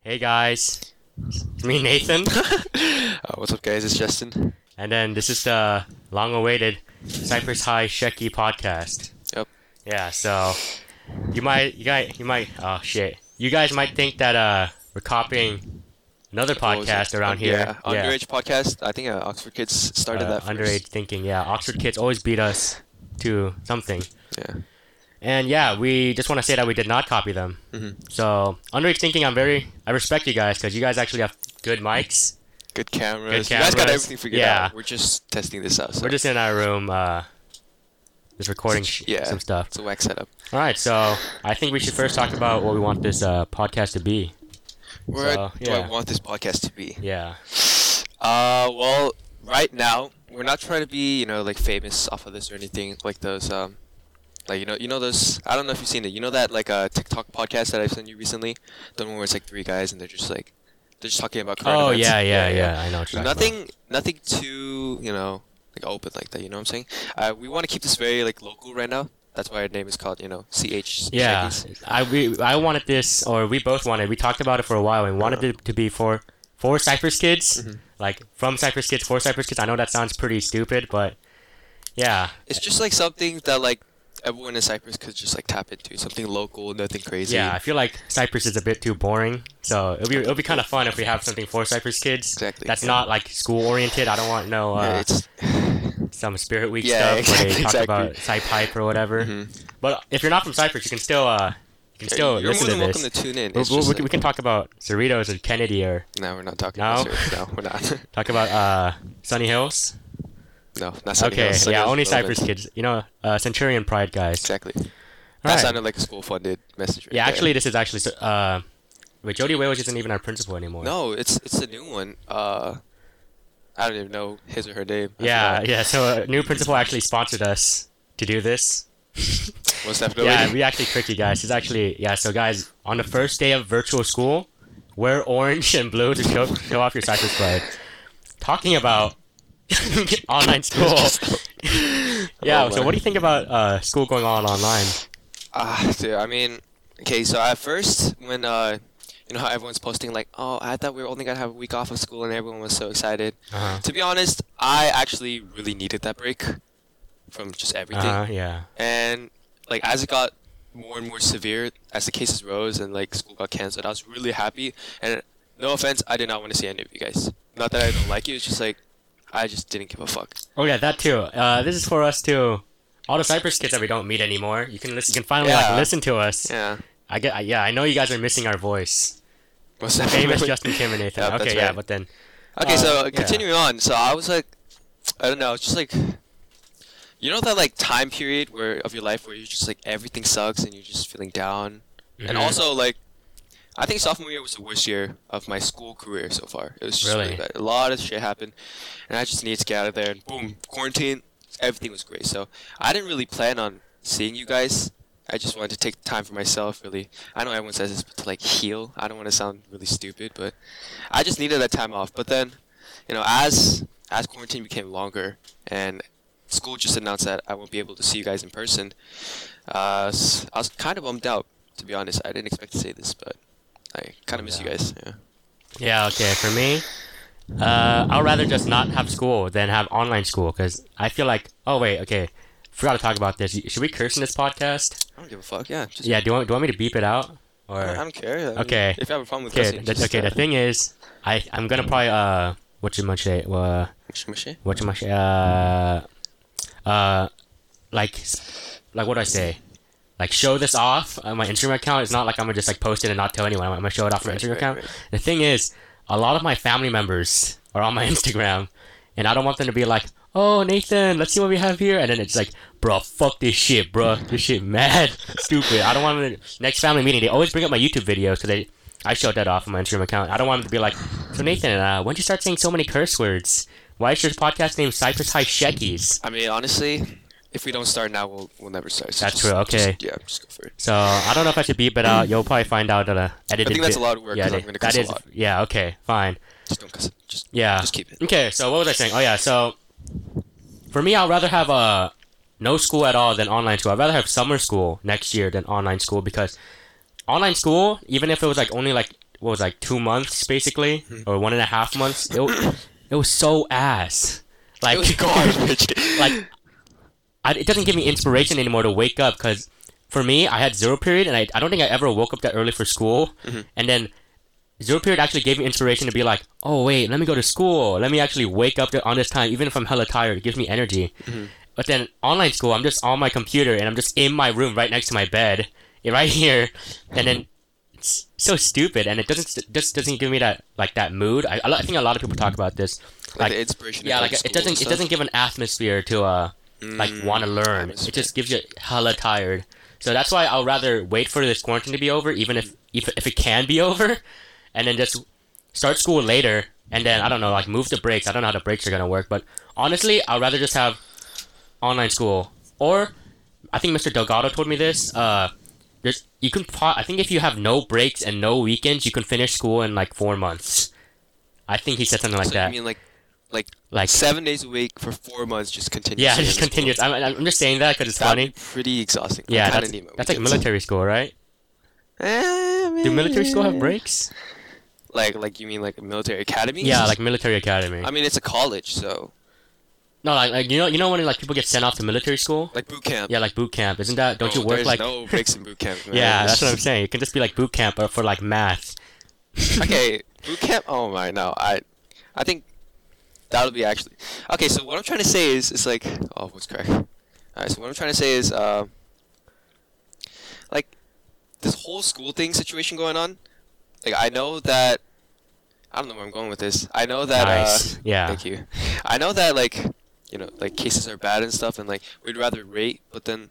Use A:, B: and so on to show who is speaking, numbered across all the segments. A: Hey guys, it's me Nathan,
B: Uh, what's up, guys? It's Justin.
A: and then this is the long-awaited Cypress High Shecky podcast.
B: Yep.
A: Yeah, so you might, you guys, you might, oh shit, you guys might think that uh we're copying another
B: What was
A: podcast
B: it?
A: around
B: Um,
A: here.
B: Yeah, underage podcast. I think uh, Oxford Kids started
A: uh,
B: that. First.
A: underage thinking. Yeah, Oxford kids always beat us to something.
B: Yeah.
A: And yeah, we just want to say that we did not copy them.
B: Mhm.
A: So underage thinking, I'm very, I respect you guys because you guys actually have good mics.
B: Good cameras.
A: Good
B: You guys got
A: cameras.
B: everything figured
A: Yeah.
B: out. We're just testing this out. So.
A: We're just in our room, uh, just recording sh-
B: yeah.
A: some stuff.
B: It's a wax setup.
A: All right, so I think we should first talk about what we want this uh, podcast to be.
B: Where
A: So,
B: do
A: yeah.
B: I want this podcast to be?
A: Yeah,
B: Uh, well, right now we're not trying to be, you know, like famous off of this or anything like those. Um, like you know, you know those. I don't know if you've seen it. You know that like uh, TikTok podcast that I've sent you recently, the one where it's like three guys and they're just like, they're just talking about. current
A: Oh,
B: events.
A: yeah, yeah, yeah, I know what you're talking
B: nothing, nothing too, you know, like open like that. You know what I'm saying? Uh, we want to keep this very like local right now. That's why our name is called, you know, CH.
A: yeah.
B: Shaggies.
A: I we I wanted this, or we both wanted. We talked about it for a while and wanted it to be for for Cypress kids,
B: Mm-hmm.
A: like from Cypress kids for Cypress kids. I know that sounds pretty stupid, but yeah,
B: It's just like something that like everyone in Cyprus could just like tap into. Something local, nothing crazy.
A: yeah. I feel like Cypress is a bit too boring, so it'll be it'll be kind of fun if we have something for Cypress kids.
B: Exactly,
A: That's
B: yeah.
A: not like school oriented. I don't want no. Uh,
B: Yeah, it's
A: some Spirit Week
B: Yeah,
A: stuff where they talk
B: exactly, exactly. Mm-hmm.
A: about Cype Hype or whatever. But if you're not from Cyprus, you can still uh, you can still
B: You're
A: listen
B: more than
A: to
B: welcome
A: this.
B: to tune in.
A: We'll-
B: It's
A: we'll-
B: just
A: we,
B: like,
A: can talk about Cerritos and Kennedy or
B: No, we're not talking
A: No?
B: about Cyprus. No, we're not.
A: talk about uh, Sunny Hills.
B: no, not Sunny
A: okay,
B: Hills. Sunny
A: yeah,
B: Hills
A: only
B: is relevant.
A: Cyprus kids. You know, uh, Centurion Pride guys.
B: Exactly.
A: All
B: that
A: right.
B: sounded like a school-funded message. Right
A: yeah,
B: there.
A: actually, this is actually uh, wait, Jody Wales isn't even our principal anymore.
B: No, it's it's a new one. Uh, I don't even know his or her name. I
A: Yeah,
B: forgot.
A: yeah. So uh, new principal actually sponsored us to do this.
B: Most definitely.
A: Yeah, we actually tricked you guys. It's actually yeah. So guys, on the first day of virtual school, wear orange and blue to show, show off your cypress pride. Talking about online school. yeah.
B: Oh,
A: so
B: man.
A: what do you think about uh, school going on online?
B: Ah, dude. I mean, okay. So at first, when uh, you know how everyone's posting like, "Oh, I thought we were only gonna have a week off of school," and everyone was so excited.
A: Uh-huh.
B: To be honest, I actually really needed that break from just everything.
A: Uh, yeah.
B: And like as it got more and more severe, as the cases rose and like school got canceled, I was really happy. And no offense, I did not want to see any of you guys. Not that I don't like you, it's just like I just didn't give a fuck.
A: Oh yeah, that too. Uh, this is for us too. All the Cypress kids that we don't meet anymore, you can listen. You can finally
B: Yeah.
A: like listen to us.
B: Yeah.
A: I get. I, yeah, I know you guys are missing our voice.
B: Most definitely.
A: Famous Justin Kim and Nathan.
B: Yep,
A: okay,
B: that's
A: yeah,
B: right.
A: but then
B: Okay,
A: Uh,
B: so
A: yeah.
B: continuing on. So I was like, I don't know. It's just like, you know that like time period where of your life where you're just like everything sucks and you're just feeling down. And
A: Mhm.
B: also like, I think sophomore year was the worst year of my school career so far. It was just really
A: Really?
B: bad. A lot of shit happened, and I just needed to get out of there. And boom, quarantine. Everything was great. So I didn't really plan on seeing you guys. I just wanted to take time for myself, really. I know everyone says this, but to like heal. I don't want to sound really stupid, but I just needed that time off. But then, you know, as as quarantine became longer and school just announced that I won't be able to see you guys in person, uh, s- I was kind of bummed out, to be honest. I didn't expect to say this, but I kind
A: Oh,
B: of miss you guys. Yeah.
A: Yeah, okay. For me, uh, I'd rather just not have school than have online school because I feel like, oh, wait, okay. Forgot to talk about this. Should we curse in this podcast?
B: I don't give a fuck. Yeah. Just,
A: Yeah, do you want, do you want me to beep it out?
B: I I
A: Or.
B: don't care. I mean,
A: Okay.
B: If you have a problem with
A: Okay,
B: cussing,
A: the,
B: just,
A: okay, the
B: uh,
A: thing is, I, I'm gonna probably, uh, whatchamacallit, uh,
B: mush- mushy.
A: whatchamacallit, uh, uh, like, s- like, what do I say? Like, show this off on my Instagram account. It's not like I'm gonna just, like, post it and not tell anyone. I'm gonna show it off on my
B: Right,
A: Instagram
B: right,
A: account.
B: right.
A: The thing is, a lot of my family members are on my Instagram, and I don't want them to be like, "Oh, Nathan, let's see what we have here," and then it's like, "Bruh, fuck this shit, bruh. This shit mad, stupid." I don't want them to, next family meeting. They always bring up my YouTube videos because they. I showed that off on my Instagram account. I don't want them to be like, "So Nathan, uh, when'd you start saying so many curse words? Why is your podcast named Cypress High Shekis?"
B: I mean, honestly, if we don't start now, we'll we'll never start. So
A: That's
B: just-
A: true, okay.
B: Just, yeah. Just go for it.
A: So I don't know if I should beep it out. You'll probably find out that uh, edited.
B: think that's
A: vi-
B: a lot of work,
A: Yeah,
B: 'cause I'm
A: they-
B: gonna
A: that
B: cuss a
A: is.
B: lot.
A: Yeah. Okay. Fine.
B: Just don't cuss. Just
A: Yeah.
B: Just keep it.
A: Okay, so what was I saying? Oh yeah, so for me, I'd rather have uh, no school at all than online school. I'd rather have summer school next year than online school because online school, even if it was like only like what was it, like two months basically
B: Mm-hmm.
A: or one and a half months. It, wa- it was so ass. Like
B: It was garbage.
A: like I, it doesn't give me inspiration anymore to wake up because for me i had zero period and I, I don't think i ever woke up that early for school and then zero period actually gave me inspiration to be like oh wait let me go to school let me actually wake up to, on this time even if i'm hella tired it gives me energy but then online school i'm just on my computer and i'm just in my room right next to my bed right here and then it's so stupid and it doesn't just doesn't give me that like that mood i, I think a lot of people talk about this
B: like the inspiration.
A: yeah,
B: of
A: like
B: going
A: it
B: to school and Mm,
A: doesn't it doesn't give an atmosphere to uh like want to learn. It just gives you hella tired. So that's why I'll rather wait for this quarantine to be over, even if if if it can be over, and then just start school later. And then I don't know, like move the breaks. I don't know how the breaks are gonna work, but honestly, I'd rather just have online school. Or I think Mr. Delgado told me this. Uh, there's you can. po- I think if you have no breaks and no weekends, you can finish school in like four months. I think he said something like
B: stuff. So
A: that.
B: You mean like, like,
A: Like-
B: seven days a week for four months, just continues.
A: Yeah, it just continues. I'm, I'm just saying that because it's funny.
B: Pretty exhausting. I
A: Yeah,
B: kinda
A: that's,
B: need my
A: that's like
B: weekends.
A: military school, right?
B: Eh,
A: Do military school have
B: maybe.
A: breaks?
B: Like, like you mean like a military academy?
A: Yeah, like military academy.
B: I mean, it's a college, so
A: No, like, like you know, you know when like people get sent off to military school.
B: like boot camp.
A: Yeah, like boot camp. Isn't that? Don't
B: No,
A: you work
B: Oh, there's
A: like?
B: no breaks in boot camp? man.
A: yeah,
B: It's
A: that's what I'm
B: just-
A: saying. It can just be like boot camp, but for like math.
B: okay, boot camp. Oh my, no, I, I think that'll be actually. Okay, so what I'm trying to say is, it's like, oh, what's crack? All right, so what I'm trying to say is, um, like, this whole school thing situation going on. Like, I know that. I don't know where I'm going with this. I know that.
A: Nice.
B: Uh,
A: Yeah.
B: Thank you. I know that, like, you know, like cases are bad and stuff, and like we'd rather rate, but then.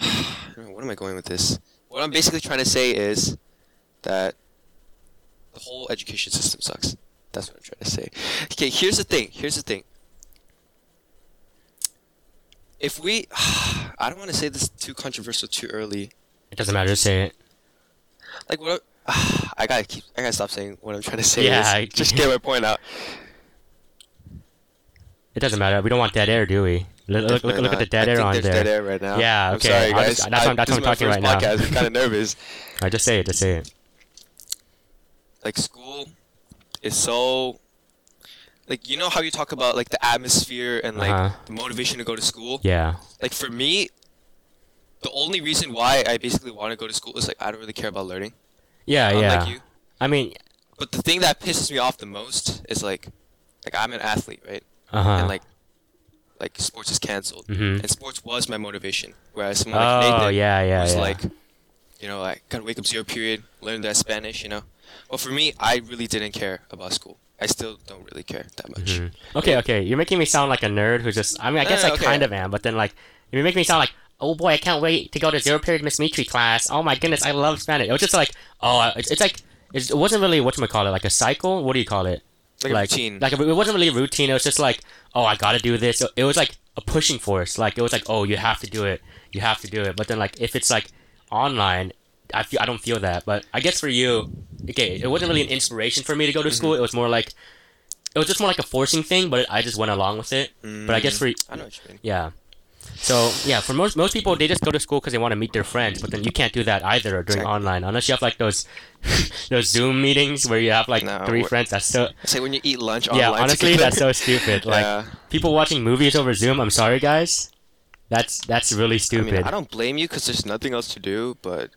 B: I don't know, what am I going with this? What I'm basically trying to say is that the whole education system sucks. That's what I'm trying to say. Okay, here's the thing. Here's the thing. If we, I don't want to say this too controversial too early.
A: It doesn't matter. Just say it.
B: Like what? I, I gotta keep. I gotta stop saying what I'm trying to say.
A: Yeah,
B: is-
A: I-
B: just get my point out.
A: It doesn't matter. We don't want dead air, do we? Look, look, look,
B: Definitely
A: look at
B: not.
A: the dead
B: I
A: air
B: think
A: on
B: there's
A: there.
B: Dead air right now.
A: Yeah,
B: I'm
A: okay,
B: sorry,
A: I'll
B: guys.
A: just- that's what-
B: I-
A: that's what
B: this is my
A: I'm talking
B: first
A: right now.
B: Podcast. I'm kind of nervous.
A: I just say it. Just say it.
B: like school is so like you know how you talk about like the atmosphere and like
A: Uh-huh.
B: the motivation to go to school
A: Yeah.
B: like for me the only reason why i basically want to go to school is like i don't really care about learning
A: Yeah, Uh, yeah.
B: unlike you
A: I mean,
B: but the thing that pisses me off the most is like like i'm an athlete right
A: uh huh.
B: and like like sports is canceled
A: Mhm.
B: and sports was my motivation whereas someone like
A: oh
B: nathan
A: yeah, yeah,
B: was
A: yeah.
B: like, you know, I gotta wake up zero period, learn that Spanish, you know. But for me, I really didn't care about school. I still don't really care that much.
A: Mhm. Okay, okay. You're making me sound like a nerd who just. I mean, I
B: No,
A: guess
B: no,
A: I
B: okay.
A: kind of am, but then, like, you make me sound like, oh boy, I can't wait to go to zero period Miss Mitri class. Oh my goodness, I love Spanish. It was just like, oh, it's, it's like. It's, it wasn't really, whatchamacallit, like a cycle? What do you call it?
B: Like a routine.
A: Like, it wasn't really a routine. It was just like, oh, I gotta do this. It was like a pushing force. Like, it was like, oh, you have to do it. You have to do it. But then, like, if it's like online, I, feel, I don't feel that. But I guess for you, okay, it wasn't really an inspiration for me to go to
B: Mm-hmm.
A: school. It was more like, it was just more like a forcing thing, but I just went along with it. But I guess for
B: I know what you mean.
A: yeah, so yeah, for most most people, they just go to school because they want to meet their friends. But then you can't do that either during
B: Exactly.
A: online unless you have like those those Zoom meetings where you have like
B: No,
A: three
B: we're-
A: friends. That's so
B: It's like when you eat lunch
A: yeah.
B: online.
A: Honestly,
B: together.
A: that's so stupid. Like
B: Yeah.
A: people watching movies over Zoom. I'm sorry, guys. That's that's really
B: I
A: stupid.
B: mean, I don't blame you because there's nothing else to do, but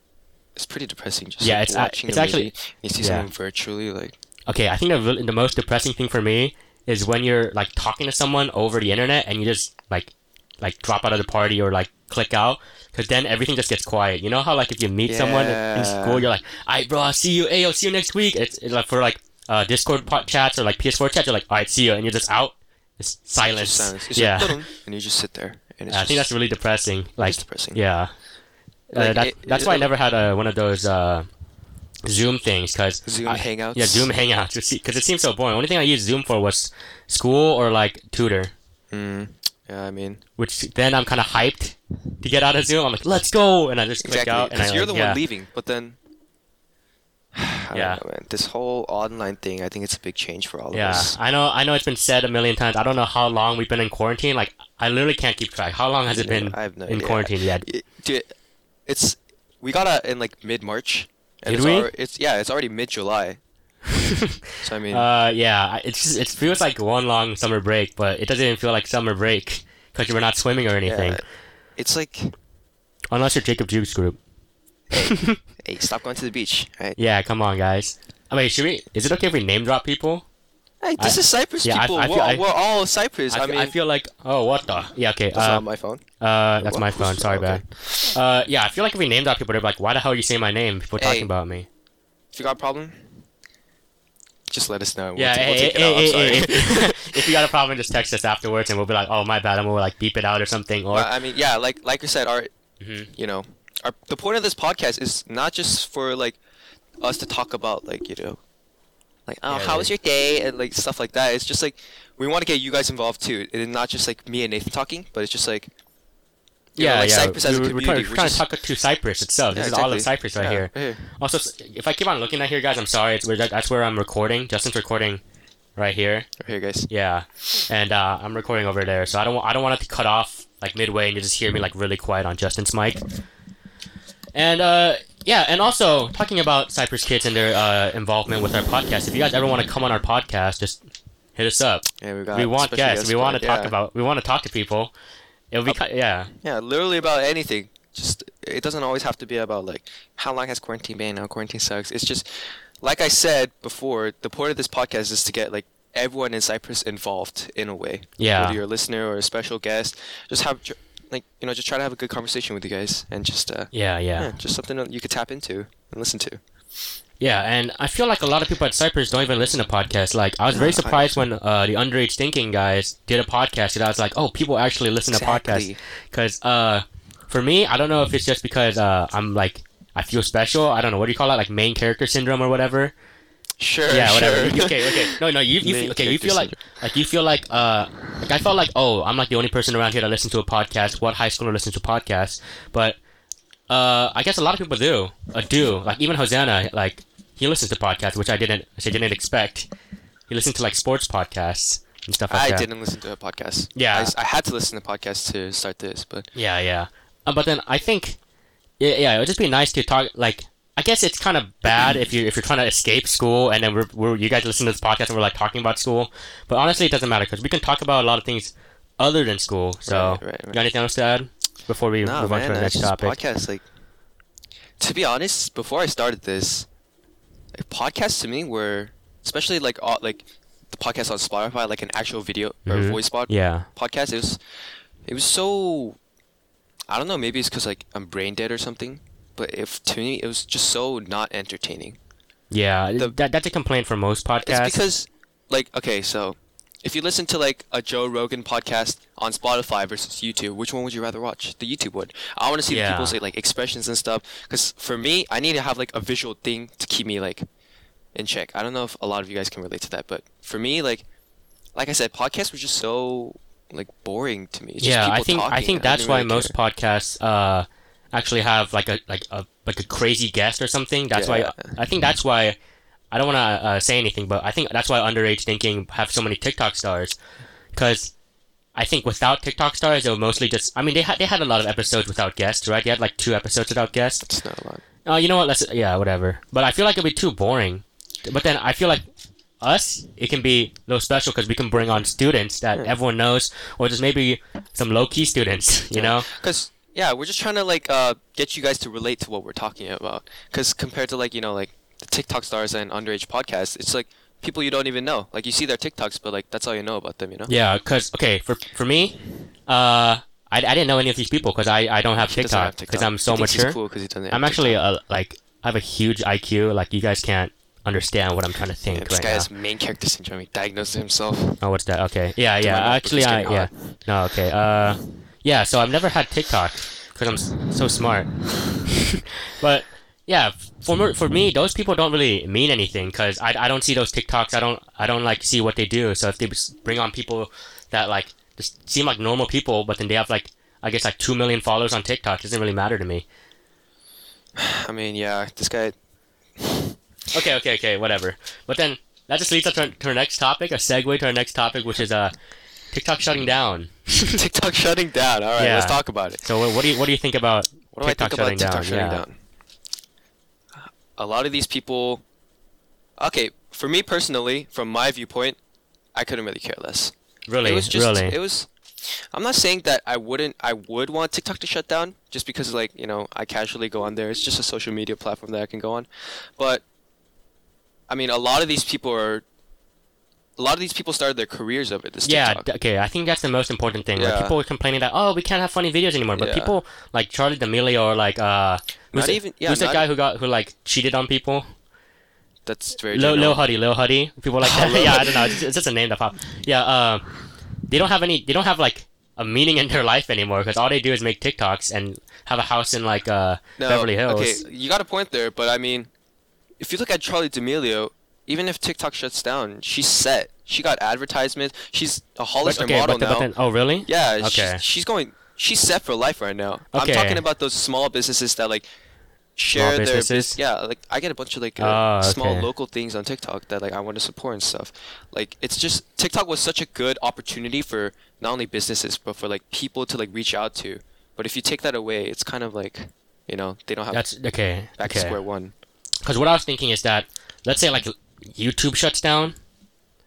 B: it's pretty depressing just
A: Yeah,
B: like,
A: it's a-
B: watching
A: it's
B: a
A: actually-
B: movie and you see
A: yeah.
B: someone virtually like
A: okay, I think the, real- the most depressing thing for me is when you're like talking to someone over the internet and you just like like drop out of the party or like click out because then everything just gets quiet. You know how like if you meet someone in
B: Yeah.
A: school, you're like, "Alright, bro, I'll see you. Hey, I'll see you next week." It's, it's like for like uh, Discord po- chats or like PS4 chats, you're like, "Alright, see you," and you're just out. It's silence.
B: just silence. It's
A: yeah,
B: like, "Dun-dun," and you just sit there. And it's
A: I
B: just,
A: think that's really depressing. Like,
B: depressing.
A: yeah, uh,
B: Like,
A: that,
B: it-
A: that's why I
B: it-
A: never had uh one of those uh, Zoom things because
B: Zoom Hangouts?
A: Yeah, Zoom Hangouts. Because it seems so boring. Only thing I used Zoom for was school or like tutor,
B: Mm, yeah, I mean,
A: which then I'm kind of hyped to get out of Zoom. I'm like, let's go, and I just click
B: Exactly,
A: out. and I,
B: because you're
A: like,
B: the
A: yeah.
B: one leaving. But then, I don't
A: Yeah.
B: know, man. This whole online thing, I think it's a big change for all of
A: Yeah,
B: us.
A: I know. I know it's been said a million times. I don't know how long we've been in quarantine. Like, I literally can't keep track. How long has it
B: Yeah,
A: been
B: I have no
A: in
B: idea.
A: quarantine yet?
B: It- dude, it's we got out in like mid March, And
A: Did
B: it's
A: we?
B: alre- it's yeah, it's already mid July. So I mean,
A: Uh, yeah, I- it's just, it feels like one long summer break, but it doesn't even feel like summer break because we're not swimming or anything,
B: yeah, it's like
A: unless you're Jacob Jukes group.
B: hey, stop going to the beach. Right?
A: Yeah, come on, guys. I mean, should we? Is it okay if we name drop people?
B: Hey, this
A: I-
B: is Cyprus
A: yeah, I-
B: people.
A: I
B: we're,
A: feel-
B: all-
A: I-
B: we're all Cyprus.
A: I
B: I,
A: f-
B: mean,
A: I feel like oh what the yeah okay
B: that's
A: uh,
B: not my phone.
A: uh that's
B: What?
A: my phone sorry
B: Okay.
A: bad uh yeah I feel like if we named out people they're like why the hell are you saying my name people are
B: Hey.
A: talking about me
B: If you got a problem, just let us know. We'll
A: yeah
B: ta- we'll
A: hey,
B: take it
A: hey,
B: out. I'm
A: hey, hey,
B: sorry.
A: if, if you got a problem just text us afterwards and we'll be like oh my bad and we'll like beep it out or something or
B: Well, I mean, yeah, like like you said, our
A: Mhm.
B: you know, our, the point of this podcast is not just for like us to talk about like you know, like oh,
A: Yeah,
B: how
A: yeah.
B: was your day and like stuff like that. It's just like we want to get you guys involved too, and it's not just like me and Nathan talking, but it's just like you know,
A: yeah
B: like
A: yeah
B: Cyprus as a
A: we- we're, trying,
B: community,
A: we're
B: we're
A: trying
B: just-
A: to talk to Cyprus itself
B: Yeah,
A: this is all of
B: exactly.
A: Cyprus right
B: Yeah,
A: here
B: right here.
A: also s- if I keep on looking at here guys I'm sorry it's we're, that's where I'm recording Justin's recording right here
B: Right here, guys.
A: Yeah, and uh, I'm recording over there, so I don't wa- I don't want it to cut off like midway and you just hear me like really quiet on Justin's mic. And uh, yeah, and also talking about Cypress Kids and their uh, involvement with our podcast. If you guys ever want to come on our podcast, just hit us up.
B: Yeah, we got.
A: we want
B: special
A: guests. We want to
B: planned,
A: talk
B: yeah.
A: about. We want to talk to people. It'll be ki- yeah.
B: Yeah, literally about anything. Just it doesn't always have to be about like how long has quarantine been? How quarantine sucks. It's just like I said before. The point of this podcast is to get like everyone in Cyprus involved in a way.
A: Yeah.
B: Whether you're a listener or a special guest, just have tr- like you know just try to have a good conversation with you guys and just uh,
A: Yeah, yeah,
B: yeah, just something that you could tap into and listen to.
A: yeah, and I feel like a lot of people at Cypress don't even listen to podcasts. Like I was very
B: Yeah, I-
A: surprised when uh, the underage thinking guys did a podcast, and I was like, oh, people actually listen to podcasts.
B: Exactly.
A: Because uh, for me, I don't know if it's just because uh, I'm like I feel special. I don't know what do you call that, like main character syndrome or whatever.
B: Sure.
A: yeah, whatever.
B: sure.
A: You- okay, okay. No, no. You, you
B: Main
A: feel, okay? You
B: character
A: feel like like you feel like uh, like I felt like oh, I'm like the only person around here that listens to a podcast. What high schooler listens to podcasts? But uh, I guess a lot of people do. Uh, do like even Hosanna like he listens to podcasts, which I didn't, which I didn't expect. He listens to like sports podcasts and stuff like
B: I
A: that.
B: didn't listen to a podcast.
A: Yeah.
B: I s- I, had to listen to podcasts to start this, but
A: Yeah, yeah. Uh, but then I think, yeah, yeah, it would just be nice to talk. Like, I guess it's kind of bad if you if you're trying to escape school, and then we're, we're you guys listen to this podcast and we're like talking about school. But honestly, it doesn't matter because we can talk about a lot of things other than school. So,
B: Right, right, right.
A: you got anything else to add before we
B: No,
A: move on
B: man,
A: to the
B: that's
A: next
B: just
A: topic?
B: Podcast, like, to be honest, before I started this, like, podcasts to me were, especially like all, like the podcast on Spotify, like an actual video or
A: Mhm.
B: voice pod,
A: Yeah,
B: podcast. It was, it was so, I don't know. Maybe it's because like I'm brain dead or something. But if to me, it was just so not entertaining.
A: yeah.
B: The-
A: that, that's a complaint for most podcasts.
B: It's because, like, okay, so if you listen to like a Joe Rogan podcast on Spotify versus YouTube, which one would you rather watch? The YouTube one. I want to see
A: Yeah.
B: the people's like, like expressions and stuff. Because for me, I need to have like a visual thing to keep me like in check. I don't know if a lot of you guys can relate to that, but for me, like, like I said, podcasts were just so like boring to me. It's just
A: yeah, I
B: people
A: think I
B: talking.
A: think
B: didn't
A: that's why
B: really
A: most
B: care.
A: podcasts uh, actually have like a like a like a crazy guest or something. That's
B: Yeah.
A: why I think that's why I don't want to uh, say anything, but I think that's why underage thinking have so many TikTok stars because I think without TikTok stars, they were mostly just. I mean, they had they had a lot of episodes without guests, right? They had like two episodes without guests.
B: It's not a lot.
A: Oh, you know what? Let's yeah, whatever. But I feel like it'd be too boring. But then I feel like us, it can be a little special because we can bring on students that everyone knows, or just maybe some low key students. You know?
B: because yeah we're just trying to like uh, get you guys to relate to what we're talking about because compared to like you know like the tiktok stars and underage podcasts it's like people you don't even know like you see their tiktoks but like that's all you know about them you know
A: Yeah. Because okay, for for me, uh, I, I didn't know any of these people because I, I don't have
B: He doesn't have
A: TikTok because I'm so
B: He thinks
A: mature.
B: he's cool 'cause he doesn't have
A: I'm actually uh like I have a huge IQ. Like you guys can't understand what I'm trying to think
B: TikTok. Yeah,
A: right
B: this guy
A: now.
B: has main character syndrome he diagnosed himself
A: Oh, what's that? Okay. Yeah,
B: my
A: yeah.
B: notebook
A: Actually,
B: is
A: I
B: getting
A: yeah.
B: hot.
A: No, okay. Uh, yeah. So I've never had TikTok because I'm s- so smart. but yeah, f- for me, for me, those people don't really mean anything because I, I don't see those TikToks. I don't I don't like see what they do. So if they s- bring on people that like just seem like normal people, but then they have like I guess like two million followers on TikTok, it doesn't really matter to me.
B: i mean yeah this guy
A: Okay, okay, okay, whatever. But then that just leads up to our, to our next topic, a segue to our next topic, which is uh, TikTok shutting down.
B: tiktok shutting down all right
A: Yeah.
B: let's talk about it
A: So what, what do you what do you think about
B: what do
A: TikTok
B: i
A: shutting
B: think about tiktok
A: down?
B: shutting
A: Yeah.
B: down a lot of these people. Okay, for me personally, from my viewpoint, I couldn't really care less.
A: Really,
B: it was just
A: really.
B: it was. I'm not saying that I wouldn't. I would want TikTok to shut down just because, like you know, I casually go on there. It's just a social media platform that I can go on, but I mean, a lot of these people are. A lot of these people started their careers over this
A: yeah,
B: TikTok.
A: d- okay. I think that's the most important thing. Like
B: Yeah.
A: people were complaining that oh, we can't have funny videos anymore. But
B: Yeah.
A: people like Charlie D'Amelio or like uh, who's
B: Not
A: the-
B: even- yeah,
A: who's that
B: not- e-
A: guy who got who like cheated on people?
B: That's very.
A: Lil,
B: general.
A: Lil Huddy, Lil Huddy. People like
B: Oh,
A: that.
B: Lil
A: yeah, I
B: Huddy.
A: don't know. It's just, it's just a name that pop. Yeah, um, they don't have any. They don't have like a meaning in their life anymore because all they do is make TikToks and have a house in like uh, Beverly Hills.
B: Okay, you got a point there, but I mean, if you look at Charlie D'Amelio, even if TikTok shuts down, she's set. She got advertisements. She's a
A: But-
B: Hollister
A: okay,
B: model
A: but the- but
B: now.
A: then- oh really?
B: yeah,
A: Okay.
B: she's, she's going. She's set for life right now.
A: Okay.
B: I'm talking about those small businesses that like
A: Small
B: share their bus-
A: businesses?
B: yeah, like I get a bunch of like uh,
A: Ah,
B: small
A: okay.
B: local things on TikTok that like I want to support and stuff. Like it's just TikTok was such a good opportunity for not only businesses but for like people to like reach out to. But if you take that away, it's kind of like you know they don't have
A: That's okay.
B: back to
A: okay.
B: square one.
A: Because what I was thinking is that let's say like YouTube shuts down.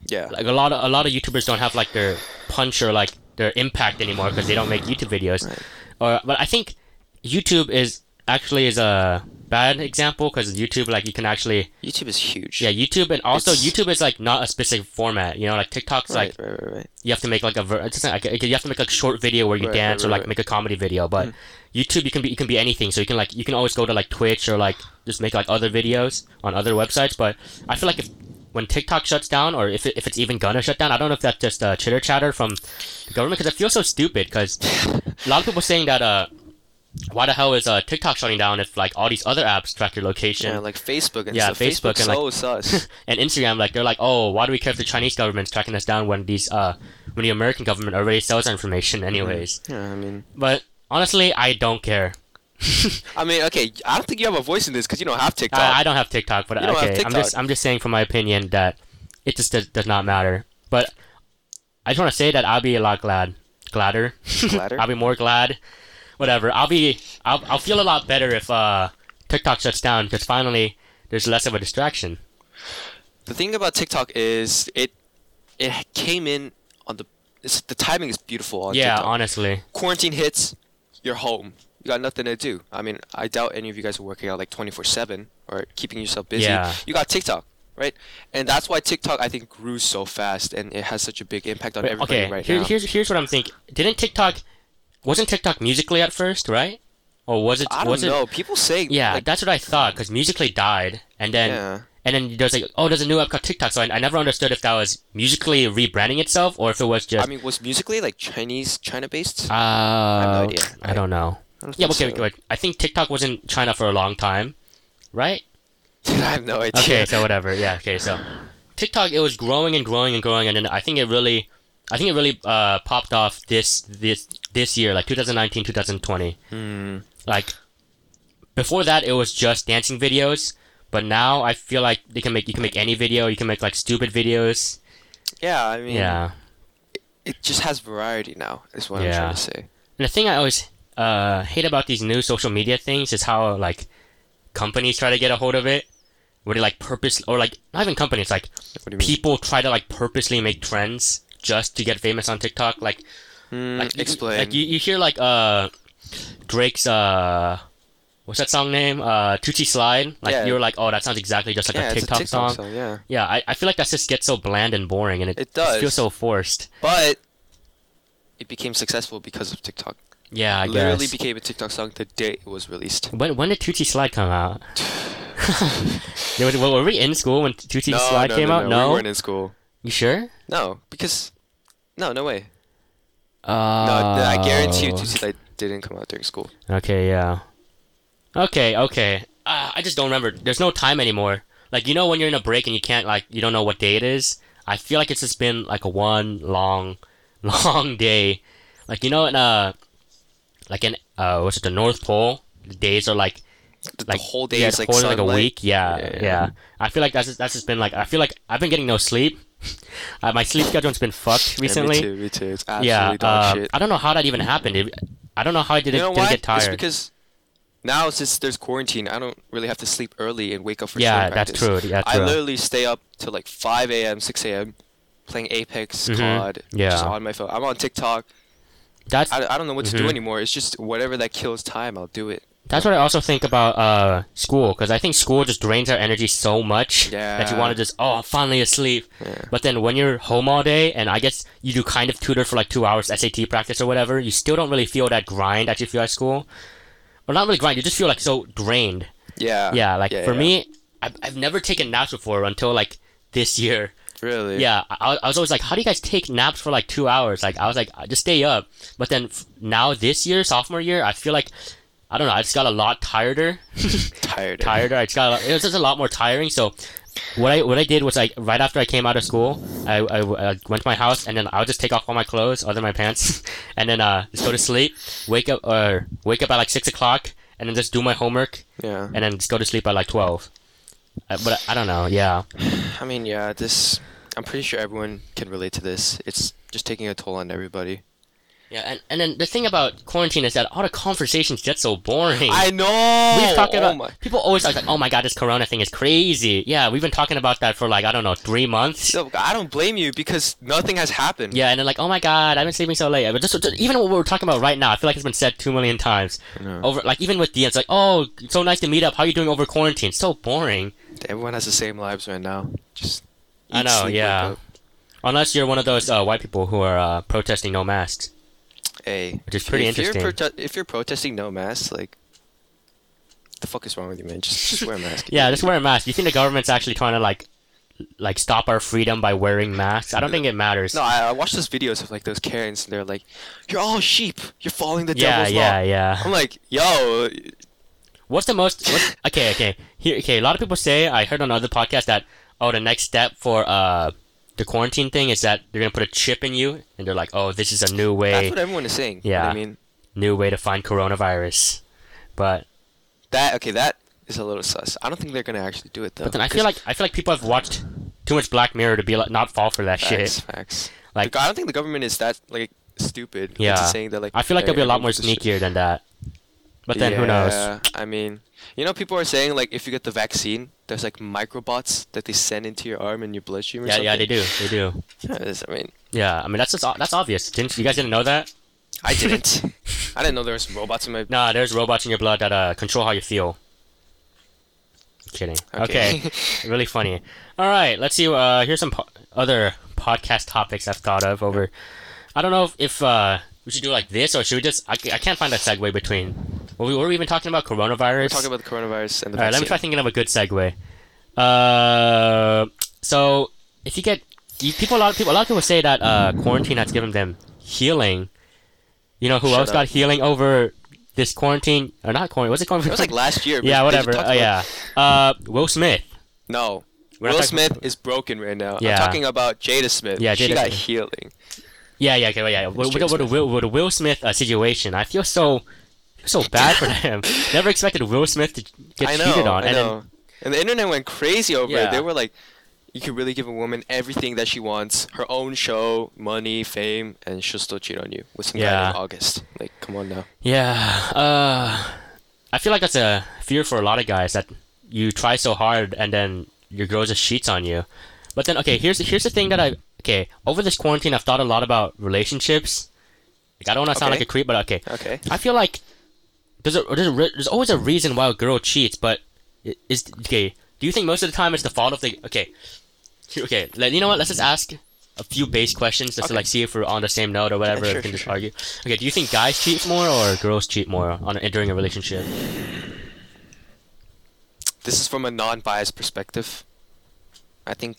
B: Yeah.
A: like a lot of a lot of YouTubers don't have like their punch or like their impact anymore because they don't make YouTube videos.
B: Right.
A: Or but I think YouTube is actually is a bad example because YouTube like you can actually
B: YouTube is huge.
A: yeah YouTube and also
B: It's-
A: YouTube is like not a specific format. You know like TikTok's
B: Right,
A: like
B: right, right, right.
A: you have to make like a ver- it's not like, like, you have to make like a short video where you
B: Right, right,
A: dance or
B: right,
A: like
B: right. Mm.
A: make a comedy video. But YouTube you can be you can be anything. So you can like you can always go to like Twitch or like just make like other videos on other websites. But I feel like if when TikTok shuts down or if, it, if it's even gonna shut down, I don't know if that's just uh, chitter chatter from the government because it feels so stupid. Because a lot of people saying that uh, why the hell is uh, TikTok shutting down if like all these other apps track your location?
B: Yeah, like Facebook and
A: Yeah,
B: stuff.
A: Facebook
B: Facebook's
A: and,
B: so sus.
A: and Instagram, like they're like, oh, why do we care if the Chinese government's tracking us down when these uh when the American government already sells our information
B: Mm-hmm.
A: anyways?
B: yeah, I mean,
A: But honestly, I don't care.
B: I mean, okay, I don't think you have a voice in this because you don't have TikTok.
A: Uh, I, I don't have TikTok, but
B: You don't have
A: okay, I'm just
B: TikTok.
A: I'm just saying from my opinion that it just does, does not matter. But I just want to say that I'll be a lot glad, gladder.
B: Gladder?
A: I'll be more glad. Whatever. I'll be I'll, I'll feel a lot better if uh TikTok shuts down because finally there's less of a distraction.
B: the thing about TikTok is it it came in on the it's, the timing is beautiful on
A: yeah,
B: TikTok.
A: honestly.
B: Quarantine hits, you're home. You got nothing to do. I mean, I doubt any of you guys are working out like 24/7 or keeping yourself busy.
A: Yeah.
B: You got TikTok, right? And that's why TikTok I think grew so fast and it has such a big impact on
A: But,
B: everybody
A: okay,
B: right
A: here-
B: now.
A: here's here's what I'm thinking. Didn't TikTok wasn't TikTok musically at first, right? Or was it?
B: I don't
A: was it-
B: know. People say
A: Yeah,
B: like,
A: that's what I thought. Cause musically died, and then
B: Yeah.
A: and then there's like, oh, there's a new app called TikTok. So I, I never understood if that was musically rebranding itself or if it was just.
B: I mean, was musically like Chinese, China based?
A: uh, I
B: no idea.
A: I don't know. Yeah, okay, okay, wait. I think TikTok was in China for a long time, right?
B: Dude, I have no idea.
A: Okay, so whatever. Yeah, okay, so TikTok it was growing and growing and growing and then I think it really I think it really uh, popped off this this this year, like 2019, 2020. Like before that it was just dancing videos, but now I feel like they can make you can make any video, you can make like stupid videos.
B: Yeah, I mean,
A: Yeah.
B: it just has variety now. Is what
A: Yeah.
B: I'm trying to say.
A: And the thing I always uh, hate about these new social media things is how like companies try to get a hold of it. Where they like purpose or like not even companies, like
B: What do you mean?
A: people try to like purposely make trends just to get famous on TikTok. Like,
B: Mm,
A: like you-
B: explain.
A: Like you, you hear like uh, Drake's uh, what's that song name? Uh, Tucci Slide. Like
B: Yeah.
A: you're like, oh, that sounds exactly just like
B: yeah,
A: a
B: it's
A: TikTok,
B: a TikTok
A: song.
B: Yeah,
A: Yeah, I, I feel like that just gets so bland and boring, and it,
B: It
A: just
B: does.
A: feels so forced.
B: but it became successful because of TikTok.
A: Yeah, I
B: Literally
A: guess.
B: became a TikTok song the day it was released.
A: when when did Tucci Slide come out? There was- were we in school when Tucci
B: no,
A: Slide
B: no,
A: came
B: no,
A: out?
B: no,
A: No,
B: we weren't in school.
A: you sure?
B: No, because no, no way.
A: Uh,
B: No,
A: Oh.
B: I guarantee you, Tuesday Light didn't come out during school.
A: Okay, yeah. Okay, okay. Uh, I just don't remember. There's no time anymore. Like you know when you're in a break and you can't like you don't know what day it is. I feel like it's just been like a one long, long day. Like you know in uh, like in uh, what's it the North Pole? The days are like
B: The,
A: like
B: the whole day
A: yeah,
B: is
A: the
B: like
A: whole-
B: sunlight.
A: like a week. Yeah, yeah,
B: Yeah.
A: I feel like that's just, that's just been like I feel like I've been getting no sleep. uh, my sleep schedule's been fucked
B: Yeah,
A: recently.
B: me too. Me too. It's absolutely
A: Yeah,
B: dog
A: uh,
B: shit.
A: I don't know how that even happened. It, I don't know how I didn't,
B: you know
A: didn't
B: why?
A: get tired.
B: It's because now since there's quarantine, I don't really have to sleep early and wake up for
A: Yeah,
B: swimming
A: that's
B: practice.
A: true. Yeah,
B: I
A: true.
B: literally stay up till like 5 a.m., 6 a.m. playing Apex,
A: Mhm.
B: COD, just
A: Yeah.
B: on my phone. I'm on TikTok.
A: that's
B: I, I don't know what to do
A: Mhm.
B: anymore. It's just whatever that kills time, I'll do it.
A: that's what I also think about uh, school because I think school just drains our energy so much that you
B: Yeah.
A: want to just oh I'm finally asleep.
B: Yeah.
A: But then when you're home all day and I guess you do kind of tutor for like two hours SAT practice or whatever, you still don't really feel that grind that you feel at school, or not really grind. You just feel like so drained.
B: Yeah.
A: Yeah, like for
B: yeah.
A: me, I've, I've never taken naps before until like this year.
B: Really?
A: Yeah, I, I was always like, how do you guys take naps for like two hours? Like, I was like, "I just stay up. But then f- now this year, sophomore year, I feel like, I don't know, I just got a lot tireder.
B: Tired.
A: tireder. I just got, a lot, it was just a lot more tiring. So, what I what I did was like right after I came out of school, I, I, uh, went to my house and then I would just take off all my clothes, other than my pants, and then uh, just go to sleep. Wake up or wake up at like six o'clock and then just do my homework
B: Yeah.
A: and then just go to sleep at like twelve. Uh, but I, I don't know. Yeah.
B: I mean, yeah, this. I'm pretty sure everyone can relate to this. It's just taking a toll on everybody.
A: Yeah, and, and then the thing about quarantine is that all the conversations get so boring.
B: I know.
A: we've talked
B: oh
A: about
B: my-
A: people always are like, oh my god, this corona thing is crazy. Yeah, we've been talking about that for like I don't know three months.
B: So I don't blame you because nothing has happened.
A: Yeah, and then like, oh my god, I've been sleeping so late. But just, just- even what we're talking about right now, I feel like it's been said two million times.
B: know.
A: Over like even with DMs, like, oh, it's so nice to meet up. How you doing over quarantine? So boring.
B: Everyone has the same lives right now. Just.
A: I
B: eat,
A: know,
B: sleep,
A: yeah.
B: wake up.
A: Unless you're one of those uh, white people who are uh, protesting no masks,
B: Hey.
A: which is pretty
B: if
A: interesting.
B: You're prote- if you're protesting no mask, like, the fuck is wrong with you, man? Just, just wear a mask.
A: Yeah, just wear a mask. You think the government's actually trying to like, like stop our freedom by wearing masks? I don't think it matters.
B: No, I, I watched those videos of like those Karens, and they're like, "You're all sheep. You're following the
A: yeah,
B: devil's
A: yeah,
B: law."
A: yeah.
B: I'm like, yo,
A: What's the most? What's, okay, okay. Here, okay. A lot of people say I heard on other podcasts that oh, the next step for uh the quarantine thing is that they're gonna put a chip in you, and they're like, oh, this is a new
B: that's
A: way,
B: what everyone is saying. You know what
A: Yeah.
B: I mean,
A: new way to find coronavirus. But
B: that okay, that is a little sus. I don't think they're gonna actually do it though.
A: but then I feel like I feel like people have watched too much Black Mirror to be like not fall for that
B: facts,
A: shit.
B: facts.
A: Like-
B: Like, I don't think the government is that like stupid.
A: Yeah.
B: into saying that like.
A: I feel like
B: hey,
A: they'll be a lot
B: everyone
A: more
B: just should-
A: sneakier than that. But then who knows?
B: Yeah, I mean, you know, people are saying like if you get the vaccine, there's like microbots that they send into your arm and your bloodstream. Or
A: Yeah,
B: something.
A: yeah, they do. They do.
B: Yeah, it's- I mean,
A: Yeah, I mean that's just, that's obvious. Didn't you guys didn't know that?
B: I didn't. I didn't know there was robots in my.
A: Nah, there's robots in your blood that uh, control how you feel. Kidding. Okay. really funny. All right, let's see. Uh, here's some po- other podcast topics I've thought of over. I don't know if, if uh, we should do like this or should we just? I, ca- I can't find a segue between. Were we, were we even talking about coronavirus?
B: We're talking about the coronavirus and the
A: All right, let
B: vaccine.
A: me try thinking of a good segue. Uh, so if you get you, people, a lot of people, a lot of people say that uh, quarantine has given them healing. You know who
B: Shut
A: else
B: up.
A: got healing over this quarantine or not quarantine? What's it called?
B: It was like last year. but
A: yeah,
B: they
A: whatever.
B: talked
A: Oh
B: about-
A: yeah, uh, Will Smith.
B: No.
A: We're not
B: Will
A: talking-
B: Smith is broken right now.
A: Yeah.
B: I'm talking about Jada Smith.
A: Yeah,
B: she
A: Jada
B: got
A: Smith.
B: healing.
A: Yeah, yeah, okay, well, yeah. With, with,
B: James
A: with, the Will, with the Will Smith uh, situation, I feel so feel so bad for him. Never expected Will Smith to get
B: I know.
A: cheated on,
B: I
A: and
B: know. and the internet went crazy over
A: Yeah.
B: it. They were like, you could really give a woman everything that she wants, her own show, money, fame, and she'll still cheat on you with some guy
A: Yeah.
B: in August. Like, come on now.
A: then yeah, uh, I feel like that's a fear for a lot of guys that you try so hard and then your girl just cheats on you. But then, okay, here's here's the thing that I okay over this quarantine I've thought a lot about relationships. Like I don't want to sound
B: Okay.
A: like a creep, but okay,
B: Okay.
A: I feel like there's a, there's a re- there's always a reason why a girl cheats, but i- is okay. Do you think most of the time it's the fault of the okay? here- Okay, let, you know what? Let's just ask a few base questions just to
B: Okay.
A: like see if we're on the same note or whatever.
B: sure,
A: we can
B: sure,
A: just argue. Okay, do you think guys cheat more or girls cheat more on during a relationship?
B: This is from a non-biased perspective. I think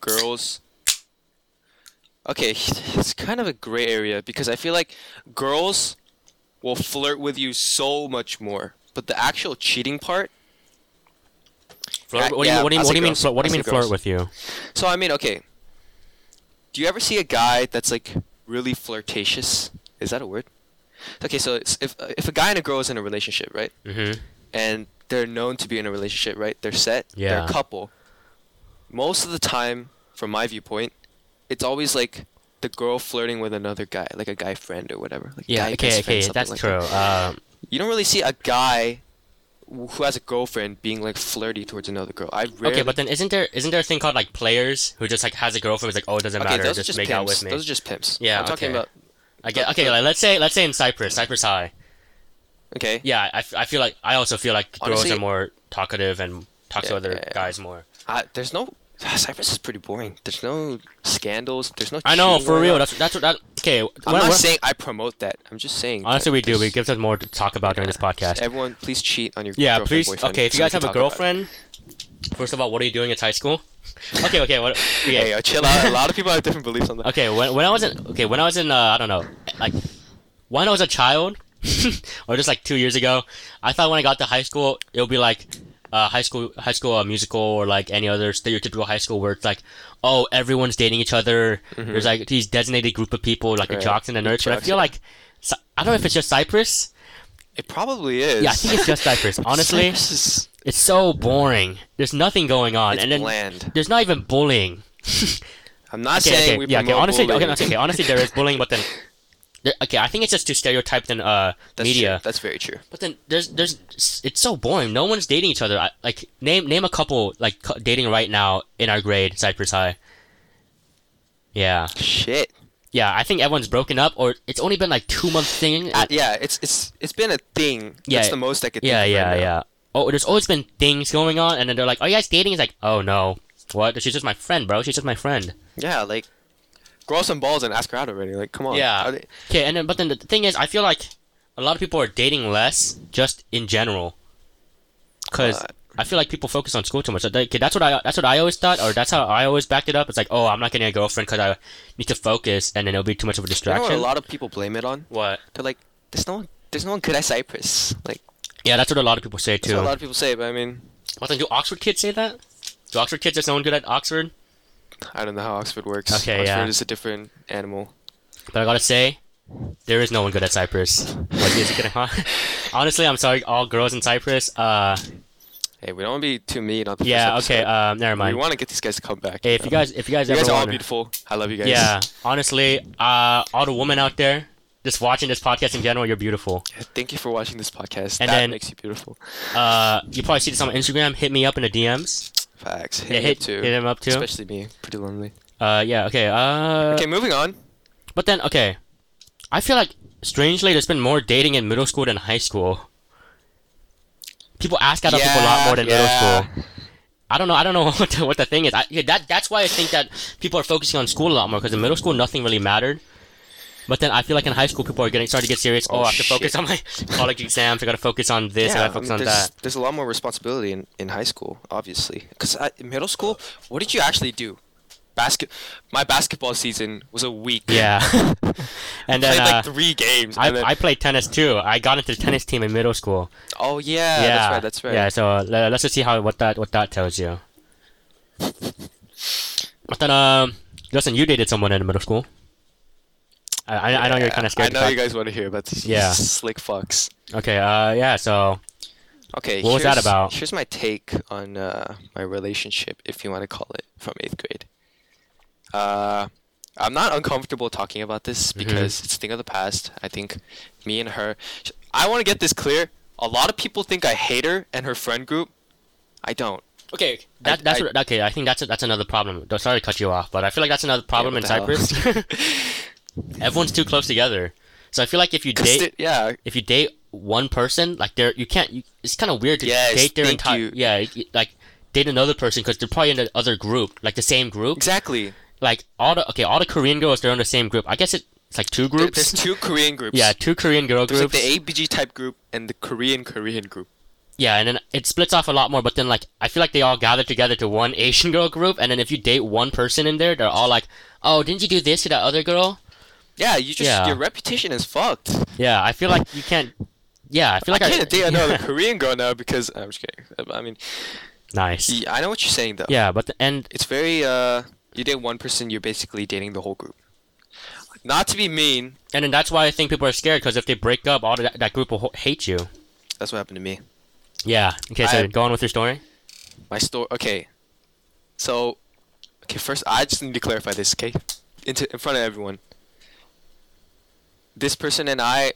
B: girls. Okay, it's kind of a gray area because I feel like girls will flirt with you so much more, but the actual cheating part.
A: Flirt,
B: Uh,
A: what, do you,
B: yeah,
A: what do you
B: I'll
A: what do
B: say
A: you mean?
B: girls.
A: Flirt, what do you
B: I'll
A: mean
B: say
A: flirt
B: girls.
A: with you?
B: So I mean, okay. Do you ever see a guy that's like really flirtatious? Is that a word? Okay, so it's- if uh, if a guy and a girl is in a relationship, right?
A: hmm
B: and they're known to be in a relationship, right? They're set, they're
A: Yeah.
B: a couple. Most of the time, from my viewpoint, it's always like the girl flirting with another guy, like a guy friend or whatever. Like
A: Yeah.
B: guy
A: Okay.
B: best friend,
A: Okay.
B: something
A: That's
B: like
A: true.
B: that.
A: Um,
B: you don't really see a guy who has a girlfriend being like flirty towards another girl. I rarely.
A: Okay, but then isn't there isn't there a thing called like players who just like has a girlfriend who's like, oh, it doesn't
B: Okay,
A: matter,
B: those
A: just,
B: are just
A: make
B: pimps.
A: out with me.
B: Those are just pimps.
A: Yeah,
B: I'm talking
A: okay.
B: about.
A: I get,
B: but-
A: okay,
B: but-
A: like, let's say let's say in Cyprus, Cyprus High.
B: Okay.
A: Yeah, I, I feel like I also feel like girls
B: Honestly-
A: are more talkative and talk to
B: Yeah,
A: other
B: yeah, yeah.
A: guys more.
B: I, there's no. Cyprus is pretty boring. There's no scandals. There's no.
A: I know
B: cheating
A: for
B: going
A: real.
B: on.
A: That's that's what that. Okay,
B: I'm
A: we're-
B: not
A: we're-
B: saying I promote that. I'm just saying.
A: honestly,
B: that
A: we do.
B: there's-
A: We give us more to talk about during this podcast.
B: Everyone, please cheat on your
A: Yeah,
B: girlfriend,
A: please.
B: boyfriend,
A: Okay, if you
B: so
A: guys
B: we can
A: have a
B: talk about it.
A: girlfriend, first of all, what are you doing at high school? Okay, okay, what?
B: Yeah,
A: Okay,
B: yo, chill out. A lot of people have different beliefs on that.
A: okay. When, when I was in okay when I was in uh, I don't know like when I was a child or just like two years ago, I thought when I got to high school it'll be like uh, high school high school uh, musical or like any other stereotypical high school where it's like oh everyone's dating each other. There's like these designated group of people like
B: Mm-hmm. Right.
A: the jocks and the nerds. But I
B: Jocks,
A: feel
B: yeah.
A: like Cy- I don't know if it's just Cyprus.
B: It probably is.
A: Yeah, I think it's just Cyprus. Honestly,
B: Cyprus is-
A: it's so boring. There's nothing going on,
B: It's
A: and then
B: bland.
A: there's not even bullying.
B: I'm not
A: okay,
B: saying
A: okay,
B: we
A: yeah, okay.
B: promote
A: Honestly, okay,
B: bullying.
A: no, okay, honestly, there is bullying, but then, there, okay, I think it's just too stereotyped in uh
B: That's
A: media.
B: True. That's very true.
A: But then there's there's it's so boring. No one's dating each other. I, like name name a couple like cu- dating right now in our grade, Cypress High. Yeah,
B: Shit.
A: yeah. I think everyone's broken up, or it's only been like two months thing.
B: Uh, yeah, it's it's it's been a thing.
A: Yeah,
B: That's the most I could.
A: yeah,
B: think of
A: yeah,
B: right now.
A: yeah. Oh, there's always been things going on, and then they're like, "Are you guys dating?" It's like, "Oh no, what? She's just my friend, bro. She's just my friend."
B: Yeah, like grow some balls and ask her out already. Like, come on.
A: Yeah.
B: Are they-
A: Okay, and then but then the thing is, I feel like a lot of people are dating less just in general, because
B: Uh,
A: I feel like people focus on school too much. So they- 'kay, that's what I that's what I always thought, or that's how I always backed it up. It's like, oh, I'm not getting a girlfriend because I need to focus, and then it'll be too much of a
B: you know
A: distraction.
B: what a lot of people blame it on?
A: what?
B: They're like, there's no one, there's no one good at Cyprus. Like,
A: Yeah, that's what a lot of people say
B: that's
A: too.
B: what a lot of people say. But I mean,
A: Well, then, do Oxford kids say that? Do Oxford kids? Is no one good at Oxford?
B: I don't know how Oxford works.
A: Okay,
B: Oxford
A: yeah.
B: is a different animal.
A: But I gotta say, there is no one good at Cyprus. Like, is it gonna? Honestly, I'm sorry, all girls in Cyprus. Uh,
B: Hey, we don't want to be too mean on the first
A: yeah,
B: episode.
A: okay. Um, never
B: We
A: mind.
B: want to get these guys to come back.
A: Hey, if you
B: know?
A: guys, if you guys
B: you
A: ever
B: guys are all
A: wanna-
B: beautiful. I love you guys.
A: yeah, honestly, uh, all the women out there, just watching this podcast in general, you're beautiful.
B: Thank you for watching this podcast.
A: And
B: that
A: then-
B: makes you beautiful.
A: Uh, you probably see this on my Instagram. Hit me up in the DMs.
B: Facts. Hit
A: Yeah,
B: me
A: hit,
B: up too.
A: hit him up too.
B: Especially me. Pretty lonely.
A: Uh, yeah, okay. Uh,
B: Okay, moving on.
A: but then okay, I feel like strangely there's been more dating in middle school than high school. People ask out of people a lot
B: Yeah,
A: more than
B: yeah.
A: middle school. I don't know. I don't know what the, what the thing is. I, yeah, that that's why I think that people are focusing on school a lot more because in middle school nothing really mattered. But then I feel like in high school people are getting starting to get serious. Oh,
B: Oh,
A: I have to focus
B: shit.
A: on my college exams. I gotta focus on this. I gotta
B: I
A: focus
B: mean,
A: on
B: there's,
A: that.
B: there's a lot more responsibility in, in high school, obviously. Because in middle school, what did you actually do? Basket. My basketball season was a week.
A: Yeah. and then
B: Played
A: uh,
B: like three games.
A: I,
B: and then,
A: I played tennis too. I got into the tennis team in middle school.
B: oh yeah,
A: yeah,
B: that's right. That's right.
A: Yeah, so uh, le- let's just see how what that what that tells you. But then, um, Justin, you dated someone in middle school. I, I, I know you're kind of scared.
B: I
A: to
B: know
A: talk-
B: you guys want to hear about these
A: Yeah.
B: slick fucks.
A: Okay. Uh, yeah. So
B: Okay.
A: What was that
B: here's-
A: about?
B: Here's my take on uh, my relationship, if you want to call it, from eighth grade. Uh, I'm not uncomfortable talking about this
A: Mm-hmm.
B: because it's a thing of the past. I think me and her. sh- I want to get this clear. A lot of people think I hate her and her friend group. I don't.
A: okay, that, that's
B: I-
A: what, okay. I think that's that's another problem. Don't- Sorry to cut you off, but I feel like that's another problem
B: what
A: in
B: the hell?
A: Cyprus. Everyone's too close together, so I feel like if you
B: 'Cause
A: date
B: they- yeah.
A: if you date one person, like there you can't. You, it's kind of weird to
B: Yes,
A: date their
B: thank
A: entire.
B: you.
A: Yeah, it- it- like date another person because they're probably in the other group, like the same group.
B: Exactly.
A: Like all the okay, all the Korean girls they're in the same group. I guess it, it's like two
B: There-
A: groups.
B: There's two Korean groups.
A: yeah, two Korean girl
B: There's like
A: groups.
B: the ABG type group and the Korean Korean group.
A: yeah, and then it splits off a lot more. But then like I feel like they all gather together to one Asian girl group, and then if you date one person in there, they're all like, "Oh, didn't you do this to that other girl?"
B: Yeah, you just
A: Yeah.
B: your reputation is fucked.
A: Yeah, I feel like you can't. Yeah, I feel
B: I
A: like
B: can't date another
A: Yeah.
B: Korean girl now because I'm just kidding. I mean,
A: Nice.
B: y- I know what you're saying though.
A: Yeah, but the, and
B: It's very uh, you date one person, you're basically dating the whole group. Not to be mean,
A: And then that's why I think people are scared because if they break up, all that, that group will ho- hate you.
B: that's what happened to me.
A: Yeah. Okay, so
B: I-
A: go on with your story.
B: My story. Okay, so okay, first I just need to clarify this. Okay, into in front of everyone. This person and I,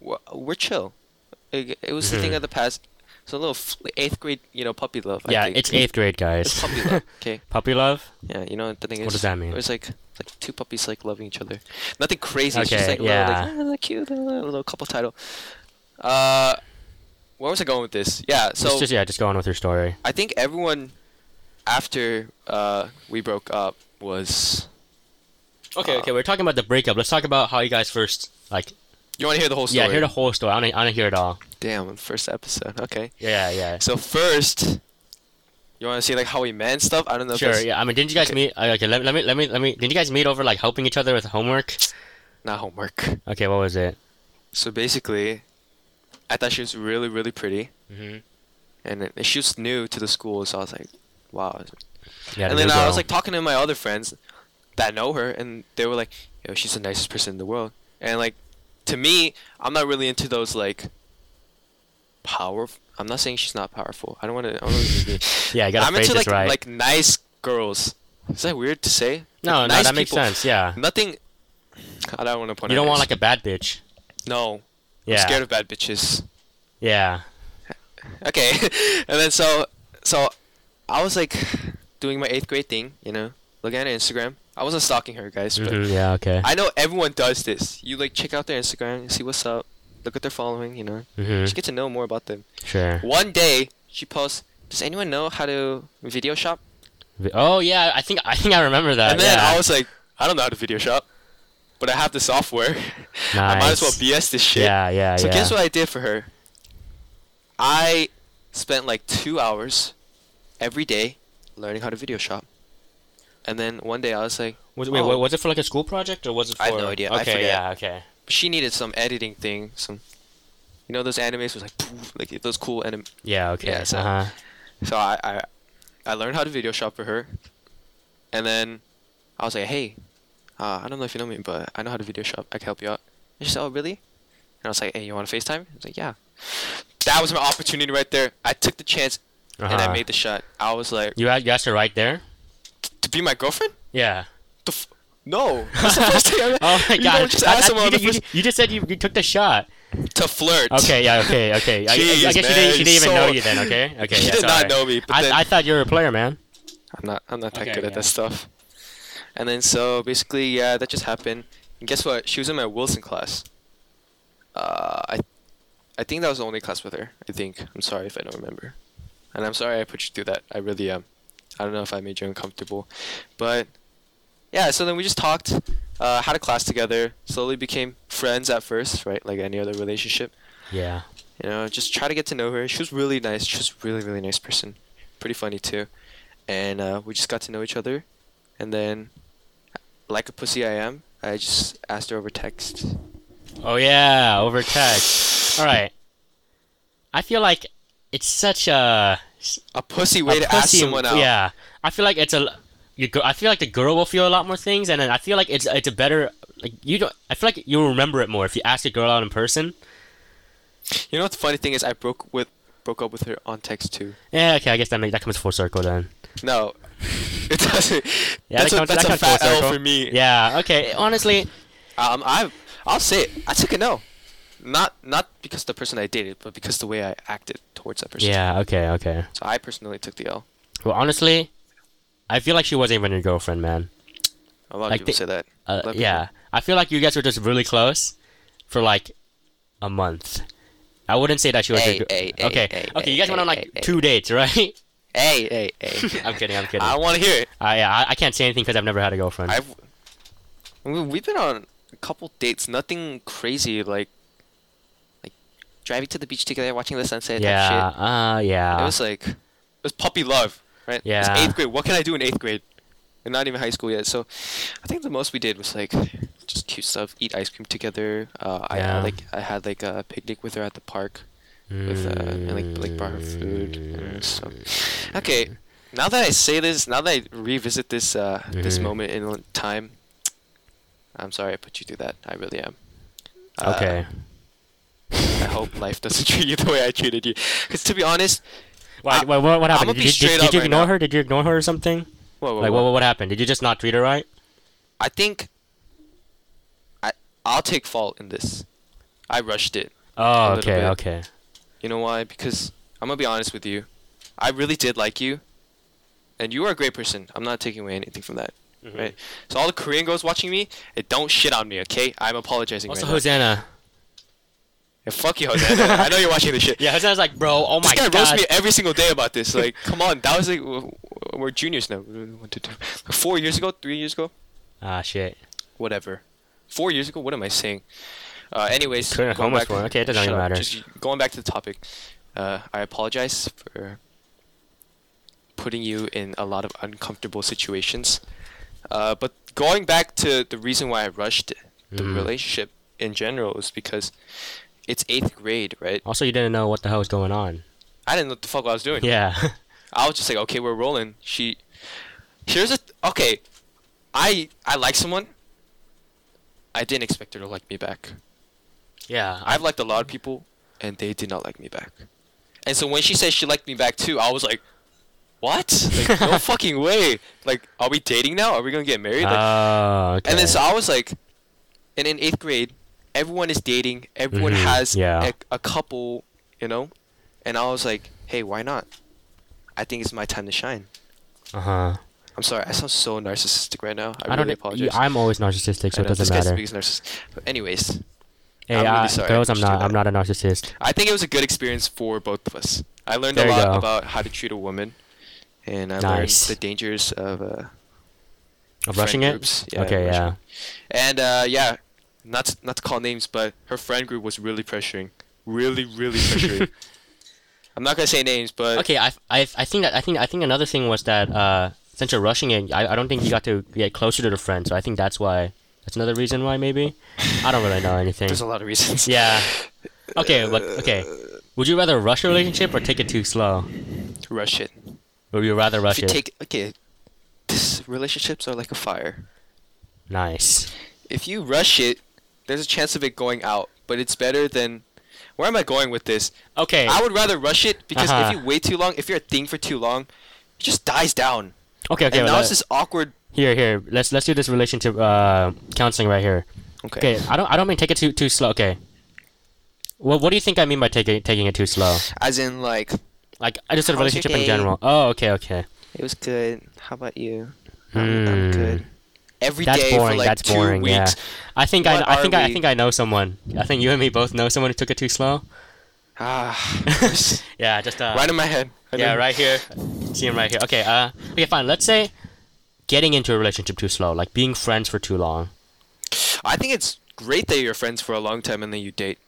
B: w- we're chill. It, it was the
A: Mm-hmm.
B: thing of the past. It's a little f- eighth grade, you know, puppy love. I
A: yeah,
B: think.
A: it's eighth grade,
B: It's
A: guys.
B: puppy love. Okay.
A: Puppy love?
B: Yeah, you know the thing is.
A: What does that mean?
B: It was like like two puppies like loving each other. Nothing crazy. it's just
A: Okay,
B: like a little,
A: yeah.
B: like ah, they're cute, a little, little couple title. Uh, where was I going with this? Yeah. So
A: Just- just yeah, just go on with your story.
B: I think everyone after uh we broke up was.
A: Okay,
B: Uh,
A: okay, we're talking about the breakup. Let's talk about how you guys first like.
B: You want to hear the whole story?
A: Yeah, hear the whole story. I don't, I don't hear it all.
B: Damn, first episode. Okay.
A: Yeah, yeah.
B: So first, you want to see like how we met and stuff? I don't know. if
A: Sure.
B: that's
A: Yeah. I mean, didn't you guys
B: Okay.
A: meet? uh, Okay. Let, let me. Let me. Let me. Didn't you guys meet over like helping each other with homework?
B: Not homework.
A: Okay. What was it?
B: So basically, I thought she was really, really pretty,
A: Mm-hmm.
B: and, it- she was new to the school, so I was like, wow.
A: Yeah.
B: and
A: the
B: then
A: new
B: I was
A: girl.
B: like talking to my other friends that know her, and they were like, yo, she's the nicest person in the world. And like, to me, I'm not really into those like powerful. I'm not saying she's not powerful. I don't want to. I don't wanna be-
A: Yeah, you gotta
B: I'm
A: phrase
B: into
A: this
B: like
A: right.
B: like nice girls. Is that weird to say?
A: No,
B: Like,
A: no,
B: nice
A: that makes
B: people.
A: sense. Yeah.
B: Nothing. I don't want to point.
A: You
B: out
A: don't want
B: names.
A: like a bad bitch.
B: No.
A: Yeah.
B: I'm scared of bad bitches.
A: Yeah.
B: Okay. and then so so I was like doing my eighth grade thing, you know, looking at her Instagram. I wasn't stalking her, guys, but
A: Mhm, Yeah. Okay.
B: I know everyone does this. You like check out their Instagram, you see what's up, look at their following, you know,
A: hmm
B: just get to know more about them.
A: Sure.
B: One day she posts, "Does anyone know how to video shop?"
A: Vi- Oh yeah. I think. I think I remember that.
B: and
A: Uh,
B: then
A: yeah.
B: I was like, "I don't know how to video shop, but I have the software. I might as well
A: Nice.
B: BS this shit."
A: Yeah. Yeah. Uh,
B: So
A: yeah.
B: guess what I did for her? I spent like two hours every day learning how to video shop. And then one day I was like,
A: Was, wait,
B: Oh.
A: was it for like a school project or was it for?
B: I have no idea. I
A: Okay.
B: forget.
A: yeah. Okay.
B: she needed some editing thing, some, you know, those animes was like, poof, like those cool anim.
A: Yeah. Okay.
B: Yeah, so-
A: uh-huh.
B: So I, I, I learned how to video shop for her, and then I was like, hey, uh, I don't know if you know me, but I know how to video shop. I can help you out. And she said, oh really? And I was like, hey, you want to FaceTime? I was like, yeah. That was my opportunity right there. I took the chance and I
A: Uh-huh.
B: made the shot. I was like,
A: You had you asked her right there.
B: to be my girlfriend?
A: Yeah.
B: The f- no. That's the first thing I ever-
A: Oh my
B: You
A: god!
B: don't just
A: I-
B: ask
A: I-
B: someone on
A: you,
B: the
A: you-
B: first-
A: you just said you, you took the shot.
B: to flirt.
A: Okay, yeah, okay, okay. I, I- I
B: Jeez,
A: guess she
B: man,
A: didn't, she didn't even
B: so-
A: know you then, okay? Okay,
B: She
A: yeah,
B: did not
A: sorry.
B: know me, but
A: I,
B: then-
A: I thought you were a player, man.
B: I'm not I'm not that
A: Okay,
B: good at
A: yeah.
B: that stuff. And then so basically yeah, that just happened. And guess what? She was in my Wilson class. Uh, I I think that was the only class with her. I think. I'm sorry if I don't remember. And I'm sorry I put you through that. I really am. I don't know if I made you uncomfortable, but yeah. So then we just talked, uh, had a class together. Slowly became friends at first, right? Like any other relationship.
A: Yeah.
B: You know, just try to get to know her. She was really nice. She was a really, really nice person. Pretty funny too. And uh, we just got to know each other. And then, like a pussy I am, I just asked her over text.
A: Oh yeah, over text. All right. I feel like it's such a, s-
B: A pussy
A: a
B: way to ask
A: pussy-
B: someone out.
A: Yeah, I feel like it's a. l- You go, I feel like the girl will feel a lot more things, and then I feel like it's it's a better like you don't. I feel like you'll remember it more if you ask a girl out in person.
B: You know what the funny thing is? I broke with broke up with her on text too.
A: Yeah, okay, I guess that make, that comes full circle then.
B: No, it doesn't.
A: Yeah,
B: that's
A: that
B: a,
A: comes,
B: that's
A: that
B: a
A: comes full
B: fat L
A: circle.
B: for me.
A: Yeah, okay. Honestly,
B: Um, I I'll say it. I took a no. Not not because the person I dated, but because the way I acted towards that person.
A: yeah, okay, okay.
B: So I personally took the L.
A: Well, honestly, I feel like she wasn't even your girlfriend, man.
B: A lot
A: Like
B: of people
A: the-
B: say that. A
A: Uh,
B: lot of people-
A: yeah, I feel like you guys were just really close for like a month. I wouldn't say that she was.
B: Hey,
A: your gir-
B: hey, hey,
A: okay,
B: hey,
A: okay, you
B: hey,
A: guys went on
B: hey,
A: like
B: hey,
A: two dates, right?
B: Hey, hey, hey.
A: I'm kidding. I'm kidding.
B: I
A: I,
B: want to hear it.
A: yeah, I, I can't say anything because I've never had a girlfriend.
B: I've we- we've been on a couple dates, nothing crazy like like driving to the beach together, watching the sunset.
A: yeah,
B: type
A: uh,
B: shit.
A: yeah.
B: it was like it was puppy love, right? It
A: Yeah.
B: was eighth grade. What can I do in eighth grade? And not even high school yet. So I think the most we did was like just cute stuff, eat ice cream together. Uh, I- I
A: Yeah.
B: like I had like a picnic with her at the park. with uh, and, like
A: Mm.
B: like brought her food and stuff. Okay, now that I say this, now that I revisit this uh, this
A: Mhm.
B: moment in time, I'm sorry I put you through that. I really am. Uh,
A: okay.
B: I hope life doesn't treat you the way I treated you. Because to be honest,
A: Why- why- what, what happened?
B: I'ma be
A: Did, you- did-
B: straight
A: did
B: up
A: you
B: right
A: ignore
B: now.
A: her? Did you ignore her or something?
B: whoa, whoa,
A: like,
B: whoa.
A: what, what happened? Did you just not treat her right?
B: I think I I'll take fault in this. I rushed it.
A: Oh,
B: little
A: okay,
B: bit.
A: okay.
B: You know why? Because I'm gonna be honest with you. I really did like you, and you are a great person. I'm not taking away anything from that,
A: Mm-hmm.
B: right? So all the Korean girls watching me, eh, don't shit on me, okay? I'm apologizing
A: Also,
B: right
A: Hosanna.
B: now. Yeah, fuck you, Jose. I know you're watching this shit.
A: Yeah, Hosanna's like, bro, oh my
B: this guy roasts
A: god.
B: me every single day about this. Like, come on, that was like w- w- we're juniors now. One, two, two. Four years ago, three years ago,
A: Ah, shit.
B: whatever. Four years ago, what am I saying? Uh, anyways,
A: Couldn't
B: going
A: homeless
B: back-
A: one. Okay, it doesn't
B: shut
A: even
B: up.
A: matter.
B: Just going back to the topic, uh, I apologize for putting you in a lot of uncomfortable situations. Uh, but going back to the reason why I rushed the
A: Mhm.
B: relationship in general is because it's eighth grade, right?
A: Also, you didn't know what the hell was going on.
B: I didn't know what the fuck I was doing.
A: Yeah.
B: I was just like, okay, we're rolling. She, here's a okay, I I like someone. I didn't expect her to like me back.
A: yeah. I,
B: I've liked a lot of people, and they did not like me back. And so when she said she liked me back too, I was like, what? Like no fucking way. Like, are we dating now? Are we gonna get married? Like,
A: oh, okay.
B: and then so I was like, and in eighth grade, everyone is dating. Everyone
A: Mhm,
B: has
A: yeah.
B: a, a couple, you know. And I was like, hey, why not? I think it's my time to shine.
A: uh huh.
B: I'm sorry, I sound so narcissistic right now. I,
A: I, don't. know-
B: really
A: you-
B: apologize.
A: I'm always narcissistic, so it
B: I know,
A: doesn't
B: this
A: matter.
B: Guy's the biggest narcissist. But anyways,
A: Hey,
B: I'm really
A: I-
B: sorry, I
A: girls, I'm
B: just do
A: not. I'm
B: that.
A: not a narcissist.
B: I think it was a good experience for both of us. I learned
A: There
B: a
A: you
B: lot
A: go.
B: about how to treat a woman, and I
A: Nice.
B: learned the dangers of. Uh,
A: Of
B: friend
A: rushing it.
B: groups, yeah,
A: okay.
B: rushing.
A: Yeah.
B: and uh, yeah, not to, not to call names, but her friend group was really pressuring, really, really pressuring. I'm not gonna say names, but
A: Okay. I, I. I think that. I think. I think another thing was that. Uh, since you're rushing it, I, I don't think you got to get closer to the friend. So I think that's why. That's another reason why maybe. I don't really know anything.
B: there's a lot of reasons.
A: Yeah. Okay, but okay. Would you rather rush a relationship or take it too slow?
B: rush it.
A: Would you rather
B: If
A: rush
B: you
A: it?
B: take okay, this relationships are like a fire.
A: nice.
B: if you rush it, there's a chance of it going out, but it's better than. Where am I going with this?
A: Okay.
B: I would rather rush it because
A: Uh-huh.
B: if you wait too long, if you're a thing for too long, it just dies down.
A: okay. Okay.
B: and now
A: let-
B: it's this awkward.
A: here, here. Let's let's do this relationship uh, counseling right here. Okay. I don't I don't mean take it too too slow. Okay. What what do you think I mean by taking taking it too slow?
B: As in, like,
A: Like I just said
B: How's your
A: relationship in
B: day?
A: general. Oh, okay, okay.
B: it was good. How about you?
A: Hmm.
B: Every day
A: That's boring.
B: for like
A: that's
B: two
A: boring.
B: weeks.
A: Yeah. I think I,
B: What
A: I think
B: are
A: I, I
B: we?
A: think I know someone. I think you and me both know someone who took it too slow.
B: Ah,
A: Yeah. Just uh,
B: right in my head. I
A: Yeah,
B: know.
A: right here. See him right here. Okay, uh, okay, fine. Let's say getting into a relationship too slow, like being friends for too long.
B: I think it's great that you're friends for a long time and then you date.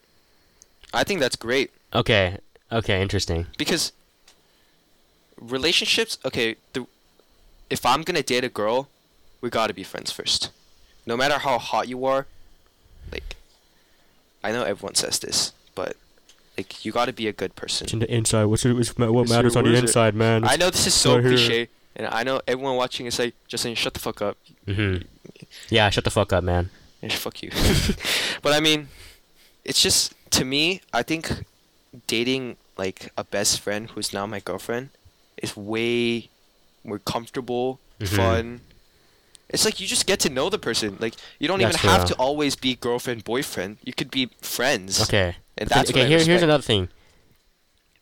B: I think that's great.
A: Okay, okay, interesting.
B: because relationships okay the, if i'm gonna date a girl we gotta be friends first no matter how hot you are like i know everyone says this but like you gotta be a good person
A: In the inside, what's, what's what
B: Sir, matters on where the is it?
A: inside, man?
B: i know this is so
A: Right here.
B: cliche and i know everyone watching is like justin shut the fuck up
A: Mm-hmm. Yeah, shut the fuck up, man.
B: and fuck you but i mean it's just to me i think dating like a best friend who's now my girlfriend is way more comfortable,
A: Mhm.
B: fun. It's like you just get to know the person. Like you don't
A: That's
B: even have
A: true.
B: to always be girlfriend boyfriend. You could be friends.
A: Okay.
B: And that's
A: okay.
B: what I
A: here, here's
B: respect.
A: another thing.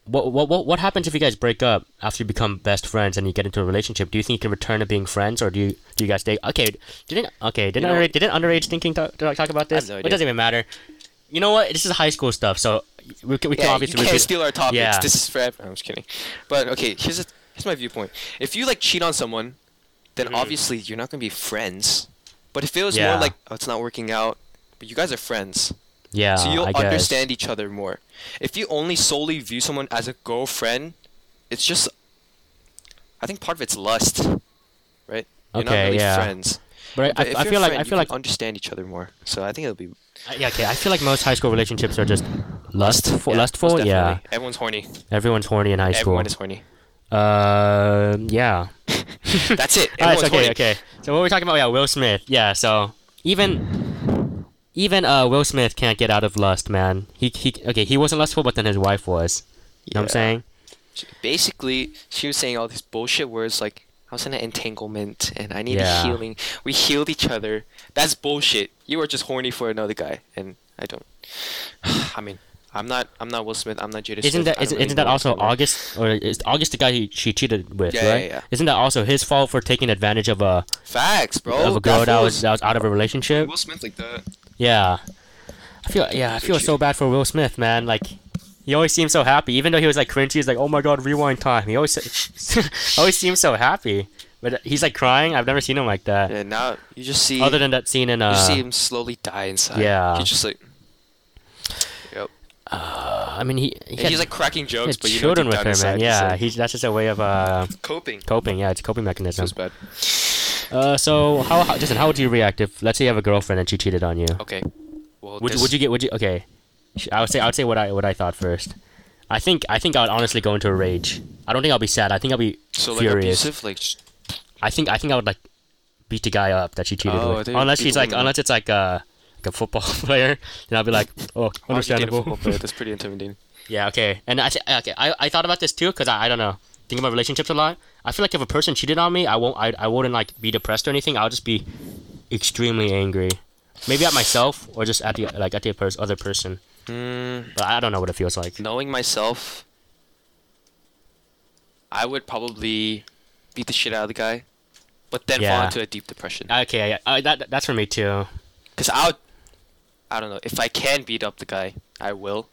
A: What, what what what happens if you guys break up after you become best friends and you get into a relationship? Do you think you can return to being friends, or do you do you guys stay? Okay, didn't okay didn't
B: You know-
A: underage, didn't underage thinking talk, talk talk about
B: I have
A: this?
B: no
A: it
B: idea.
A: doesn't even matter. You know what? This is high school stuff, so we can, we can
B: Yeah, you
A: obviously
B: can't
A: repeat-
B: steal our topics.
A: Yeah.
B: This is forever. I'm just kidding. But okay, here's a, here's my viewpoint. If you like cheat on someone, then
A: Mhm.
B: obviously you're not gonna be friends. But if it was
A: Yeah.
B: more like oh, it's not working out, but you guys are friends,
A: yeah.
B: so you'll
A: Ah, I guess.
B: understand each other more. If you only solely view someone as a girlfriend, it's just I think part of it's lust, right? You're not
A: Okay,
B: really
A: yeah.
B: friends.
A: But I,
B: But if
A: I, I
B: you're a
A: feel like
B: friend,
A: I
B: you
A: feel like
B: can understand each other more. So I think it'll be
A: I- yeah. Okay. I feel like most high school relationships are just lustful.
B: yeah, most
A: lustful. Yeah.
B: definitely. Everyone's horny.
A: Everyone's horny in high school.
B: Everyone is horny.
A: Uh, yeah.
B: That's it.
A: All right,
B: Everyone's
A: so, Ah, okay,
B: horny.
A: okay. So what we're talking about, yeah, Will Smith. Yeah, so even even uh Will Smith can't get out of lust, man. He he okay, he wasn't lustful, but then his wife was. You know what I'm
B: Yeah.
A: saying?
B: She- basically she was saying all these bullshit words like I was in an entanglement and I needed
A: Yeah.
B: healing. We healed each other. That's bullshit. You were just horny for another guy and I don't I mean I'm not. I'm not Will Smith. I'm not Jada.
A: Isn't
B: Smith.
A: that
B: I
A: is,
B: don't really
A: isn't that
B: know
A: also
B: what's going on.
A: August or is August the guy he, she cheated with,
B: Yeah, yeah,
A: right?
B: yeah.
A: Isn't that also his fault for taking advantage of a
B: Facts, bro.
A: of a girl that, was uh,
B: fool's-
A: that was out of a relationship?
B: Will Smith like that.
A: Yeah, I feel yeah I feel so bad for Will Smith, man. Like he always seemed so happy, even though he was like cringy. He's like, oh my god, rewind time. He always always seems so happy, but he's like crying. I've never seen him like that.
B: Yeah. Now you just see.
A: Other than that scene in
B: you
A: uh,
B: see him slowly die inside.
A: yeah.
B: He's just like. Yep.
A: I mean he he
B: And
A: had,
B: he's like cracking
A: he
B: jokes,
A: had
B: but you
A: children
B: know
A: with
B: deep down
A: her,
B: inside
A: man.
B: he's,
A: Yeah,
B: like,
A: he's that's just a way of uh
B: coping.
A: coping. Yeah, it's a coping mechanism.
B: Feels bad.
A: Uh, so how, how Justin, how would you react if let's say you have a girlfriend and she cheated on you?
B: Okay. Well,
A: Would you,
B: this-
A: would you get would you okay? Sh- I would say I would say what I what I thought first. I think I think I would honestly go into a rage. I don't think I'll be sad. I think I'll be
B: so like
A: furious.
B: abusive, like sh-
A: I think I think I would like beat the guy up that she cheated
B: Oh, I
A: with.
B: thought you
A: Unless
B: beat
A: she's
B: the
A: like
B: woman.
A: unless it's like a like a football player, then I'll be like, oh,
B: how do you date a
A: understandable.
B: football player? That's pretty intimidating.
A: Yeah, okay. And I th- okay, I, I thought about this too because I, I don't know. Think about relationships a lot. I feel like if a person cheated on me, I won't I, I wouldn't like be depressed or anything. I'll just be extremely angry. Maybe at myself or just at the like at the pers- other person.
B: Mm,
A: But I don't know what it feels like.
B: knowing myself, I would probably beat the shit out of the guy, but then
A: Yeah.
B: fall into a deep depression.
A: Okay, yeah, I, that that's for me too.
B: Cause I'll, I don't know if I can beat up the guy, I will.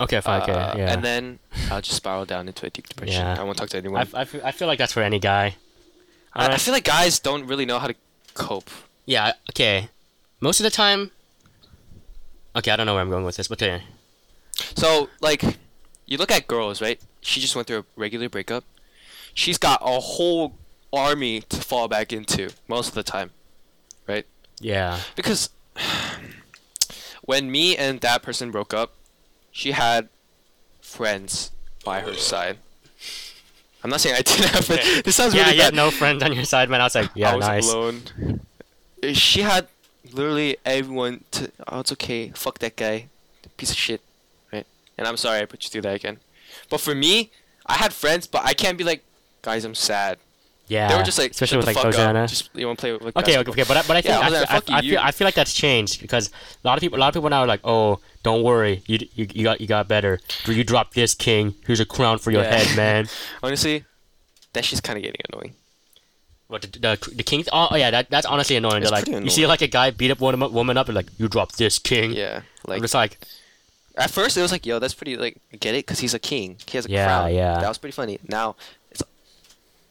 A: Okay, fine, okay,
B: Uh,
A: yeah.
B: And then I'll just spiral down into a deep depression.
A: Yeah.
B: I won't talk to anyone.
A: I, I, feel, I feel like that's for any guy.
B: I, I
A: Alright.
B: feel like guys don't really know how to cope.
A: Yeah, okay. Most of the time. Okay, I don't know where I'm going with this, but okay.
B: So like, you look at girls, right? She just went through a regular breakup. She's got a whole army to fall back into most of the time, right?
A: Yeah.
B: Because when me and that person broke up, she had friends by her side. I'm not saying I didn't have friends. This sounds
A: Yeah,
B: really
A: yeah,
B: bad.
A: no friends on your side, man. I was like, yeah,
B: I was
A: nice.
B: alone. Uh, She had literally everyone to. Oh, it's okay. Fuck that guy, piece of shit, right? And I'm sorry I put you through that again. But for me, I had friends, but I can't be like, guys, I'm sad.
A: Yeah.
B: They were just like,
A: especially
B: "Shut
A: with
B: the
A: like
B: fuck
A: Rosanna.
B: Up. Just you want to play with with
A: Okay, okay,
B: basketball."
A: okay, but I, but I think
B: Yeah,
A: I,
B: I was like,
A: feel- I-
B: "Fuck you,
A: I
B: you-
A: feel I feel like that's changed because a lot of people a lot of people now are like, oh, don't worry, you d- you, you got you got better. You dropped this king. Here's a crown for your
B: Yeah.
A: head, man.
B: Honestly, that shit's kind of getting annoying.
A: What the, the, the king? Oh, oh, yeah, that, that's honestly annoying.
B: It's
A: They're like,
B: pretty
A: you see
B: annoying.
A: like a guy beat up one woman up and like, you dropped this king.
B: Yeah,
A: I'm
B: like
A: just like,
B: At first, it was like, yo, that's pretty, like, I get it? Because he's a king. He has a
A: Yeah,
B: crown.
A: yeah.
B: That was pretty funny. Now, it's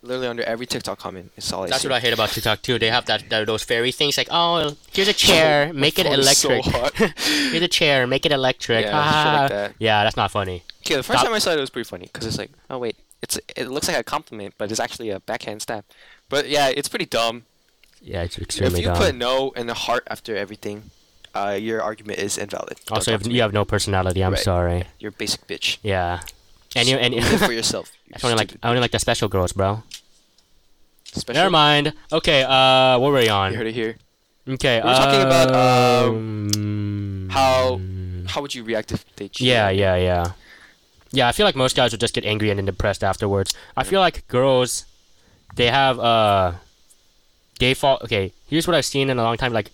B: literally under every TikTok comment. It's all I
A: that's
B: see.
A: what I hate about TikTok too. They have that, that those fairy things like, oh, here's a chair, make it
B: phone is so
A: electric.
B: hot.
A: here's a chair, make it electric.
B: Yeah, shit like
A: Ah.
B: that.
A: yeah, that's not funny.
B: Okay, the first
A: Stop.
B: time I saw it, it was pretty funny. Because it's like, oh, wait. it's It looks like a compliment, but it's actually a backhand stab. But yeah, it's pretty dumb.
A: Yeah, it's extremely
B: if you
A: dumb.
B: put no and a heart after everything, uh, your argument is invalid. Don't
A: also,
B: talk
A: if
B: to
A: you
B: me.
A: have no personality, I'm
B: Right.
A: sorry.
B: You're a basic bitch.
A: Yeah. And you and you-
B: Live for yourself. you
A: It's only like
B: stupid
A: I only like the special girls, bro.
B: special.
A: Never mind. Okay, uh, what were you
B: You
A: on?
B: heard it here.
A: Okay,
B: We were talking about,
A: um,
B: How how would you react if they cheated?
A: Yeah,
B: on you?
A: yeah, yeah, yeah. I feel like most guys would just get angry and then depressed afterwards. I feel like girls, they have uh, they fall. Okay, here's what I've seen in a long time. Like,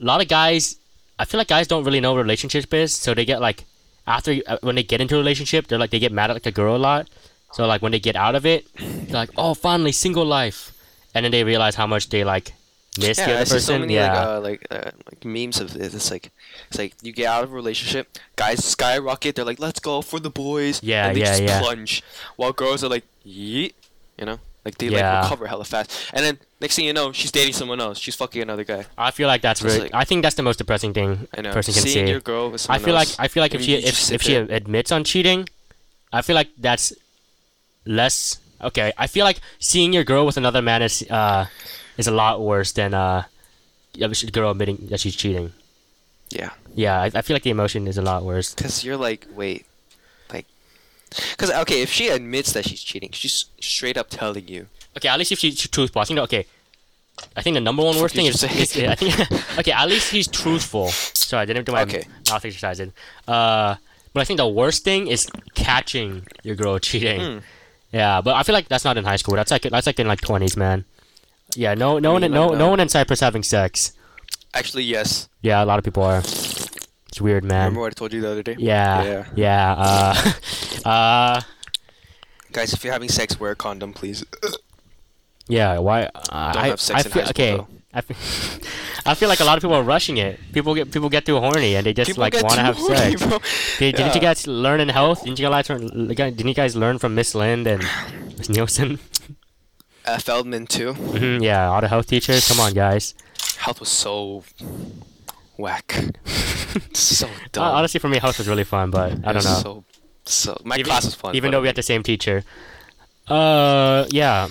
A: a lot of guys, I feel like guys don't really know what a relationship is, so they get like, after you- uh, when they get into a relationship, they're like they get mad at like a girl a lot. So like when they get out of it, they're like, oh, finally single life, and then they realize how much they like miss the
B: Yeah,
A: other
B: I see
A: person.
B: so many
A: yeah.
B: like uh, like, uh, like memes of this. It's like it's like you get out of a relationship, guys skyrocket. They're like, "Let's go for the boys."
A: Yeah,
B: and they
A: yeah,
B: just
A: yeah.
B: Plunge, while girls are like, "Yeet," you know, like they
A: Yeah.
B: like recover hella fast. And then next thing you know, she's dating someone else. She's fucking another guy.
A: I feel like that's
B: It's
A: really.
B: like-
A: I think that's the most depressing thing
B: I
A: a
B: know.
A: person can
B: Seeing
A: see.
B: your girl
A: I
B: with someone
A: feel like
B: else.
A: I feel like if
B: and
A: she
B: you just
A: if,
B: sit
A: if she
B: there.
A: admits on cheating, I feel like that's less okay. I feel like seeing your girl with another man is uh is a lot worse than uh a girl admitting that she's cheating.
B: yeah,
A: Yeah, I, I feel like the emotion is a lot worse.
B: because you're like, wait, like, because okay, if she admits that she's cheating, she's straight up telling you.
A: Okay, at least if she's truthful, I think okay. I think the number one worst thing
B: Fuck you
A: is,
B: just
A: is
B: said.
A: I think okay. At least he's truthful. Sorry, I didn't do my
B: Okay.
A: mouth exercise. in. Uh, but I think the worst thing is catching your girl cheating.
B: Hmm.
A: Yeah, but I feel like that's not in high school. That's like that's like in like twenties, man. Yeah, no, no
B: mean,
A: one, no,
B: like,
A: no
B: uh,
A: one in Cyprus having sex.
B: Actually, yes.
A: Yeah, a lot of people are. It's weird, man.
B: Remember what I told you the other day?
A: Yeah.
B: Yeah.
A: Yeah. uh, uh,
B: Guys, if you're having sex, wear a condom, please.
A: yeah. Why? Uh, I,
B: have sex
A: I
B: in
A: feel,
B: high school,
A: okay.
B: though.
A: I feel, I feel like a lot of people are rushing it. People get people get too horny and they just
B: People
A: like
B: get
A: want
B: too
A: to have
B: horny,
A: sex.
B: bro.
A: Did, Didn't you
B: Yeah.
A: guys learn in health? Didn't you guys learn? Didn't you guys learn from Miss Lind and Miss Nielsen?
B: uh, Feldman too?
A: hmm yeah, all the health teachers. Come on, guys.
B: Health was so whack. so
A: Hon-
B: dumb.
A: Honestly, for me, health was really fun, but I
B: It
A: don't
B: was
A: know.
B: So, so my
A: even,
B: class was fun.
A: even
B: but-
A: though we had the same teacher. Uh, yeah,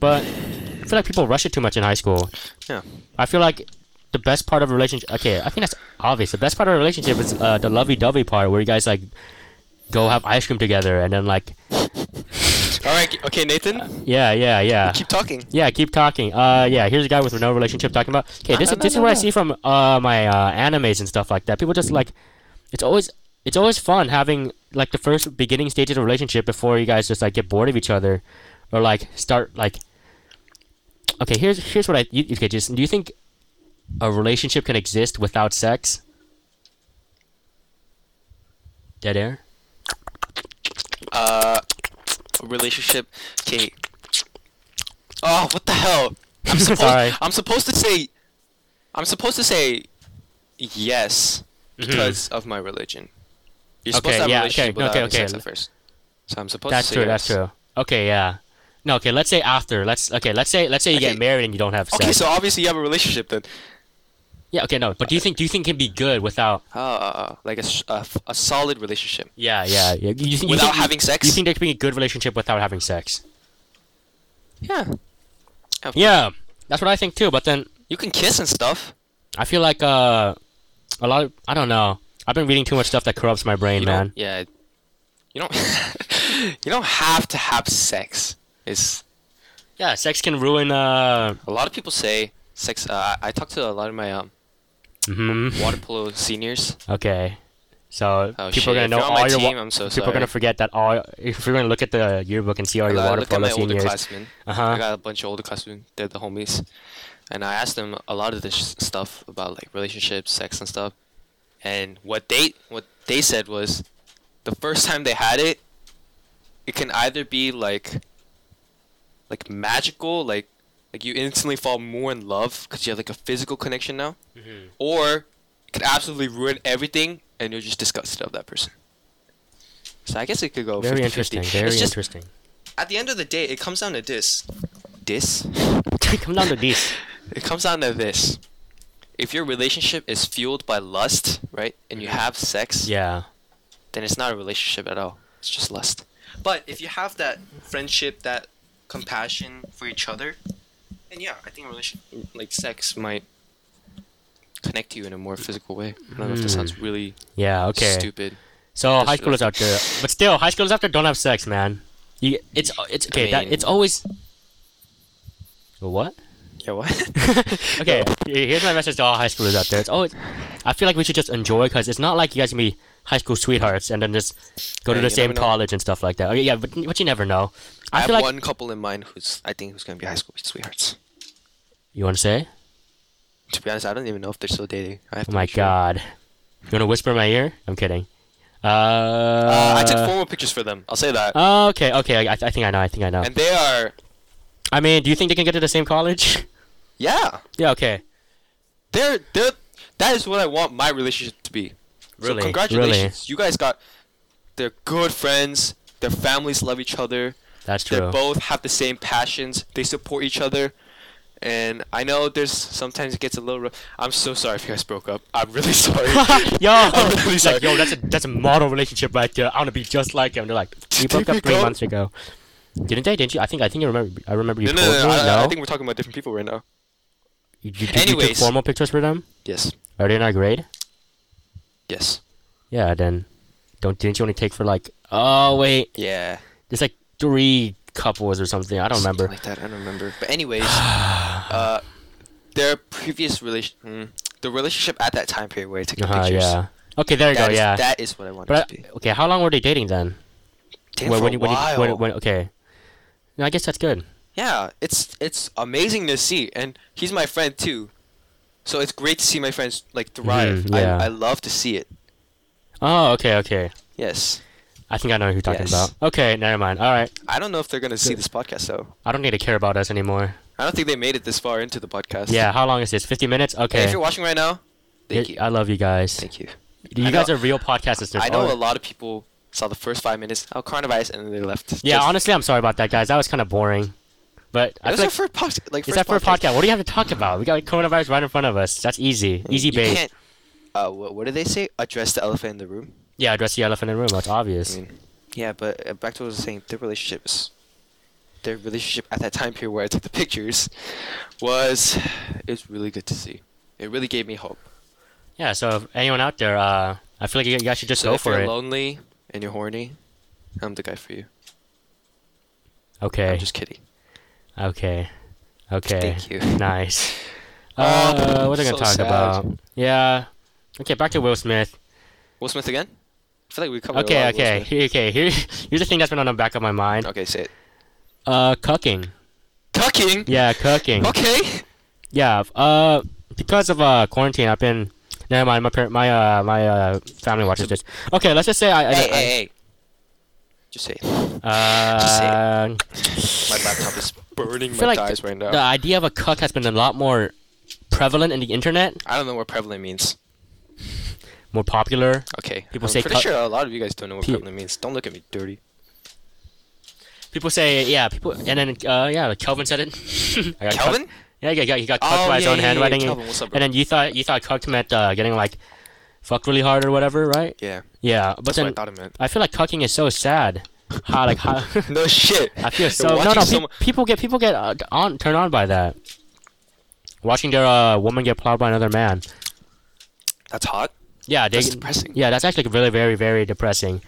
A: but I feel like people rush it too much in high school.
B: yeah,
A: I feel like the best part of a relationship. Okay, I think that's obvious. The best part of a relationship is uh, the lovey-dovey part, where you guys like go have ice cream together, and then like,
B: all right, okay, Nathan,
A: yeah, yeah, yeah.
B: keep talking.
A: Yeah, keep talking. Uh, yeah, here's a guy with no relationship talking about. Okay, this is
B: no,
A: this
B: no,
A: is what I
B: no.
A: see from uh my uh animes and stuff like that. People
B: Mm-hmm.
A: just like, it's always it's always fun having like the first beginning stages of a relationship before you guys just like get bored of each other, or like start like. Okay, here's here's what I you, okay. Just do you think a relationship can exist without sex? Dead air.
B: Uh, relationship, okay. Oh, what the hell? I'm supposed.
A: Sorry.
B: I'm supposed to say. I'm supposed to say yes because of my religion. You're
A: Mm-hmm. Okay,
B: supposed to have
A: yeah,
B: a relationship
A: okay, no,
B: without
A: okay,
B: having
A: okay,
B: sex
A: l-
B: at first. So I'm supposed
A: That's
B: to say
A: true. That's
B: yes.
A: true. Okay, yeah. No, okay. Let's say after. Let's okay. Let's say let's say you
B: Okay.
A: get married and you don't have sex.
B: Okay, so obviously you have a relationship then.
A: Yeah, okay, no. But do you think do you think it can be good without?
B: Uh, like a, s- a f- a solid relationship.
A: Yeah, yeah, yeah. You, you, think- you
B: Without
A: think,
B: having sex?
A: You think there can be a good relationship without having sex?
B: Yeah. Of
A: Yeah, that's what I think too. But then
B: You can kiss and stuff.
A: I feel like uh, a lot of I don't know. I've been reading too much stuff that corrupts my brain,
B: You
A: man.
B: don't, yeah. You don't. you don't have to have sex. It's
A: Yeah, sex can ruin uh.
B: a lot of people say sex. Uh, I I talked to a lot of my um,
A: hmm
B: water polo seniors.
A: Okay, so
B: Oh,
A: people
B: shit.
A: are gonna
B: If
A: know
B: you're on my
A: all your wa-
B: team, I'm so
A: people are gonna
B: sorry.
A: forget that all. If you're gonna look at the yearbook and see all
B: I
A: your
B: I
A: water
B: look at
A: polo
B: my older
A: seniors.
B: classmen. I
A: Uh-huh.
B: got a bunch of older classmen. They're the homies, and I asked them a lot of this sh- stuff about like relationships, sex, and stuff. And what they what they said was, the first time they had it, it can either be like, like magical, like like you instantly fall more in love because you have like a physical connection now,
A: Mm-hmm.
B: or it can absolutely ruin everything and you're just disgusted of that person. So I guess it could go
A: Very
B: 50-50.
A: interesting. Very
B: It's just-
A: interesting.
B: at the end of the day, it comes down to this. This?
A: Come down to these.
B: It comes down to this. If your relationship is fueled by lust, right, and you have sex,
A: Yeah.
B: then it's not a relationship at all. It's just lust. But if you have that friendship, that compassion for each other, then yeah, I think relation like sex might connect you in a more physical way. I don't know if that sounds really
A: Yeah. Okay.
B: stupid.
A: So
B: Just
A: high schoolers out there, but still, high schoolers out there don't have sex, man. You, it's uh, it's okay. that,
B: mean-
A: it's always what?
B: Yeah, what?
A: Okay, here- here's my message to all high schoolers out there. It's always. I feel like we should just enjoy because it's not like you guys can be high school sweethearts and then just go to
B: Yeah,
A: the
B: you
A: same
B: never know.
A: college and stuff like that. Okay, yeah, but, but you never know.
B: I,
A: I,
B: have
A: feel like
B: one couple in mind who's I think who's gonna be high school sweethearts.
A: you want to say.
B: To be honest, I don't even know if they're still dating. I have
A: Oh
B: to
A: my
B: make sure.
A: god, you want to whisper in my ear? I'm kidding. Uh,
B: Uh, I took formal pictures for them. I'll say that.
A: oh, Okay, okay, I, I think I know. I think I know.
B: and they are,
A: I mean, do you think they can get to the same college?
B: yeah,
A: yeah. Okay.
B: they're they're. That is what I want my relationship to be.
A: Really?
B: So congratulations, you guys got. They're good friends. Their families love each other.
A: That's
B: They
A: true.
B: both have the same passions. They support each other. And I know there's sometimes it gets a little. Rough. I'm so sorry if you guys broke up. I'm really sorry.
A: yo,
B: I'm really
A: he's
B: sorry.
A: like, yo, that's a that's a model relationship right there. I want to be just like him. They're like, we
B: Did
A: broke
B: we
A: up three
B: go-
A: months ago. Didn't they? Didn't you? I think I think you remember. I remember you
B: no, no,
A: told
B: no, no.
A: me.
B: I,
A: no,
B: I think we're talking about different people right now.
A: you, you, you took
B: Anyways.
A: formal pictures for them.
B: Yes.
A: Are they in our grade?
B: Yes.
A: Yeah. Then, don't didn't you only take for like? Oh wait,
B: Yeah.
A: there's like three couples or something. I don't
B: Something
A: remember.
B: like that. I don't remember. But anyways, uh, their previous relation, mm, the relationship at that time period where I took the
A: Uh,
B: pictures.
A: yeah. Okay, there you
B: that
A: go.
B: is-
A: yeah.
B: that is what I wanted
A: but uh,
B: to be.
A: okay, how long were they dating then?
B: Damn,
A: When-
B: for
A: when
B: a
A: you- when you-
B: while.
A: when- when- okay. No, I guess that's good.
B: yeah, it's it's amazing to see, and he's my friend too, so it's great to see my friends like thrive.
A: Mhm, yeah.
B: I, I love to see it.
A: Oh, okay, okay.
B: Yes.
A: I think I know who you're talking
B: Yes.
A: about. Okay, never mind. All right.
B: I don't know if they're gonna see this podcast though.
A: I don't need to care about us anymore.
B: I don't think they made it this far into the podcast.
A: Yeah, how long is this? 50 minutes?
B: Hey,
A: Okay. uh,
B: if you're watching right now, thank you.
A: I love you guys.
B: Thank you.
A: You
B: I
A: guys
B: know-
A: are real podcast listeners.
B: I know
A: Oh,
B: a lot of people saw the first five minutes, oh coronavirus, and then they left.
A: Yeah,
B: Just-
A: honestly, I'm sorry about that, guys. That was kind of boring. But I
B: That's
A: feel
B: our
A: like,
B: first podcast. Like,
A: is
B: first
A: that for a podcast? What do you have to talk about? We got coronavirus right in front of us. That's easy. Easy
B: You
A: base.
B: can't. Uh, what, what did they say? Address the elephant in the room.
A: Yeah, address the elephant in the room. That's
B: I
A: obvious.
B: mean, yeah, but uh, back to what I was saying, their relationship is, their relationship at that time period where I took the pictures, was, it's really good to see. It really gave me hope.
A: Yeah, so if anyone out there, uh, I feel like you guys should just
B: so
A: go
B: if
A: for
B: you're
A: it.
B: lonely and you're horny, I'm the guy for you.
A: Okay.
B: I'm just kidding.
A: Okay. Okay.
B: Thank you.
A: Nice.
B: Oh,
A: Uh, what are we
B: so
A: gonna talk
B: sad.
A: about? Yeah. Okay, back to Will Smith.
B: Will Smith again? I feel like we covered a
A: Okay,
B: lot of Will
A: okay,
B: Smith.
A: here, okay. Here, here's the thing that's been on the back of my mind.
B: Okay, say it.
A: Uh, cucking.
B: Cucking.
A: Yeah, cucking.
B: Okay.
A: Yeah. f- Uh, because of uh quarantine, I've been. Never mind. My parent, my uh, my uh, family watches this. Okay, let's just say I. I,
B: Hey,
A: I
B: hey, hey. Just say. it. just say it. Oh.
A: uh,
B: My laptop is burning
A: I
B: my
A: feel like
B: thighs right now.
A: the idea of a cuck has been a lot more prevalent in the internet,
B: I don't know what prevalent means.
A: more popular.
B: Okay.
A: People
B: I'm
A: say
B: pretty
A: cut-
B: sure a lot of you guys don't know what
A: Pe-
B: prevalent means. Don't look at me dirty.
A: People say, yeah, people, and then, uh, yeah, like Kelvin said it. I got cucked-
B: Kelvin?
A: yeah, he got, he got cucked
B: Oh,
A: by his
B: yeah,
A: own
B: yeah, yeah,
A: handwriting.
B: Kelvin, what's up, bro?
A: and then you thought you thought cucked meant uh, getting like fucked really hard or whatever, right?
B: Yeah.
A: Yeah, but
B: That's what I
A: then
B: thought it meant.
A: I, feel like cucking is so sad. How like how?
B: No shit.
A: I feel so no
B: watching
A: no. pe-
B: someone-
A: people get people get uh, on turned on by that. Watching their uh, woman get plowed by another man.
B: That's hot.
A: Yeah, they,
B: That's depressing.
A: Yeah, that's actually really very very depressing.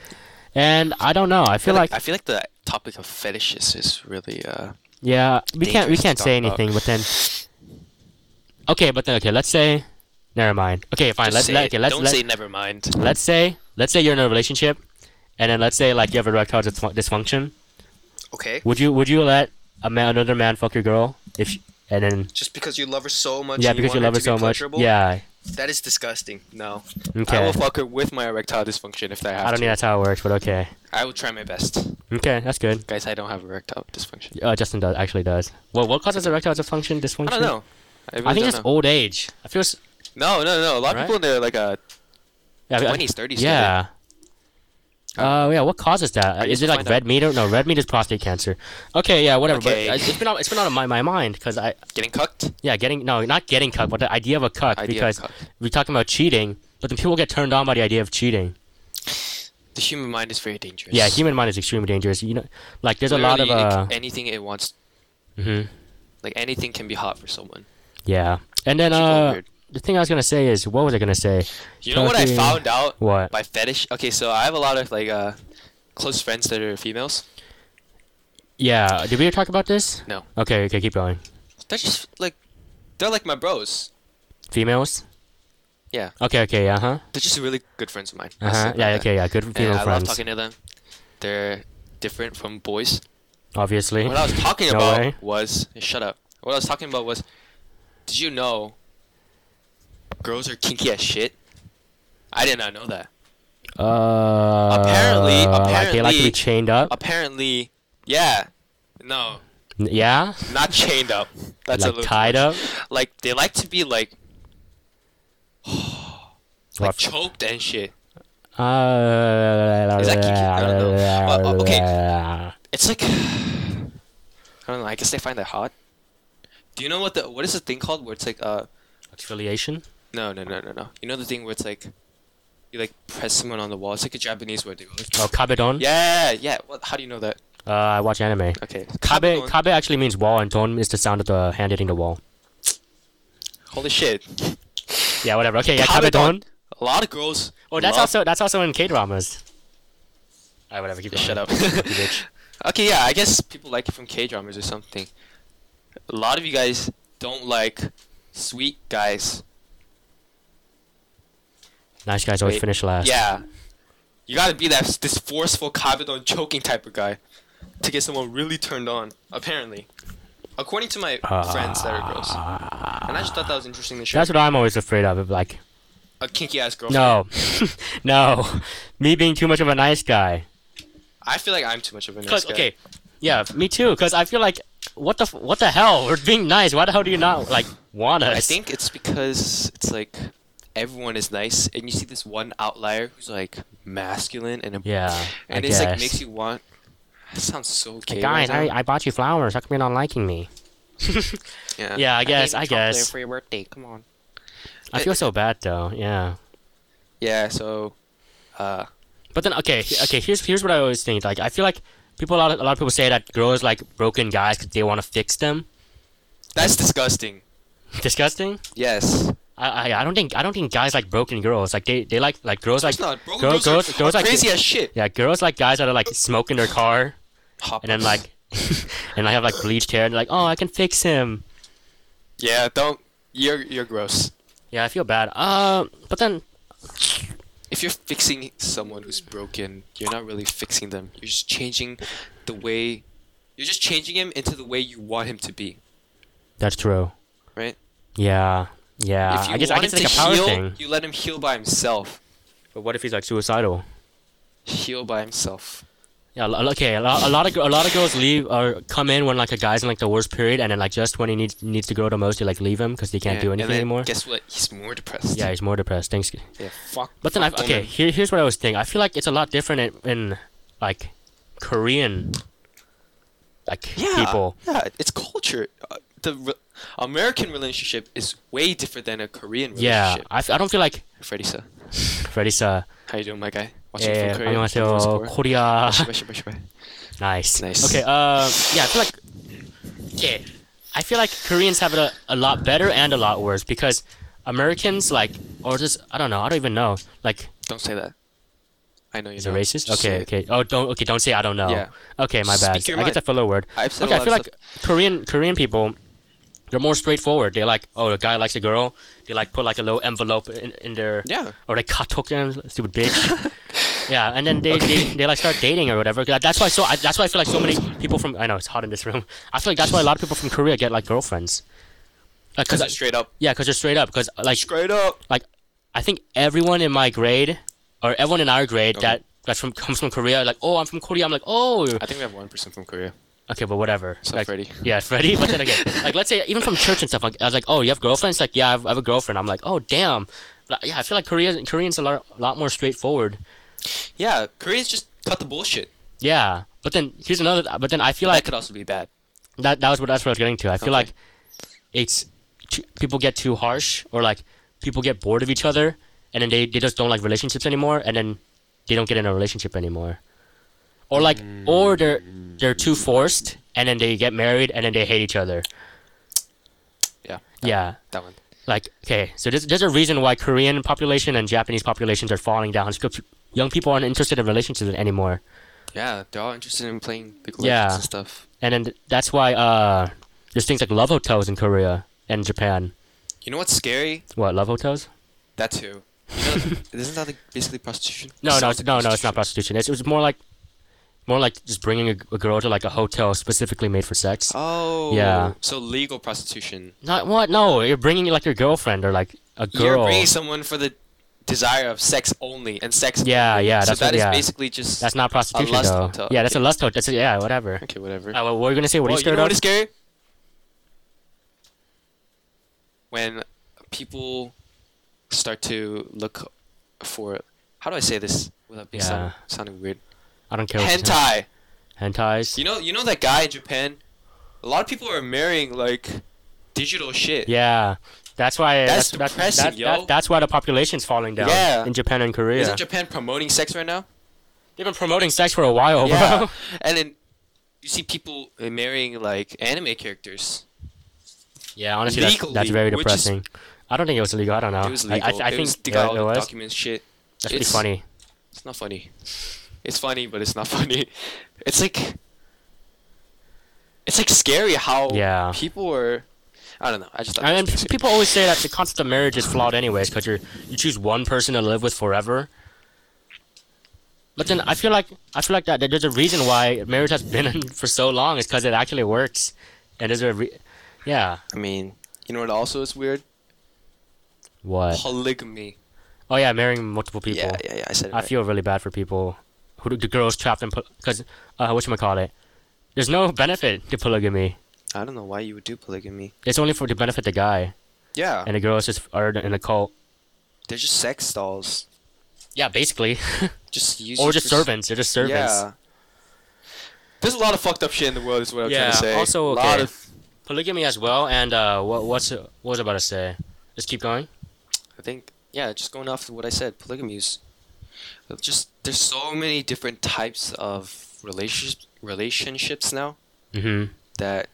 A: And I don't know. I
B: I
A: feel like
B: I feel like the topic of fetishes is really uh
A: Yeah, we can't we
B: dangerous to
A: can't
B: talk
A: say
B: about.
A: anything, but then Okay, but then okay, let's say never mind. Okay, fine.
B: just
A: Let's
B: say
A: let,
B: it.
A: okay, let's
B: don't
A: let,
B: say never mind.
A: let's say let's say you're in a relationship and then let's say like you have erectile dysfun- dysfunction.
B: Okay.
A: Would you would you let a man another man fuck your girl if sh- and then
B: Just because you love her so much.
A: yeah,
B: and
A: because you
B: want
A: love her
B: to
A: so
B: be
A: much.
B: pleasurable,
A: Yeah.
B: That is disgusting. No. I
A: Okay.
B: will fuck her with my erectile dysfunction if that happens.
A: I don't think that's how it works, but okay.
B: I will try my best.
A: Okay, that's good.
B: Guys, I don't have erectile dysfunction.
A: Uh, Justin does actually does. Well, what causes erectile dysfunction? Dysfunction.
B: I don't know. I, really
A: I think
B: don't
A: it's
B: know.
A: old age. I feel. s-
B: No, no, no. A lot
A: Right?
B: of people in their like uh,
A: Yeah, I- I-
B: 20s, 30s.
A: Yeah. Uh, yeah. What causes that?
B: I
A: Is it
B: need to
A: like
B: find
A: red meat? Or, no, red meat is prostate cancer. Okay, yeah, whatever.
B: Okay.
A: But it's it's been on, it's been on my, my mind because I
B: Getting cucked.
A: yeah getting no not getting cucked, but the idea of a cuck
B: Idea
A: because
B: of cuck.
A: we're talking about cheating, but then people get turned on by the idea of cheating.
B: The human mind is very dangerous.
A: Yeah, human mind is extremely dangerous. You know, like there's a lot of
B: Literally,
A: uh,
B: it c- anything it wants.
A: mhm.
B: Like anything can be hot for someone.
A: yeah, and then
B: People are
A: uh,
B: weird.
A: the thing I was gonna say is what was I gonna say?
B: You know what I
A: Fucking-
B: found out
A: What?
B: by fetish? Okay, so I have a lot of like uh, close friends that are females.
A: Yeah, did we talk about this?
B: No.
A: Okay, okay, keep going.
B: They're just like, they're like my bros.
A: Females.
B: Yeah.
A: Okay, okay, uh huh,
B: They're just really good friends of mine.
A: uh
B: I'll say
A: huh.
B: it like
A: Yeah,
B: that.
A: okay, yeah, good
B: And
A: female
B: I love
A: friends.
B: talking to them. They're different from boys.
A: Obviously.
B: What I was talking
A: Eh? No
B: about
A: way.
B: was shut up. What I was talking about was, did you know? Girls are kinky as shit. I did not know that.
A: Uh,
B: Apparently-
A: like they like to
B: apparently-
A: be chained up.
B: Apparently, yeah, no,
A: N- yeah,
B: not chained up. That's a
A: like
B: little
A: tied up.
B: Like they like to be like like
A: What?
B: choked and shit.
A: Uh,
B: Is that kinky? I don't know. Well, o- okay. It's like I don't know. I guess they find that hot. Do you know what the what is the thing called where it's like uh
A: Affiliation.
B: no no no no no you know the thing where it's like you like press someone on the wall. It's like a Japanese word. They go like,
A: Oh, kabedon.
B: Yeah, yeah. What, how do you know that?
A: Uh, I watch anime.
B: Okay.
A: Kabe,
B: Kabedon.
A: kabe actually means wall, and don is the sound of the hand hitting the wall.
B: Holy shit.
A: Yeah, whatever. Okay, yeah,
B: Kabedon.
A: kabedon.
B: A lot of girls.
A: Oh, that's
B: love-
A: also that's also in K dramas. Alright, whatever. Keep going.
B: Shut up.
A: You bitch.
B: okay, yeah. I guess people like it from K dramas or something. A lot of you guys don't like sweet guys.
A: Nice guys always
B: Wait,
A: finish last.
B: Yeah. You gotta be that this forceful kabedon choking type of guy to get someone really turned on. Apparently, according
A: Ah.
B: to my friends that are girls, and I just thought that was interesting to share.
A: That's what I'm always afraid of. Like,
B: a kinky ass girlfriend.
A: No, no, me being too much of a nice guy.
B: I feel like I'm too much of a nice
A: Cause
B: guy.
A: okay, yeah, me too. Cause I feel like what the f- what the hell? We're being nice. Why the hell do you not like want us?
B: I think it's because it's like everyone is nice, and you see this one outlier who's like masculine and a,
A: Yeah,
B: and
A: I
B: it's like
A: guess.
B: makes you want. That sounds so gay.
A: Like,
B: right
A: guys, I,
B: now.
A: I bought you flowers. How come you're not liking me?
B: yeah.
A: yeah, I guess, I guess.
B: your birthday. Come on.
A: I feel so bad though. Yeah.
B: Yeah. So, uh,
A: But then, okay, he- okay. Here's here's what I always think. Like, I feel like people a lot of, a lot of people say that girls like broken guys because they want to fix them.
B: that's disgusting.
A: Disgusting.
B: Yes.
A: I, I I don't think I don't think guys like broken girls. Like they they like like girls like
B: it's not. Broken
A: girl-
B: girls,
A: girls-
B: are,
A: girls
B: are
A: like-
B: crazy as shit.
A: yeah girls like guys that are like smoking their car
B: Hop
A: and then
B: ups.
A: like and I have like bleached hair and like oh I can fix him.
B: Yeah. Don't. You're you're gross.
A: Yeah, I feel bad. Uh, but then
B: If you're fixing someone who's broken, you're not really fixing them. You're just changing the way. You're just changing him into the way you want him to be.
A: that's true.
B: Right.
A: Yeah, yeah.
B: if you
A: Uh, I guess I
B: want
A: guess
B: him
A: it's like a
B: to
A: power
B: heal,
A: thing.
B: you let him heal by himself.
A: But what if he's like suicidal?
B: Heal by himself.
A: Yeah, lo- okay. A lot, a lot of gir- a lot of girls leave or come in when like a guy's in like the worst period, and then like just when he needs needs to grow the most, you like leave him because he can't
B: Yeah,
A: do
B: and
A: anything
B: then
A: anymore.
B: Guess what? He's more depressed.
A: Yeah, he's more depressed. Thanks.
B: Yeah. Fuck.
A: But then I
B: fuck
A: okay.
B: women.
A: Here, here's what I was thinking. I feel like it's a lot different in, in like Korean like
B: Yeah.
A: people.
B: Yeah. It's culture. Uh, the re- American relationship is way different than a Korean
A: Yeah,
B: relationship.
A: I, f- I don't feel like
B: Freddy, sir.
A: Freddy. Uh,
B: How you doing, my guy? Watching
A: eh,
B: from Korea.
A: 안녕하세요, Ah.
B: Singapore.
A: Korea.
B: Shibai, shibai, shibai.
A: Nice.
B: Nice.
A: Okay. Uh, yeah, I feel like. Yeah, I feel like Koreans have it a, a lot better and a lot worse because Americans like, or just I don't know, I don't even know. Like,
B: Don't say that. I know you
A: is
B: know.
A: it racist?
B: Just
A: Okay.
B: say
A: Okay.
B: it.
A: Oh, don't. Okay, don't say I don't know.
B: Yeah.
A: Okay, my bad.
B: Speak your
A: I get
B: mind.
A: the filler word.
B: I've said
A: Okay,
B: a
A: I
B: lot
A: feel
B: of
A: like Korean Korean people, they're more straightforward. They like, oh, the guy likes a girl. They like put like a little envelope in, in their
B: Yeah.
A: or they cut token stupid bitch. yeah, and then they, they
B: Okay.
A: they like start dating or whatever. That- That's why so I, that's why I feel like so many people from I know it's hot in this room. I feel like that's why a lot of people from Korea get like girlfriends. Like,
B: Because
A: cause
B: I'm straight up.
A: yeah, cause they're straight up. Cause like
B: Straight up.
A: like I think everyone in my grade or everyone in our grade
B: Okay.
A: that that's from comes from Korea. Like oh, I'm from Korea. I'm like oh
B: I think we have one person from Korea.
A: okay, but whatever.
B: So
A: like,
B: Freddy.
A: yeah, Freddie. But then again, like let's say even from church and stuff, like I was like, oh, you have girlfriends? Like yeah, I have, I have a girlfriend. I'm like, oh damn. Like, yeah, I feel like Korean Koreans are a lot, a lot more straightforward.
B: Yeah, Koreans just cut the bullshit.
A: Yeah, but then here's another. But then I feel
B: That
A: like
B: could also be bad.
A: that that was what that's what I was getting to. I feel like
B: Okay.
A: it's too, people get too harsh or like people get bored of each other, and then they they just don't like relationships anymore, and then they don't get in a relationship anymore, or like or they're they're too forced, and then they get married, and then they hate each other.
B: Yeah.
A: Yeah.
B: That one.
A: Like okay, so there's, there's a reason why Korean population and Japanese populations are falling down. It's 'cause young people aren't interested in relationships anymore.
B: Yeah, they're all interested in playing big
A: Yeah.
B: legends and stuff.
A: and then th- that's why uh, there's things like love hotels in Korea and Japan.
B: You know what's scary?
A: What love hotels?
B: That too. You know, isn't that like basically prostitution?
A: No, no,
B: Sounds
A: it's,
B: like
A: no, no. It's not prostitution. It's, it was more like, more like just bringing a, a girl to like a hotel specifically made for sex.
B: Oh.
A: Yeah.
B: So legal prostitution.
A: Not what? No, you're bringing like your girlfriend or like a
B: You're
A: girl.
B: bringing someone for the desire of sex only and sex.
A: Yeah,
B: only.
A: yeah,
B: So
A: that's
B: that
A: what-
B: is
A: yeah.
B: basically just.
A: That's not prostitution
B: lust
A: though.
B: hotel,
A: Yeah, that's a
B: okay.
A: lust hotel. That's a, yeah, whatever.
B: okay, whatever.
A: Uh, what were you gonna say? What are
B: well,
A: you
B: you
A: scared
B: know what
A: of?
B: is scary? When people start to look for, how do I say this without being sound-
A: Yeah.
B: sounding weird?
A: I don't care. what you say.
B: Hentai.
A: Hentais.
B: You know, you know that guy in Japan. A lot of people are marrying like digital shit.
A: Yeah, that's why.
B: That's
A: that's,
B: depressing,
A: that-
B: yo.
A: that- that's why the population's falling down.
B: Yeah.
A: In Japan and Korea.
B: Isn't Japan promoting sex right now?
A: They've been promoting sex for a while, bro.
B: and then you see people uh, marrying like anime characters.
A: Yeah, honestly, that's, that's
B: Legally,
A: very
B: which is-
A: depressing. I don't think it was illegal. I don't know.
B: it was
A: Oh, I-
B: legal.
A: I, th- I
B: it
A: think
B: was they
A: yeah,
B: got all
A: it
B: the
A: was.
B: documents shit.
A: That's pretty
B: it's-
A: funny.
B: It's not funny. It's funny, but it's not funny. It's like it's like scary how
A: Yeah.
B: people are. I don't know. I just thought
A: I
B: that
A: mean,
B: was
A: p-
B: basic.
A: people always say that the concept of marriage is flawed, anyways, because you you choose one person to live with forever. But then I feel like I feel like that, that there's a reason why marriage has been for so long is because it actually works, and there's a re- yeah
B: I mean, you know what? Also, is weird.
A: what
B: Polygamy.
A: Oh yeah, marrying multiple people.
B: Yeah, yeah, yeah. I said it
A: I
B: right.
A: feel really bad for people who do- the girls trapped in because uh, what you call it. There's no benefit to polygamy.
B: I don't know why you would do polygamy.
A: It's only for to benefit the guy,
B: Yeah,
A: and the girls just are in a cult.
B: they're just sex dolls.
A: Yeah, basically,
B: Just use
A: or
B: it
A: just
B: for s-
A: servants. They're just servants.
B: Yeah. There's a lot of fucked up shit in the world. Is what I'm
A: Yeah,
B: trying to say.
A: also,
B: a lot
A: okay.
B: of.
A: Polygamy as well, and uh, what what's what was I about to say? Just keep going.
B: I think yeah, just going off of what I said, polygamy is just there's so many different types of relationships relationships now
A: Mm-hmm.
B: that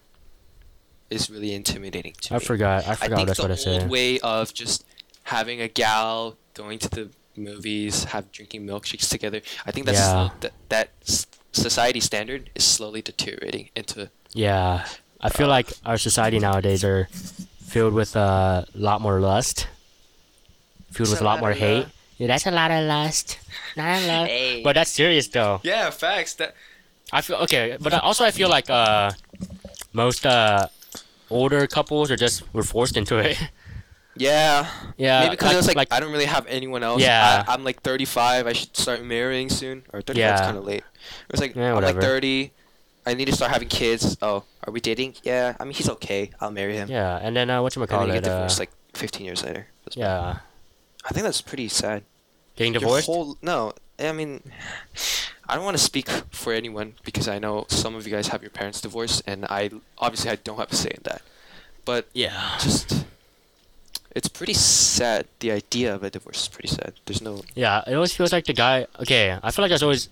B: is really intimidating to
A: I
B: me.
A: forgot. I
B: I
A: forgot
B: think
A: that's
B: the
A: what I
B: old
A: said.
B: way of just having a gal going to the movies, have drinking milkshakes together. I think that's
A: Yeah.
B: that, that s- society standard is slowly deteriorating into
A: Yeah, I feel like our society nowadays are filled with uh, a lot more lust, filled with
B: It's a
A: a lot
B: lot
A: more
B: of
A: hate.
B: love.
A: Yeah, that's a lot of lust. Not a lot.
B: Hey.
A: But that's serious though.
B: yeah facts that
A: I feel okay, but I- also I feel like uh, most uh, older couples are just were forced into it.
B: yeah
A: yeah,
B: maybe because
A: like,
B: I was like, I don't really have anyone else
A: Yeah.
B: I, I'm like 35 I should start marrying soon or 35 is
A: Yeah.
B: kind of late it was like
A: Yeah,
B: I'm like
A: whatever.
B: 30 I need to start having kids oh are we dating yeah I mean he's okay I'll marry him
A: yeah, and then uh, what you
B: and then
A: call
B: you
A: it?
B: get
A: Uh,
B: divorced like 15 years later That's-
A: yeah,
B: I think that's pretty sad
A: getting
B: Your
A: divorced.
B: whole- no, I mean, I don't want to speak for anyone because I know some of you guys have your parents divorced, and I obviously I don't have a say in that. But
A: yeah,
B: just, it's pretty sad. The idea of a divorce is pretty sad. There's no.
A: yeah. It always feels like the guy. Okay, I feel like there's always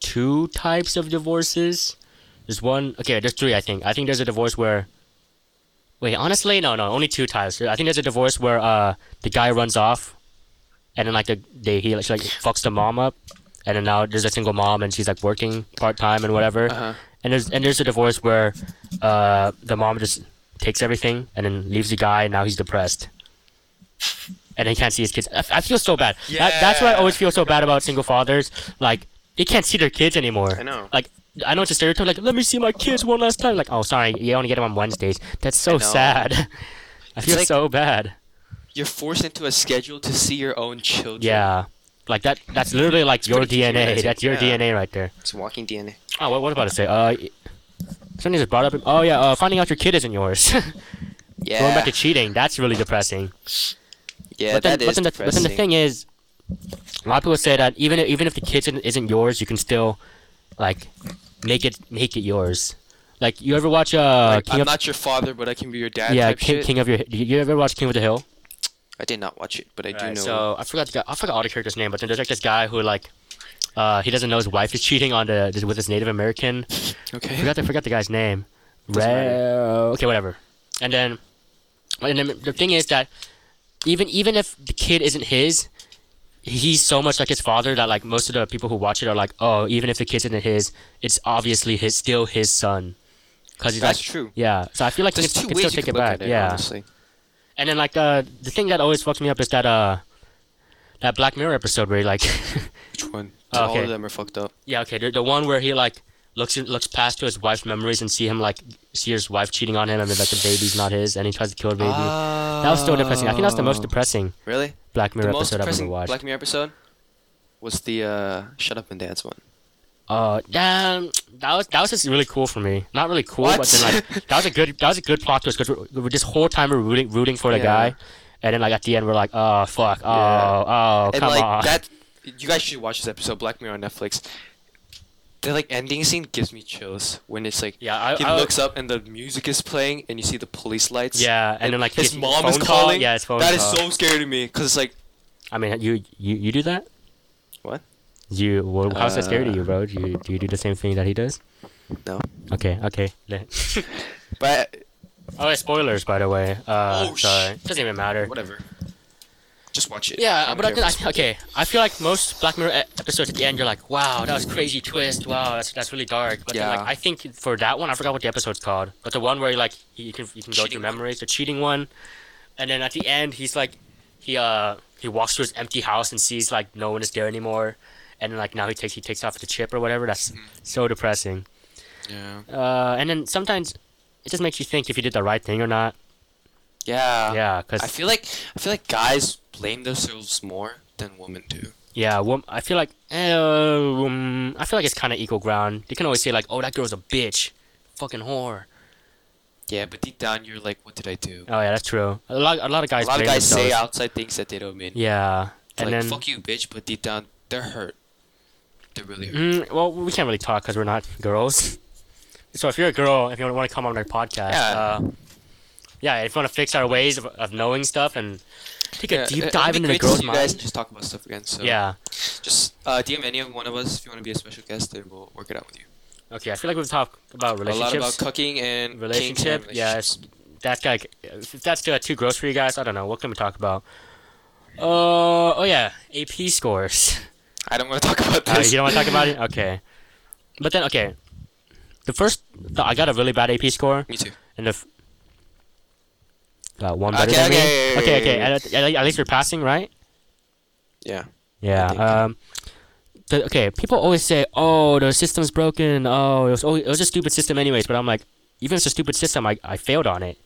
A: two types of divorces. There's one. Okay, there's three. I think. I think there's a divorce where. Wait, honestly, no, no, only two types. I think there's a divorce where uh the guy runs off, and then like the they he like, she, like fucks the mom up, and then now there's a single mom and she's like working part time and whatever.
B: Uh-huh.
A: And there's and there's a divorce where uh the mom just takes everything and then leaves the guy. And now he's depressed, and he can't see his kids. I, I feel so bad. That, that's what I
B: Yeah.
A: always feel so bad about single fathers. Like they can't see their kids anymore.
B: I know.
A: Like I know it's a stereotype. Like let me see my kids one last time. Like oh sorry, you only get them on Wednesdays. That's
B: I
A: so
B: know.
A: sad. I feel
B: like-
A: so bad.
B: You're forced into a schedule to see your own children.
A: Yeah. Like that. That's literally like your
B: pretty
A: DNA.
B: humanizing,
A: That's your
B: yeah.
A: DNA right there.
B: It's walking DNA.
A: Oh, what, what about to say? Uh, something just brought up. Oh yeah, uh, finding out your kid isn't yours.
B: Yeah.
A: Going back to cheating. That's really depressing.
B: yeah,
A: but then,
B: that
A: but
B: is
A: then the, but then the
B: depressing.
A: thing is, a lot of people say that even even if the kid isn't- isn't yours, you can still, like, make it make it yours. Like you ever watch uh
B: Like,
A: King
B: I'm
A: of
B: not your father, but I can be your dad.
A: yeah
B: type
A: King,
B: shit.
A: King of your you ever watch King of the Hill?
B: I did not watch it, but I do
A: Right,
B: know.
A: So I forgot the guy. I forgot all the character's name, but then there's like this guy who like, uh, he doesn't know his wife is cheating on the with his Native American.
B: okay.
A: forgot I forgot the guy's name.
B: Doesn't matter.
A: Re- okay, whatever. And then, and then the thing is that even even if the kid isn't his, he's so much like his father that like most of the people who watch it are like, oh, even if the kid isn't his, it's obviously his still his son, because he's
B: That's
A: like.
B: true.
A: Yeah, so I feel like
B: There's
A: he
B: two
A: can
B: ways
A: still
B: you
A: take
B: can
A: it
B: look
A: back.
B: at it,
A: yeah,
B: honestly.
A: and then like uh, the thing that always fucks me up is that uh, that Black Mirror episode where he, like,
B: Which one?
A: Oh,
B: All
A: okay.
B: of them are fucked up.
A: yeah, okay, the, the one where he like looks looks past to his wife's memories and see him like see his wife cheating on him and then like the baby's not his and he tries to kill the baby. that was so depressing. I think that's the most depressing
B: Really?
A: Black Mirror
B: Oh. the most
A: episode I've ever
B: depressing
A: watched.
B: Black Mirror episode was the uh, Shut Up and Dance one.
A: Uh, damn, that was that was just really cool for me. Not really cool, but
B: What?
A: then like that was a good that was a good plot twist because we're, we're this whole time we're rooting rooting for the
B: Yeah.
A: guy, and then like at the end we're like, oh fuck, oh oh
B: and
A: come
B: like
A: on.
B: that, you guys should watch this episode, Black Mirror on Netflix. The like ending scene gives me chills when it's like
A: yeah, I,
B: he
A: I,
B: looks up and the music is playing and you see the police lights.
A: Yeah, and, then like
B: his, mom
A: phone
B: is
A: call,
B: calling.
A: Yeah, his phone
B: That is
A: call.
B: so scary to me because it's like
A: I mean, you you, you do that?
B: What?
A: You well, how's that scary to
B: Uh,
A: you, bro? Do you do you do the same thing that he does?
B: no.
A: Okay, okay.
B: But
A: oh, spoilers, by the way. Uh,
B: Oh,
A: sorry, doesn't even matter.
B: whatever. Just watch it.
A: Yeah,
B: don't
A: but I
B: care
A: think,
B: if
A: I
B: it's
A: think- okay. I feel like most Black Mirror e- episodes at the end, you're like, "Wow, that was crazy twist. Wow, that's that's really dark." But then, like,
B: Yeah.
A: I think for that one, I forgot what the episode's called, but the one where like he, you can you can go
B: Cheating
A: through
B: one.
A: memories, the cheating one, and then at the end, he's like, he uh he walks through his empty house and sees like no one is there anymore, and then, like now he takes he takes off the chip or whatever. That's
B: Mm-hmm.
A: so depressing.
B: Yeah.
A: Uh, and then sometimes it just makes you think if you did the right thing or not.
B: Yeah.
A: Yeah,
B: I
A: because
B: feel like I feel like guys blame themselves more than women do.
A: Yeah, wom- I feel like eh, um, I feel like it's kind of equal ground. They can always say like, "Oh, that girl's a bitch, fucking whore."
B: Yeah, but deep down you're like, what did I do?
A: Oh yeah, that's true. A lot, a lot of
B: A
A: guys.
B: lot of
A: blame
B: guys say
A: themselves.
B: outside things that they don't mean.
A: Yeah, and
B: like
A: then
B: fuck you, bitch, but deep down they're hurt. They're really hurt.
A: Mm, well, we can't really talk because we're not girls. so if you're a girl, if you want to come on our podcast,
B: Yeah.
A: uh, yeah, if you want to fix our ways of, of knowing stuff and take a
B: it-
A: Mm-hmm. deep
B: it'd
A: dive
B: be
A: into the
B: great to
A: girls'
B: see you guys
A: mind.
B: and just talk about stuff again. So
A: Yeah.
B: just uh, DM any of one of us if you want to be a special guest, and we'll work it out with you.
A: Okay, I feel like we've talked about
B: A lot
A: relationships.
B: about cucking and
A: relationship. Yeah, it's, that guy. If that's uh, too gross for you guys, I don't know. What can we talk about? Uh, oh yeah, AP scores.
B: I don't want to talk about
A: Uh,
B: this.
A: you don't want to talk about it? Okay. But then, okay. The first, th- I got a really bad AP score,
B: Me too.
A: and the f- got one better
B: Okay,
A: than
B: okay,
A: me. Okay,
B: okay.
A: okay. At, at, at least you're passing, right?
B: Yeah.
A: Yeah.
B: think.
A: Um. The, okay, people always say, "Oh, the system's broken. Oh, it was always, it was a stupid system, anyways." But I'm like, even if it's a stupid system, I, I failed on it.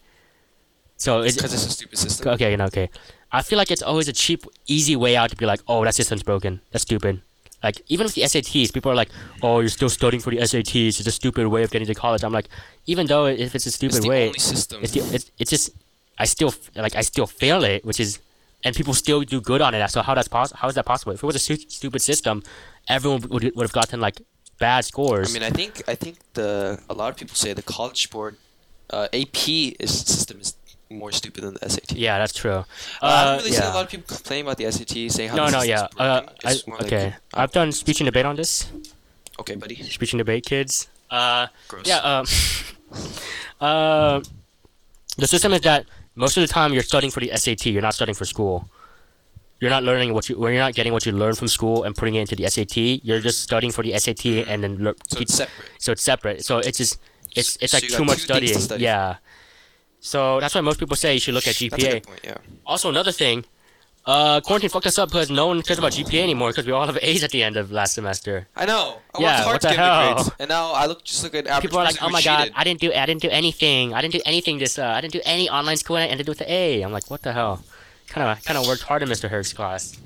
A: So is
B: Because it's a stupid system.
A: okay, no, okay. I feel like it's always a cheap, easy way out to be like, "Oh, that system's broken. That's stupid." Like even with the SATs, people are like, "Oh, you're still studying for the SATs. It's a stupid way of getting to college." I'm like, even though if it's a stupid
B: It's the
A: way,
B: only system.
A: it's, the, it's it's just I still f- like I still fail it, which is, and people still do good on it. So how that's pos- how is that possible? If it was a stu- stupid system, everyone would would have gotten like bad scores.
B: I mean, I think I think the a lot of people say the college board, uh, AP is system is more stupid than the SAT.
A: yeah, that's true.
B: Uh, I don't
A: Uh,
B: really see a lot of people complain about the SAT, saying how
A: no,
B: the
A: no,
B: system's
A: yeah. Uh,
B: broken.
A: I,
B: It's more like,
A: okay, I've done speech and debate on this.
B: okay, buddy.
A: Speech and debate, kids. Uh,
B: Gross.
A: yeah. Um, uh, the system is that most of the time you're studying for the SAT. You're not studying for school. You're not learning what you. When you're not getting what you learn from school and putting it into the SAT, you're just studying for the SAT and then. Lear-
B: So it's separate.
A: so it's separate. So it's just it's it's
B: So
A: like
B: you
A: too
B: got
A: much
B: two things
A: studying.
B: to study.
A: Yeah. So that's why most people say you should look at
B: That's a
A: GPA.
B: good point. Yeah.
A: Also, another thing, uh, quarantine fucked us up because no one cares about GPA anymore because we all have A's at the end of last semester.
B: I know. I
A: Yeah,
B: worked hard
A: what
B: to
A: the
B: get good grades,
A: hell?
B: and now I look just look at average.
A: People are like,
B: person
A: "Oh
B: who
A: my god,
B: cheated."
A: I didn't do I didn't do anything. I didn't do anything this. Uh, I didn't do any online school and I ended with an A." I'm like, "What the hell?" Kind of kind of worked hard in Mr. Herrick's class.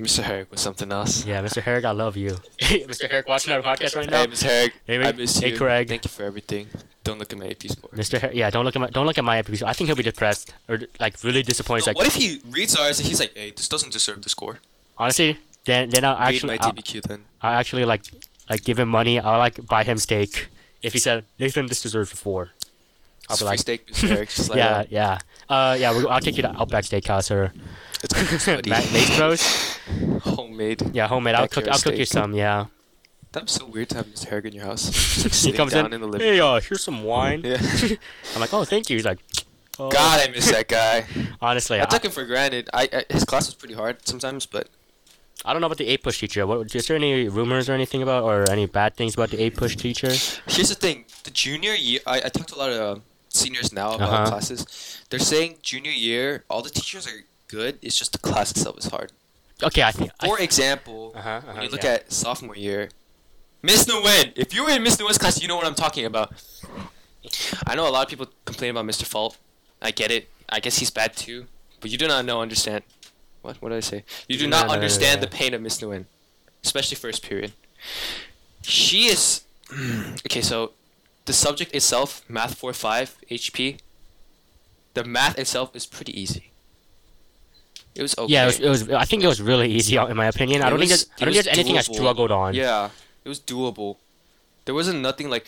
B: Mr. Herrick was something else.
A: Yeah, Mr. Herrick, I love you. Mr. Herrick, watching our podcast right now.
B: Hey, Mr. Herrick,
A: Hey,
B: I
A: mate.
B: miss
A: Hey,
B: you.
A: Craig.
B: Thank you for everything. Don't look at my AP score.
A: Mr. Herrick, yeah, don't look at my don't look at my episode. I think he'll be depressed or like really disappointed. He's
B: No,
A: like,
B: what if he reads ours and he's like, "Hey, this doesn't deserve the score."
A: Honestly, then then I'll
B: Read
A: actually
B: my
A: I'll,
B: TBQ then.
A: I'll actually like like give him money. I'll like buy him steak. If he said Nathan, this deserves a four. I'll be
B: It's free
A: like,
B: steak, Mr. Herrick. Just like,
A: yeah, yeah, uh, yeah. We'll, I'll take you to Outback Steakhouse or
B: It's good, buddy.
A: Ma- Mace Bros.
B: homemade.
A: Yeah, homemade. I'll cook.
B: Backyard
A: I'll cook you
B: steak.
A: some. Yeah.
B: That's so weird to have Mr. Herrick in your house. Just, like,
A: he
B: sitting
A: comes
B: down
A: in.
B: in the living.
A: hey, uh, here's some wine.
B: Yeah.
A: I'm like, oh, thank you. He's like, oh.
B: God, I miss that guy.
A: Honestly, I,
B: I took him for granted. I, I his class was pretty hard sometimes, but
A: I don't know about the A push teacher. What is there any rumors or anything about or any bad things about the A push teacher?
B: Here's the thing: the junior year, I, I talked to a lot of uh, seniors now about
A: Uh-huh.
B: classes. They're saying junior year, all the teachers are good. It's just the class itself is hard.
A: Okay, I think. I,
B: For example,
A: Uh-huh, uh-huh,
B: when you look
A: yeah.
B: at sophomore year, Miss Nguyen. If you were in Miss Nguyen's class, you know what I'm talking about. I know a lot of people complain about Mr. Fault. I get it. I guess he's bad too. But you do not know understand. What? What did I say? You do
A: No,
B: not
A: no, no, no,
B: understand
A: no.
B: the pain of Miss Nguyen, especially first period. She is. okay, so the subject itself, Math 4 5 HP, the math itself is pretty easy. It was okay.
A: Yeah, it was, it was. I think it was really easy, in my opinion. I
B: It
A: don't think
B: was-
A: there's, I
B: it
A: don't think there's anything
B: was
A: I
B: doable.
A: struggled on.
B: Yeah, it was doable. There wasn't nothing like,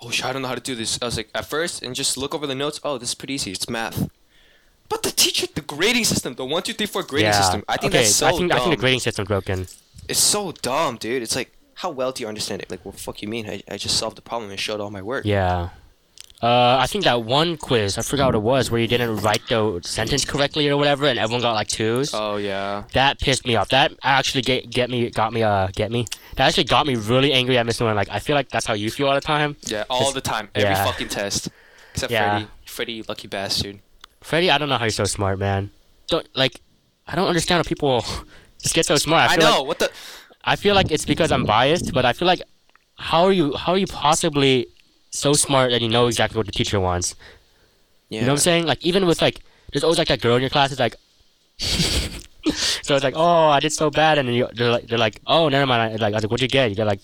B: oh, shit, I don't know how to do this. I was like, at first, and just look over the notes. Oh, this is pretty easy. It's math. But the teacher, the grading system, the one, two, three, four grading
A: Yeah.
B: system. I think
A: okay,
B: that's so
A: I think,
B: dumb.
A: I think the grading system's broken.
B: it's so dumb, dude. It's like, how well do you understand it? Like, what the fuck you mean? I, I just solved the problem and showed all my work.
A: Yeah. Uh, I think that one quiz, I forgot what it was, where you didn't write the sentence correctly or whatever, and everyone got like twos.
B: Oh yeah.
A: that pissed me off. That actually get get me got me uh get me. That actually got me really angry at Miss Nguyen. Like I feel like that's how you feel all the time.
B: Yeah, all the time, every
A: yeah.
B: fucking test, except
A: Yeah.
B: Freddy. Freddy, you lucky bastard.
A: Freddie, I don't know how you're so smart, man. Don't like, I don't understand how people just get so smart.
B: I,
A: feel
B: know
A: Like,
B: what the.
A: I feel like it's because I'm biased, but I feel like how are you how are you possibly so smart that you know exactly what the teacher wants?
B: Yeah.
A: You know what I'm saying? Like even with like there's always like that girl in your class is like so it's like, oh, I did so bad, and then you, they're like, they're like, oh, never mind. I, like, I was like, what'd you get? You got like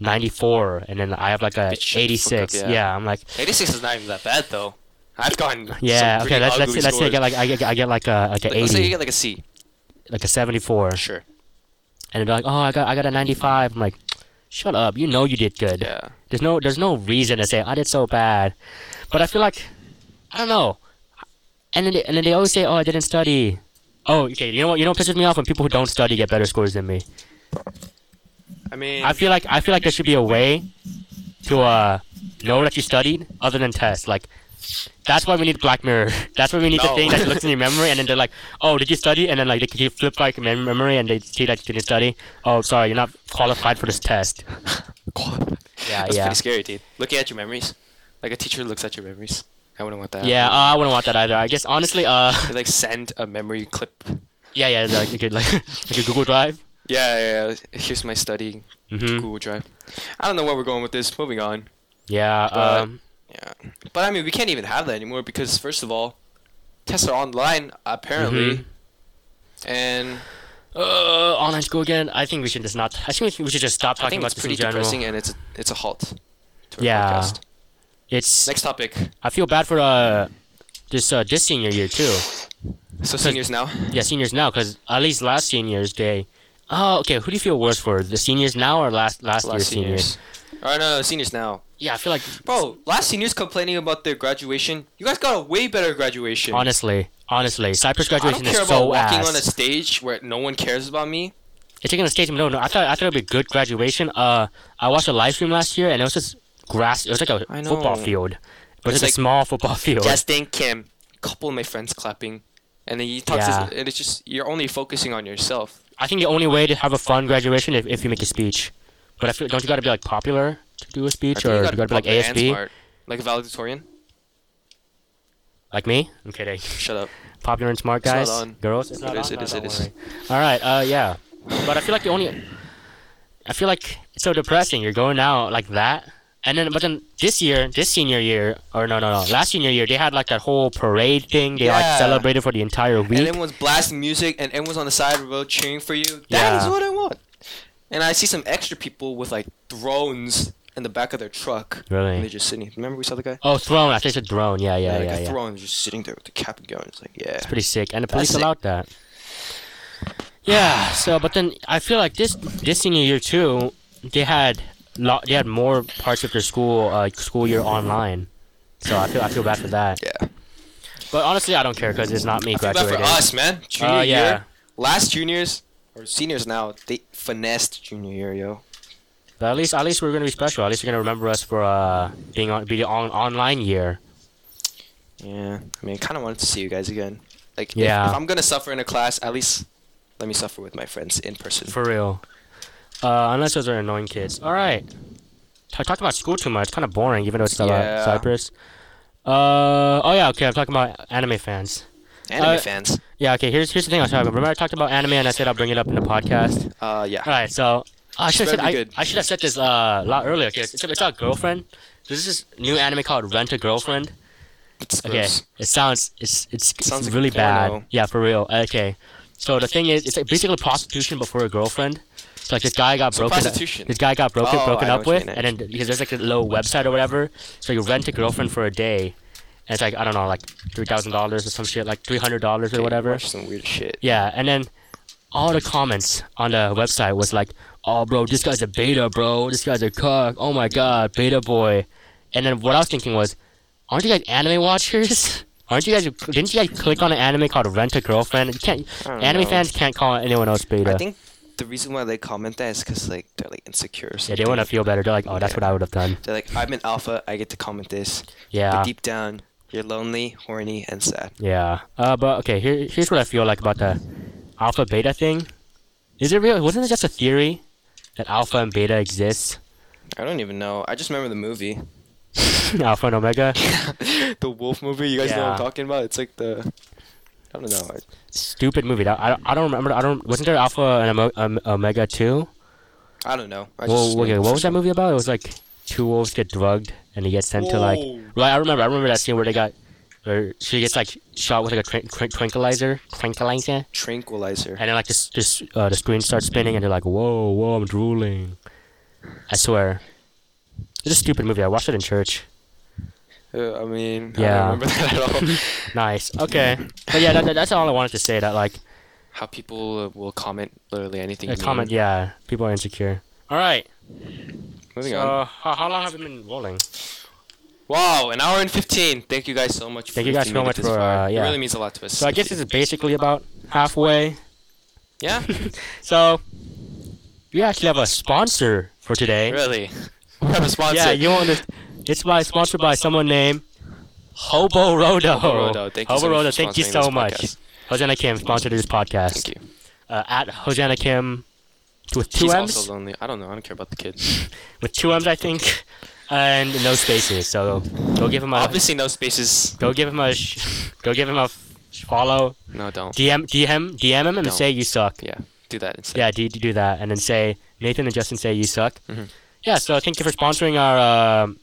A: 94, and then I have like a
B: Bitch, shut the fuck up,
A: 86.
B: yeah.
A: yeah. I'm like,
B: 86 is not even that bad though. I've gotten some
A: yeah, okay,
B: pretty
A: let's let's
B: ugly
A: say, let's say I
B: scores.
A: get like I get, I get like a like
B: Like,
A: a
B: let's say you
A: 80,
B: get like a C.
A: like a 74,
B: Sure.
A: and they're like, oh, I got I got a 95. I'm like, shut up, you know you did good.
B: Yeah.
A: There's no there's no reason to say I did so bad, but I feel like I don't know. And then they, and then they always say, "Oh, I didn't study." Oh, okay. You know what? You know what pisses me off when people who don't study get better scores than me.
B: I mean,
A: I feel like I feel like there should be a way to uh know that you studied other than tests. Like that's why we need Black Mirror. That's why we need
B: No.
A: the thing that looks in your memory and then they're like, "Oh, did you study?" And then like they can flip like mem- memory and they see that you didn't study. Oh, sorry, you're not qualified for this test. Yeah,
B: that's
A: yeah.
B: pretty scary, dude. Looking at your memories, like a teacher looks at your memories. I wouldn't want that.
A: Yeah, uh, I wouldn't want that either. I guess honestly, uh.
B: They like send a memory clip.
A: Yeah, yeah, like you could like like a Google Drive.
B: Yeah, yeah. yeah. Here's my study
A: Mm-hmm.
B: Google Drive. I don't know where we're going with this. Moving on.
A: Yeah.
B: But-
A: Um.
B: Yeah. But I mean, we can't even have that anymore because first of all, tests are online apparently,
A: Mhm.
B: and
A: Uh, online school again. I think we should just not. I think we should just stop
B: I
A: talking
B: think
A: about
B: it's
A: this in
B: pretty
A: general.
B: depressing, and it's a, it's a halt. To our
A: Yeah.
B: Podcast.
A: It's.
B: Next topic.
A: I feel bad for uh, this uh, this senior year too.
B: So seniors now.
A: Yeah, seniors now, because at least last seniors they. Oh, okay. Who do you feel worse for, the seniors now or last last, year's seniors?
B: Oh no, no, seniors now.
A: Yeah, I feel like
B: Bro, last seniors complaining about their graduation. You guys got a way better graduation.
A: honestly, honestly, Cypress
B: I
A: graduation
B: don't care
A: is
B: about
A: so
B: walking
A: ass.
B: on a stage where no one cares about me.
A: They're taking a statement. No, no. I thought I thought it'd be a good graduation. Uh, I watched a live stream last year, and it was just grass. It was like a
B: I
A: football
B: know.
A: field, but it's,
B: It's
A: a
B: like-
A: small football field.
B: Justin Kim. Couple of my friends clapping, and then you talk
A: Yeah.
B: to, and it's just you're only focusing on yourself.
A: I think the only way to have a fun graduation if, if you make a speech. But I feel don't you gotta be like popular to do a
B: I
A: speech,
B: think
A: or you
B: you gotta
A: gotta, be like
B: popular and
A: ASB,
B: smart. like a valedictorian.
A: like me? I'm kidding.
B: Shut up.
A: Popular and smart
B: not
A: guys,
B: on.
A: girls. It's
B: It
A: not
B: is,
A: on?
B: it
A: No,
B: is,
A: don't
B: it is.
A: worry. All right. Uh, yeah. But I feel like the only. I feel like it's so depressing. You're going out like that, and then but then this year, this senior year, or no, no, no, last senior year, they had like that whole parade thing. They
B: Yeah.
A: like celebrated for the entire week.
B: And everyone's blasting music, and everyone's on the side of the road cheering for you. That is
A: Yeah.
B: what I want. And I see some extra people with like drones in the back of their truck.
A: Really?
B: And they're just sitting. Remember we saw the guy?
A: oh, throne! I think it's a drone. Yeah, yeah,
B: like
A: yeah,
B: a
A: yeah.
B: throne just sitting there with the cap and gown. It's like, yeah.
A: It's pretty sick, and the
B: That's
A: police
B: sick.
A: allowed that. Yeah. So, but then I feel like this this senior year too, they had lo- they had more parts of their school uh, school year online. So I feel I feel bad for that.
B: Yeah.
A: But honestly, I don't care because it's not me
B: But
A: graduating.
B: for us, man. Junior
A: Uh, yeah.
B: year. Last juniors, or seniors now, they finessed junior year, yo.
A: But at least at least we're gonna be special. At least you're gonna remember us for uh being on be the on, online year.
B: Yeah. I mean, I kind of wanted to see you guys again. Like, if-
A: Yeah.
B: if, I'm going to suffer in a class, at least let me suffer with my friends in person.
A: For real. Uh, unless those are annoying kids. All right. I talked about school too much. It's kind of boring, even though it's still
B: Yeah.
A: about Cyprus. Uh, oh yeah, okay. I'm talking about anime fans.
B: Anime
A: Uh,
B: fans.
A: Yeah, okay. Here's here's the thing I was talking about. Remember I talked about anime and I said I'll bring it up in the podcast.
B: Uh, yeah.
A: All right, so I should have said
B: better be
A: I,
B: good.
A: I should have said this uh, a lot earlier. Okay, it's, it's about girlfriend. There's this new anime called Rent a Girlfriend.
B: It's
A: Okay,
B: gross.
A: it sounds it's it's, it's
B: Sounds like
A: really bad.
B: porno.
A: Yeah, for real. Okay, so the thing is, it's like basically prostitution but for a girlfriend. So like this guy got broken.
B: prostitution.
A: This guy got broken
B: Oh,
A: broken
B: I know
A: up
B: what you
A: with,
B: mean,
A: and then because there's like a little website or whatever, so you rent a girlfriend for a day, and it's like I don't know, like three thousand dollars or some shit, like three hundred dollars or
B: Okay,
A: whatever.
B: watch some weird shit.
A: Yeah, and then all the comments on the website was like, "Oh, bro, this guy's a beta, bro. This guy's a cuck. Oh my god, beta boy." And then what I was thinking was, "Aren't you guys anime watchers? Aren't you guys? Didn't you guys click on an anime called Rent a Girlfriend? You can't.
B: I don't
A: Anime
B: know.
A: fans can't call anyone else beta.
B: I think the reason why they comment that is because like they're like insecure. Or
A: yeah,
B: something.
A: they want to feel better. They're like, "Oh, that's
B: Yeah.
A: what I would have done."
B: They're like, I'm an alpha. I get to comment this.
A: Yeah.
B: But deep down, you're lonely, horny, and sad.
A: Yeah. Uh, but okay, here, here's what I feel like about the alpha beta thing. Is it real? Wasn't it just a theory that alpha and beta exists?
B: I don't even know. I just remember the movie,
A: alpha and omega.
B: the Wolf movie. You guys know what I'm
A: Yeah.
B: talking about? It's like the. I don't know.
A: stupid movie. That- I, don't- I don't remember. I don't. Wasn't there Alpha and Ome- um, Omega two?
B: I, I don't know. I
A: Well,
B: just
A: okay, what was that movie about? It was like two wolves get drugged and they get sent to like.
B: Whoa.
A: Right, I remember. I remember that scene where they got or she gets like shot with like a tran- tran- tranquilizer, tranquilizer,
B: Tranquilizer.
A: and then like this, this uh, the screen starts spinning, and they're like, "Whoa, whoa, I'm drooling." I swear, it's a stupid movie. I watched it in church.
B: Uh, I mean, I
A: Yeah.
B: don't remember that at all.
A: Nice. Okay, but yeah, that, that- that's all I wanted to say. That like
B: How people uh, will comment literally anything.
A: a
B: you
A: Uh, comment.
B: mean.
A: Yeah, people are insecure. All right.
B: Moving
A: So
B: on.
A: how, how long have we been rolling?
B: Wow, an hour and 15. Thank you guys so much for
A: Thank you guys
B: listening
A: so
B: to
A: much
B: this
A: for,
B: far.
A: uh, yeah.
B: It really means a lot to us.
A: So I guess this is basically about halfway.
B: Yeah?
A: So we actually have a sponsor for today.
B: really? We have a sponsor.
A: Yeah, you want to. It's by sponsored by someone named Hobo Rodo.
B: Hobo Rodo, thank you so
A: Hobo
B: much
A: Rodo,
B: for
A: thank you
B: sponsoring
A: so
B: this
A: much.
B: podcast.
A: Hosanna Kim sponsored this podcast.
B: Thank you.
A: Uh, at Hosanna Kim with two
B: He's
A: M's,
B: also lonely. I don't know. I don't care about the kid.
A: with two M's, I think, and no spaces. So go give him a
B: Obviously, no spaces.
A: go give him a sh- go give him a f- follow.
B: No, don't.
A: DM DM DM him and
B: No.
A: say you suck.
B: yeah, do that instead.
A: Yeah, do, do that, and then say Nathan and Justin say you suck.
B: Mhm.
A: Yeah, so thank you for sponsoring our um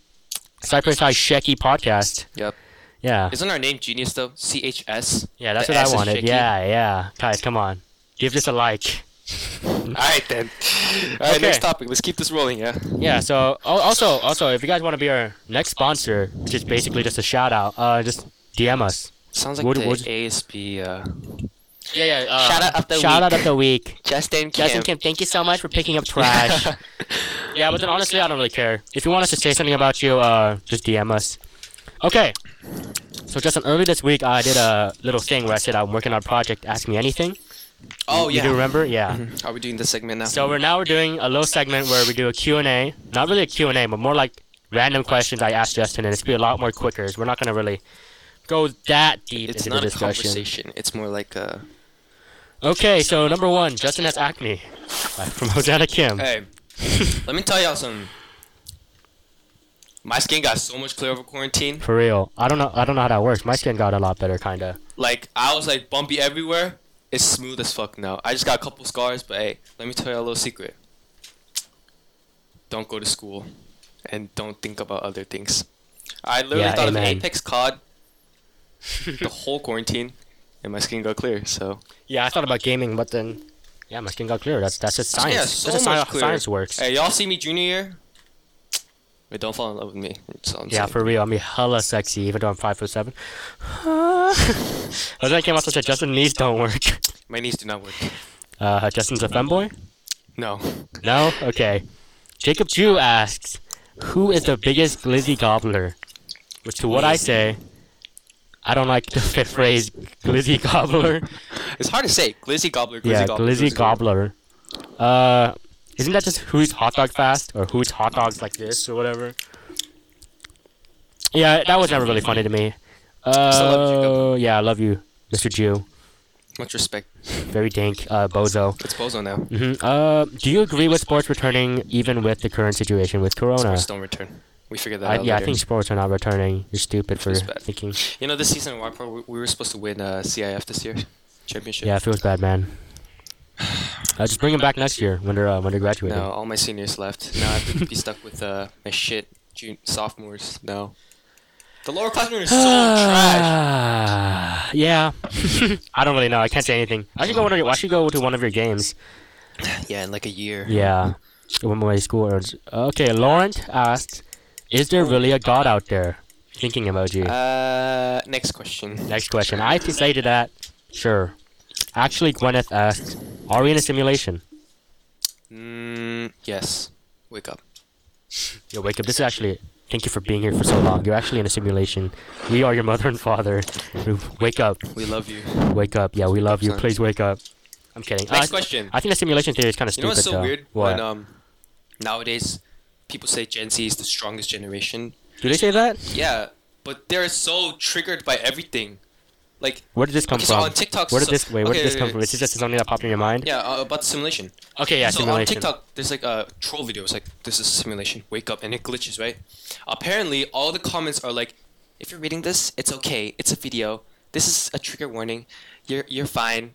A: Cypress High Shecky podcast.
B: Yep.
A: Yeah,
B: Isn't our name genius though? C H S.
A: yeah, that's
B: the
A: what I
B: S is
A: wanted.
B: shaky.
A: Yeah, yeah, guys, come on, give this a like.
B: All right then. All right,
A: Mm-hmm. Okay.
B: next topic. Let's keep this rolling. Yeah.
A: Yeah, so al- also, also, if you guys want to be our next sponsor, which is basically just a shout out, uh, just DM us.
B: Sounds like
A: Would-
B: the
A: would-
B: ASP. Uh,
A: Yeah, yeah.
B: uh, Shout out of the
A: shout out
B: week.
A: of the week.
B: Justin Kim.
A: Justin Kim, thank you so much for picking up trash. yeah, but then honestly, I don't really care. If you want us to say something about you, uh, just DM us. Okay. So Justin, early this week, I did a little thing where I said I'm working on a project. Ask me anything.
B: oh
A: you
B: yeah. Mm-hmm.
A: do remember? Yeah.
B: Are we doing this segment now?
A: So we're now we're doing a little segment where we do a Q&A. Not really a Q&A, but more like random questions I asked Justin, and it's be a lot more quicker. 'cause We're not gonna really go that deep
B: it's
A: into
B: not
A: the
B: a
A: discussion.
B: conversation. It's more like a.
A: Okay. So number one, Justin has acne By- from Hosanna Kim.
B: Hey, let me tell y'all something. My skin got so much clear over quarantine.
A: For real. I don't know. I don't know how that works. My skin got a lot better, kinda.
B: Like I was like bumpy everywhere. It's smooth as fuck now. I just got a couple scars, but hey, let me tell you a little secret. Don't go to school, and don't think about other things. I literally
A: Yeah,
B: thought
A: amen.
B: of Apex COD the whole quarantine, and my skin got clear. So
A: Yeah, I thought about gaming, but then, yeah, my skin got clear. That's that's just science.
B: yeah,
A: that's just
B: so much
A: how
B: clearer.
A: science works.
B: hey, y'all see me junior year? But don't fall in love with me. That's all I'm
A: Yeah,
B: saying.
A: for real. I mean, hella sexy, even though I'm five foot seven. Hosanna Kim also said Justin knees don't work.
B: my knees do not work.
A: Uh, Justin's a femboy.
B: No.
A: No? Okay. Jacob Jew asks, Who is the biggest glizzy gobbler? Which, to what I say, I don't like the fit phrase glizzy gobbler.
B: It's hard to say. Glizzy gobbler. Glizzy
A: yeah,
B: gobbler.
A: glizzy gobbler. Uh, isn't that just who's hot dog fast or who's hot dogs like this or whatever? Yeah, that was never really funny to me.
B: love you,
A: Uh, yeah, I love you, Mr. Jew.
B: Much respect.
A: Very dank, uh, bozo.
B: It's Bozo now.
A: hmm Uh, do you agree with sports returning even with the current situation with Corona?
B: Just don't return. We figured that
A: I,
B: out
A: yeah, I
B: later.
A: think sports are not returning. You're stupid for
B: Feels bad.
A: thinking.
B: You know, this season in WAPRO, we, we were supposed to win uh, CIF this year. Championship.
A: Yeah, it feels bad, man. Uh, just bring them back next year when they're uh, when they're graduating.
B: Now, all my seniors left. Now I have to be stuck with uh, my shit jun- sophomores. No. The lower classmen are so trash.
A: Ah, yeah. I don't really know. I can't say anything. I should go. One of your, I should go to one of your games.
B: Yeah, in like a year.
A: Yeah. One way school. earns- Okay. Laurent asked, "Is there really a god out there?" Thinking emoji.
B: Uh, next question.
A: Next question. I can say to that. Sure. Actually, Gwyneth asked, "Are we in a simulation?"
B: Mm, yes. Wake up.
A: Yo, wake up. This is actually. Thank you for being here for so long. You're actually in a simulation. We are your mother and father. Wake up.
B: We love you.
A: Wake up. Yeah, we love you.
B: Son.
A: Please wake up. I'm kidding.
B: Next
A: Uh,
B: question.
A: I think the simulation theory is kind of
B: You
A: stupid,
B: know what's so
A: though.
B: weird?
A: What?
B: When um, nowadays, people say Gen Z is the strongest generation.
A: Do they say that?
B: Yeah, but they're so triggered by everything. Like,
A: Where did this come
B: Okay, so
A: from?
B: on TikTok,
A: Where did
B: so-
A: this? Wait, where
B: okay,
A: did this come
B: wait,
A: from?
B: wait.
A: Is this just something that popped in your mind?
B: yeah, uh, about the simulation.
A: Okay, yeah,
B: so on
A: simulation.
B: TikTok, there's like a troll video. It's like, this is a simulation. Wake up, and it glitches, right? Apparently, all the comments are like, if you're reading this, it's okay. It's a video. This is a trigger warning. You're you're fine.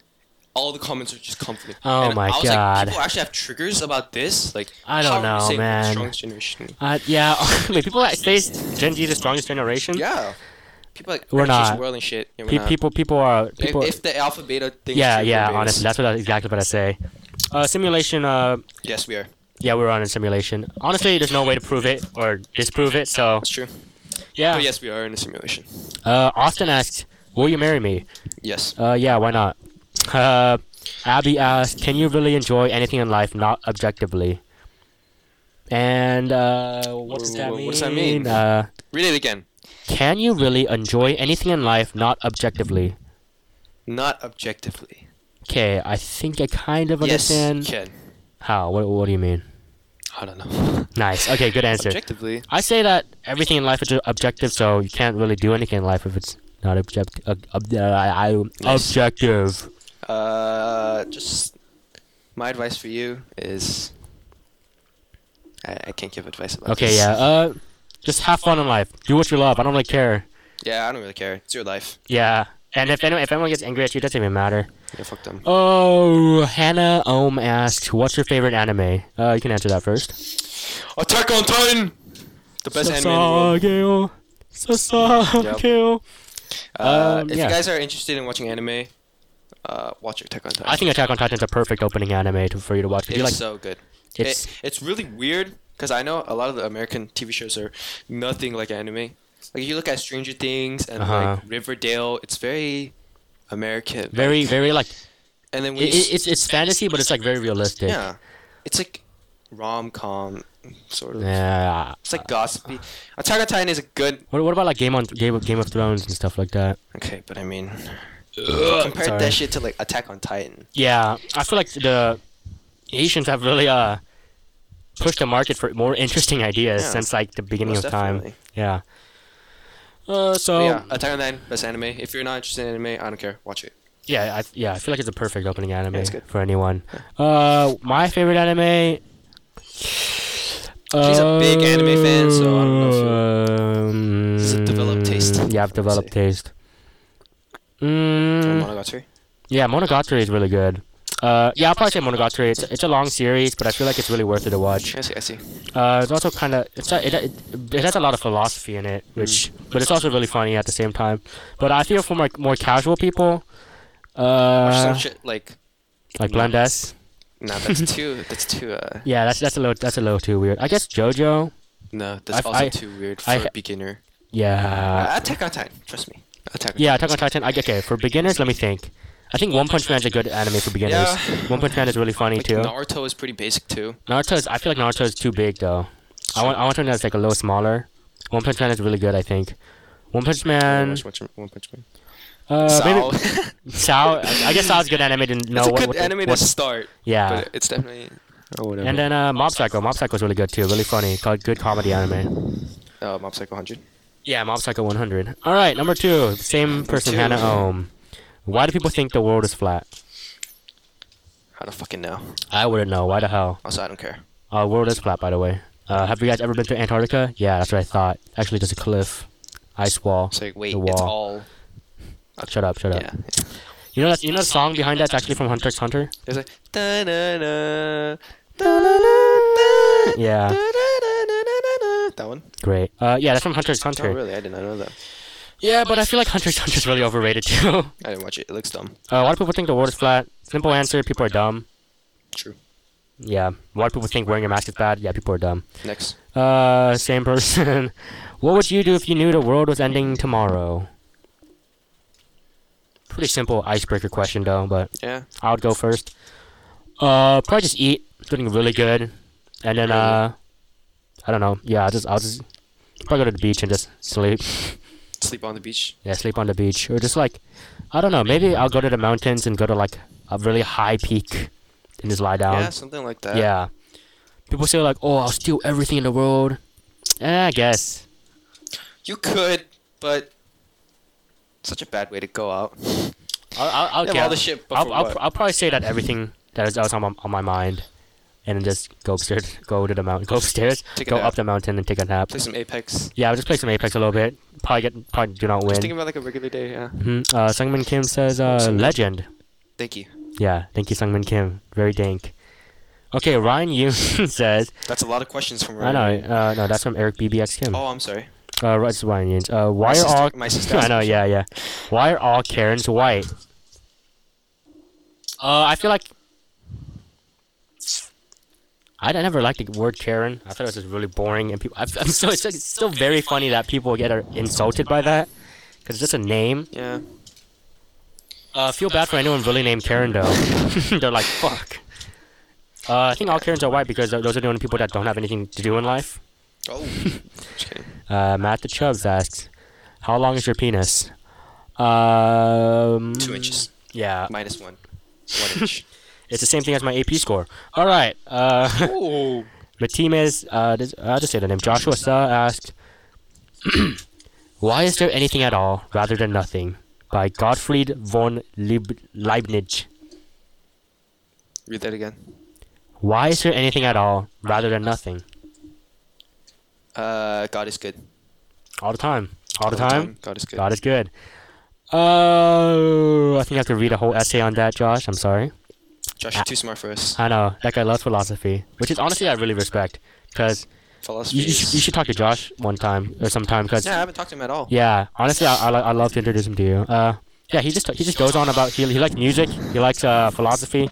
B: All the comments are just comforting.
A: Oh
B: and
A: my
B: I was
A: God.
B: Like, people actually have triggers about this. Like,
A: I don't
B: how are you
A: know,
B: saying we're the
A: man.
B: Strongest generation.
A: Uh, yeah. Wait, people that say Gen Z is the strongest generation.
B: Yeah. People like
A: We're
B: registration
A: not.
B: world and shit. Yeah, we're
A: Pe-
B: not.
A: people, people are
B: If-
A: people.
B: if, the alpha beta thing. is
A: yeah,
B: true,
A: yeah.
B: we're betas.
A: Honestly, that's what I, exactly what I say. Uh, simulation. Uh,
B: Yes, we are.
A: yeah, we're on a simulation. Honestly, there's no way to prove it or disprove it. So
B: That's true.
A: yeah.
B: But yes, we are in a simulation.
A: Uh, Austin asked, "Will you marry me?"
B: Yes.
A: Uh, yeah, why not? Uh, Abby asked, "Can you really enjoy anything in life not objectively?" And uh, what does that
B: Wha-
A: mean?
B: what does that mean?
A: Uh,
B: Read it again.
A: can you really enjoy anything in life not objectively?
B: Not objectively.
A: Okay, I think I kind of
B: Yes,
A: understand.
B: can.
A: How? What, what do you mean?
B: I don't know.
A: Nice. Okay, good answer.
B: Objectively.
A: I say that everything in life is objective, so you can't really do anything in life if it's not object- ob- ob- uh, I- I-
B: Nice.
A: objective.
B: Uh, just my advice for you is I, I can't give advice about
A: Okay,
B: this.
A: yeah. Uh, just have fun in life. Do what you love. I don't really care.
B: Yeah, I don't really care. It's your life.
A: Yeah. And if anyone, if anyone gets angry at you, it doesn't even matter.
B: Yeah, fuck them.
A: Oh, Hannah Ohm asked, "What's your favorite anime?" Uh, you can answer that first.
B: Attack on Titan! The best anime in the world.
A: Sasageo. Sasageo.
B: Uh,
A: Um,
B: if
A: yeah.
B: you guys are interested in watching anime, uh, watch Attack on Titan.
A: I think Attack on Titan's a perfect opening anime to, for you to watch.
B: it's uh,
A: If you like,
B: so good.
A: it's
B: It's it's really weird because I know a lot of the American TV shows are nothing like anime. Like if you look at Stranger Things and
A: Uh-huh.
B: like Riverdale, it's very American.
A: very, very like
B: and then when
A: it,
B: you
A: it, it's it's fantasy, but it's like very realistic.
B: Yeah, it's like rom com sort of.
A: Yeah.
B: It's like gossipy. Attack on Titan is a good.
A: What, what about like Game on Game of, Game of Thrones and stuff like that?
B: Okay, but I mean, compare
A: sorry.
B: that shit to like Attack on Titan.
A: Yeah, I feel like the Asians have really uh pushed the market for more interesting ideas
B: Yeah.
A: since like the beginning
B: Most
A: of time.
B: definitely.
A: Yeah. Uh, so
B: But
A: yeah,
B: yeah, Attack on Titan, best anime. If you're not interested in anime, I don't care. Watch it.
A: I, yeah, I feel like it's a perfect opening anime
B: it's good.
A: for anyone. Uh, my favorite anime.
B: She's a big anime fan, so I don't know if
A: Um,
B: This is a developed taste,
A: Yeah,
B: I
A: I've
B: would
A: developed taste. Mm,
B: Monogatari.
A: Yeah, Monogatari is really good. Uh, yeah, I'll probably say Monogatari. It's, it's a long series, but I feel like it's really worth it to watch.
B: I see. I see.
A: Uh, it's also kind of it's a, it, it, it has a lot of philosophy in it, which
B: Mm.
A: but it's also really funny at the same time. But I feel for more, more casual people,
B: Watch some
A: uh,
B: shit like.
A: like Blend S.
B: Nah, that's too. That's too. Uh,
A: Yeah, that's that's a little that's a little too weird. I guess JoJo.
B: no, that's
A: I-
B: also
A: I-
B: too weird for
A: I-
B: a beginner.
A: Yeah,
B: Uh, Attack on Titan. Trust me. Attack. On
A: yeah. Attack on Titan. I, okay, for beginners, let me think. I think One Punch Man's a good anime for beginners.
B: Yeah.
A: One Punch Man is really funny
B: Like,
A: too.
B: Naruto is pretty basic too.
A: Naruto is, I feel like Naruto is too big though. I want I want something that's like a little smaller. One Punch Man is really good, I think. One Punch Man,
B: Watch One Punch Man.
A: uh,
B: Sao.
A: maybe Sao. I I guess Sao's good anime. Didn't know
B: it's a
A: what,
B: good
A: what the-
B: anime
A: what-
B: to start.
A: yeah.
B: But it's definitely. Oh, whatever.
A: and then uh, Mob Psycho. Mob Psycho is really good too. Really funny. Called good comedy anime.
B: uh, Mob Psycho 100.
A: Yeah, Mob Psycho 100. All right, number two. Same person,
B: two.
A: Hannah Ohm. Why do people think the world is flat?
B: I don't fucking know.
A: I wouldn't know. Why the hell?
B: Also, I don't care.
A: Uh, world is flat, by the way. Uh, have you guys ever been to Antarctica? Yeah, that's what I thought. Actually, just a cliff, ice wall.
B: It's like, wait,
A: The
B: it's
A: wall.
B: all.
A: Shut up! Shut up!
B: Yeah.
A: You know that you know the song behind that's actually from Hunter x Hunter?
B: There's like. Da-na-na, da-na-na,
A: Yeah.
B: da-na-na-na-na-na. That one?
A: Great. Uh, yeah, that's from Hunter x
B: Oh,
A: Hunter.
B: really? I did not know that.
A: Yeah, but I feel like Hunter x Hunter's really overrated too. uh,
B: I didn't watch it. It looks dumb.
A: a lot of people think the world is flat. Simple answer, people are dumb.
B: True.
A: Yeah. A lot of people think wearing a mask is bad. Yeah, people are dumb.
B: Next.
A: Uh, same person. what would you do if you knew the world was ending tomorrow? Pretty simple icebreaker question though, but
B: Yeah.
A: I would go first. Uh, probably just eat something really good, and then uh, I don't know. Yeah, I'll just I'll just probably go to the beach and just sleep.
B: Sleep on the beach.
A: Yeah, sleep on the beach or just like I don't know. Maybe I'll go to the mountains and go to like a really high peak and just lie
B: Yeah,
A: down.
B: something like that.
A: yeah. People say like, "Oh, I'll steal everything in the world." Eh, I guess.
B: You could, but. Such a bad way to go out.
A: I'll I'll, I'll,
B: You have
A: yeah,
B: all this shit, but
A: I'll,
B: for
A: I'll,
B: what?
A: I'll probably say that everything that is else on my, on my mind, and then just go upstairs, go to the mountain, go upstairs,
B: Take a
A: go
B: nap.
A: up the mountain and take a nap.
B: Play some Apex.
A: Yeah, I'll just play some Apex a little bit. Probably get probably do not
B: Just think
A: win.
B: about like a regular day. Yeah.
A: hmm Uh, Sungmin Kim says uh,
B: Sungmin.
A: legend.
B: Thank you.
A: Yeah, thank you, Sungmin Kim. Very dank. Okay, Ryan Yoon says
B: That's a lot of questions from.
A: I know. Uh, no, that's from Eric BBX Kim.
B: Oh, I'm sorry.
A: Uh, right, it's Ryan Yates. Uh, why
B: sister-
A: are all
B: my sister
A: I know,
B: has-
A: yeah, yeah. Why are all Karens white? Uh, I feel like I d- never liked the word Karen. I thought it was just really boring, and people. I, I'm so it's, it's still very funny that people get uh, insulted by that because it's just a name.
B: Yeah.
A: Uh, feel bad for anyone really named Karen though. They're like fuck. Uh, I think all Karens are white because th- those are the only people that don't have anything to do in life.
B: Oh. Just kidding.
A: Uh, Matt the Chubbs asks, "How long is your penis?" Um,
B: Two inches.
A: Yeah,
B: Minus one. One inch.
A: It's the same thing as my AP score. All right. Uh,
B: oh.
A: Matimes, uh, does- I'll just say the name. Joshua Sa asked, "Why is there anything at all rather than nothing?" By Gottfried von Lieb- Leibniz.
B: Read that again.
A: Why is there anything at all rather than nothing?
B: Uh, God is good.
A: All the time. All the time.
B: God is good.
A: God is good. Oh, I think I have to read a whole essay on that, Josh. I'm sorry.
B: Josh, you're too smart for us.
A: I know that guy loves philosophy, which is honestly I really respect. Cause
B: Philosophy.
A: you, you, should, you should talk to Josh one time or sometime, cause
B: Yeah, I haven't talked to him at all.
A: Yeah, honestly, I, I, li- I love to introduce him to you. Uh, yeah, he just he just goes on about he, he likes music, he likes uh, philosophy.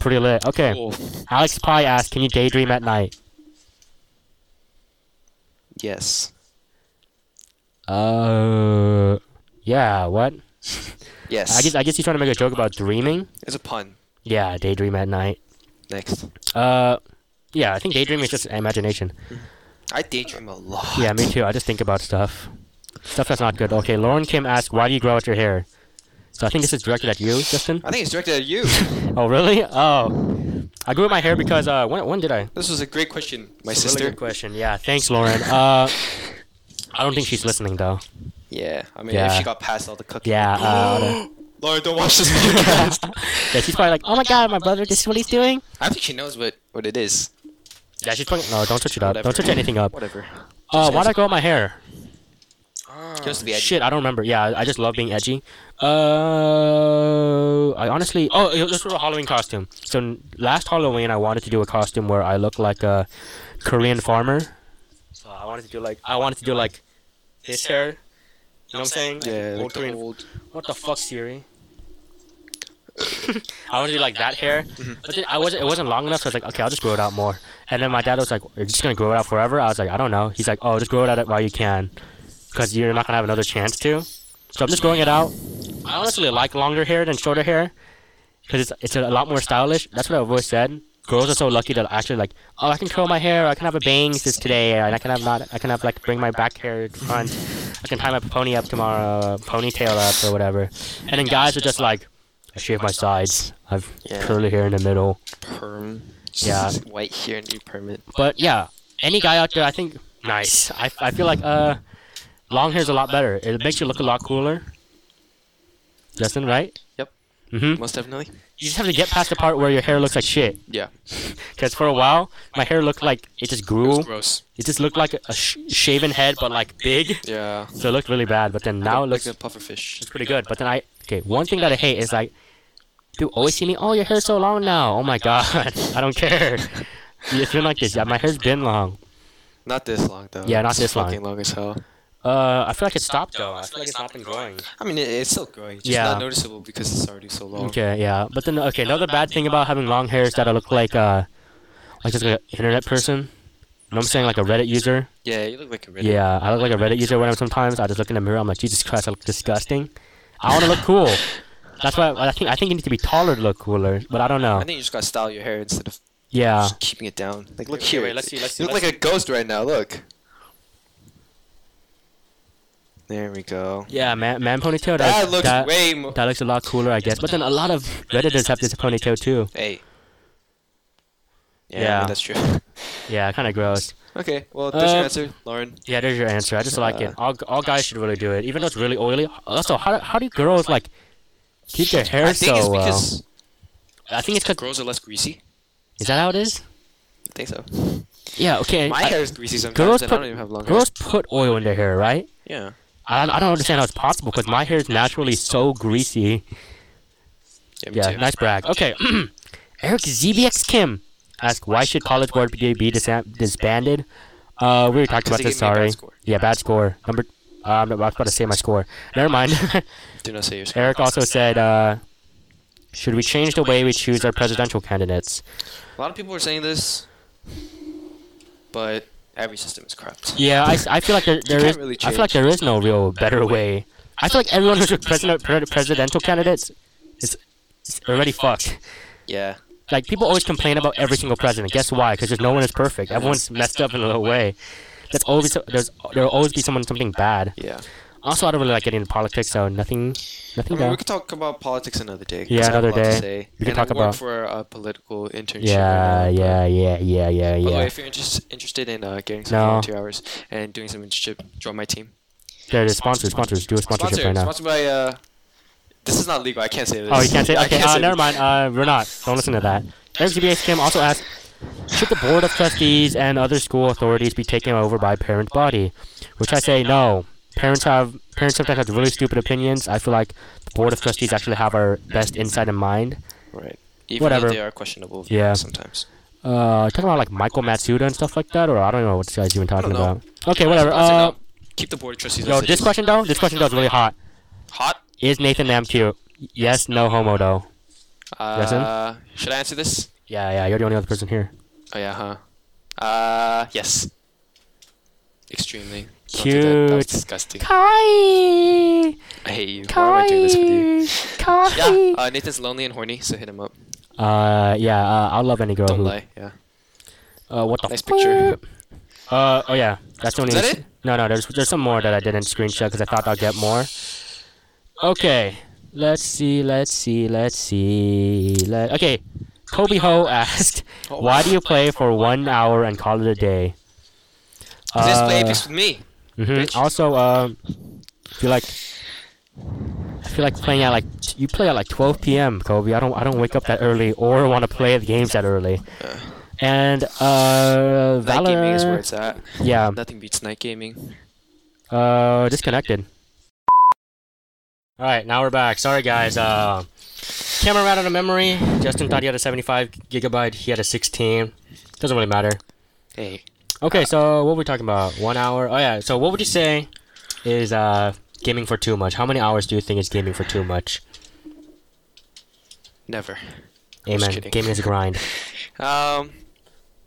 A: Pretty lit. Okay,
B: Cool.
A: Alex Pie asked, "Can you daydream at night?"
B: Yes.
A: Uh, yeah. What?
B: Yes.
A: I guess I guess he's trying to make a joke about dreaming.
B: it's a pun.
A: Yeah, daydream at night.
B: Next.
A: Uh, yeah, I think daydreaming is just imagination.
B: I daydream a lot.
A: Yeah, me too. I just think about stuff, stuff that's not good. Okay, Lauren Kim asked, "Why do you grow out your hair?" So I think this is directed at you, Justin.
B: I think it's directed at you.
A: Oh, really? Oh. I grew my hair because, uh, when, when did I?
B: this was a great question, my
A: It's a
B: sister.
A: Really good question. Yeah, thanks, Lauren. Uh, I don't think she's listening, though.
B: yeah. I mean, if
A: Yeah.
B: she got past all the cooking.
A: Yeah, uh,
B: Lauren, don't watch this podcast.
A: yeah, she's probably like, oh my god, my brother, this is what he's doing?
B: I think she knows what, what it is.
A: Yeah, she's probably, no, don't touch it up.
B: Whatever.
A: Don't touch anything up.
B: Whatever.
A: Uh, why'd I grow my hair?
B: Just to be edgy.
A: Shit, I don't remember. Yeah, I I just love being edgy. Uh, I honestly, oh, it was for a Halloween costume. So n- last Halloween, I wanted to do a costume where I look like a Korean farmer. So I wanted to do like, I wanted to do like this hair. You know what I'm saying? Like
B: Yeah,
A: old
B: like the
A: Korean-
B: old.
A: What the fuck, Siri? I wanted to do like that hair, but then I wasn't. It wasn't long enough, so I was like, okay, I'll just grow it out more. And then my dad was like, "You're just gonna grow it out forever?" I was like, "I don't know." He's like, "Oh, just grow it out while you can, because you're not gonna have another chance to." So I'm just growing it out. I honestly like longer hair than shorter hair, because it's it's a lot more stylish. That's what I've always said. Girls are so lucky that actually like, oh, I can curl my hair, I can have a bangs this today, and I can have not, I can have like bring my back hair in front, I can tie my pony up tomorrow, ponytail up or whatever. And then guys are just like, I shave my sides, I've
B: Yeah.
A: curly hair in the middle.
B: Perm.
A: Yeah.
B: White here and new permit.
A: But yeah, any guy out there, I think nice. I, I feel like uh, long hair's a lot better. It makes you look a lot cooler. Justin, right?
B: Yep.
A: Mhm.
B: Most definitely.
A: You just have to get past the part where your hair looks like shit.
B: Yeah.
A: Because for a while, my hair looked like it just
B: It was
A: grew.
B: gross.
A: It just looked like a sh- shaven head, but like big.
B: Yeah.
A: So it looked really bad. But then now it looks
B: like a pufferfish.
A: it's pretty good. But then I okay, one thing that I hate is like you always see me. Oh, your hair's so long now. Oh my god, I don't care. It's been like this. Yeah, my hair's been long.
B: Not this long though.
A: Yeah, not
B: It's
A: this long.
B: Fucking long as hell.
A: Uh, I feel like it stopped though. I feel like it's not been growing.
B: I mean, it, it's still growing. Just
A: Yeah.
B: not noticeable because it's already so long.
A: Okay, yeah. But then okay, another bad thing about having long hair is that I look like uh like just like an internet person. You know what I'm saying? Like a Reddit user.
B: Yeah, you look like a redhead.
A: Yeah, I look like a Reddit user when I'm sometimes. I just look in the mirror. I'm like, Jesus Christ, I look disgusting. I want to look cool. That's why I think I think you need to be taller to look cooler. But I don't know.
B: I think you just gotta style your hair instead of
A: Yeah.
B: just keeping it down. Like, look
A: wait,
B: here.
A: wait, let's see, let's see,
B: you look
A: let's
B: like a ghost right now. Look. There we go.
A: Yeah, man, man ponytail.
B: That looks
A: that,
B: way more.
A: that looks a lot cooler, I guess. But then a lot of redditors have this ponytail too.
B: Hey. Yeah, I mean,
A: Yeah.
B: that's true.
A: Yeah, kind of gross.
B: okay, well, there's your
A: Um,
B: answer, Lauren.
A: Yeah, there's your answer. I just like it. All, all guys should really do it, even though it's really oily. Also, how, how do girls like keep their hair uh,
B: I think it's
A: so well?
B: because
A: I think it's 'cause-
B: girls are less greasy.
A: is that how it is?
B: I think so.
A: Yeah. Okay.
B: My
A: I-
B: hair is greasy sometimes,
A: girls
B: and I
A: put-
B: don't even have long
A: girls put oil in their hair, right?
B: hair. Yeah.
A: I, I don't understand how it's possible because my hair is naturally so greasy.
B: Yeah, me
A: Yeah,
B: too.
A: nice brag. Okay, Eric ZBX Kim asked, why should College Board be be dis- disbanded? Uh, we were talking
B: Because
A: about
B: they
A: this.
B: gave me a bad
A: Sorry.
B: score.
A: Yeah, bad score. Number. Uh, I'm I was about to say my score. Never mind.
B: Do not say your score.
A: Eric also said, uh, "Should we change the way we choose our presidential candidates?"
B: A lot of people were saying this, but every system is corrupt.
A: Yeah, I, I feel like there, there
B: can't
A: is.
B: really
A: I feel like there is no real better way. I feel like everyone who's a president, pre- presidential candidates is, is already fucked.
B: Yeah.
A: Like people always complain about every single president. Guess why? Because no one is perfect. Everyone's messed up in a little way. That's always there's there'll always be someone something bad.
B: Yeah.
A: Also, I don't really like getting into politics, so nothing,
B: I
A: nothing.
B: mean,
A: uh,
B: we could talk about politics another day. 'cause
A: Yeah,
B: I have a
A: another
B: lot
A: day.
B: to say.
A: We could
B: And
A: talk
B: I work
A: about-
B: for a political internship.
A: Yeah,
B: right now,
A: yeah,
B: but-
A: yeah, yeah, yeah,
B: By the way,
A: yeah.
B: if you're interest, interested in uh, getting some
A: No.
B: volunteer hours and doing some internship, join my team.
A: There it is. Sponsors, sponsors, do a sponsorship
B: Sponsored,
A: right now.
B: sponsored by. Uh, this is not legal. I can't say this.
A: Oh, you can't say.
B: I
A: Okay,
B: can't
A: uh,
B: say
A: never mind.
B: this.
A: Uh, we're not. Don't listen to that. Eric GBH Kim also asked, should the board of trustees and other school authorities be taken over by parent body? Which I say no. Parents have parents sometimes have really stupid opinions. I feel like the board of trustees actually have our best insight in mind.
B: Right. Even
A: Whatever.
B: Though they are questionable.
A: Yeah.
B: Sometimes.
A: Uh, talking about like Michael Matsuda and stuff like that, or I don't know what this guy's even talking
B: I don't
A: about. Okay, whatever. Uh,
B: Sponsored, no. keep the board of trustees.
A: yo,
B: as it
A: this
B: is.
A: question though, this question though is really hot.
B: hot.
A: Is Nathan Nam cute? Yes, no homo though. Yes, in?
B: Uh, should I answer this?
A: Yeah, yeah, you're the only other person here.
B: Oh yeah, huh? Uh, yes. Extremely. Don't do that. That was
A: Cute.
B: disgusting.
A: Kai.
B: I hate you. Why am I doing this with you? Yeah. Uh, Nathan's lonely and horny, so hit him up.
A: Uh, yeah, uh, I'll love any girl
B: Don't
A: who.
B: lie. Yeah.
A: Uh, what the
B: Nice picture.
A: fuck? Uh, oh yeah, that's the only.
B: Is that it?
A: No, no, there's there's some more that I didn't screenshot because I thought I'd get more. Okay, let's see, let's see, let's see. Let okay, Kobe Ho asked,
B: Oh.
A: why do you play for one hour and call it a day?
B: Just play
A: Uh,
B: Apex with me.
A: hmm
B: bitch.
A: Also, um, I feel like I feel like playing at like t- you play at like 12 p.m. Kobe. I don't I don't wake up that early or want to play the games that early.
B: Yeah.
A: And uh,
B: Night gaming is where
A: Valor,
B: it's at.
A: yeah,
B: Nothing beats night gaming.
A: uh, disconnected. All right, now we're back. Sorry guys. Uh, camera ran out of memory. Justin thought he had a 75 gigabyte. He had a 16. Doesn't really matter.
B: Hey.
A: Okay, so what were we talking about? One hour. Oh yeah. So what would you say is uh gaming for too much? How many hours do you think is gaming for too much?
B: Never.
A: Amen.
B: kidding.
A: Gaming is a grind.
B: Um,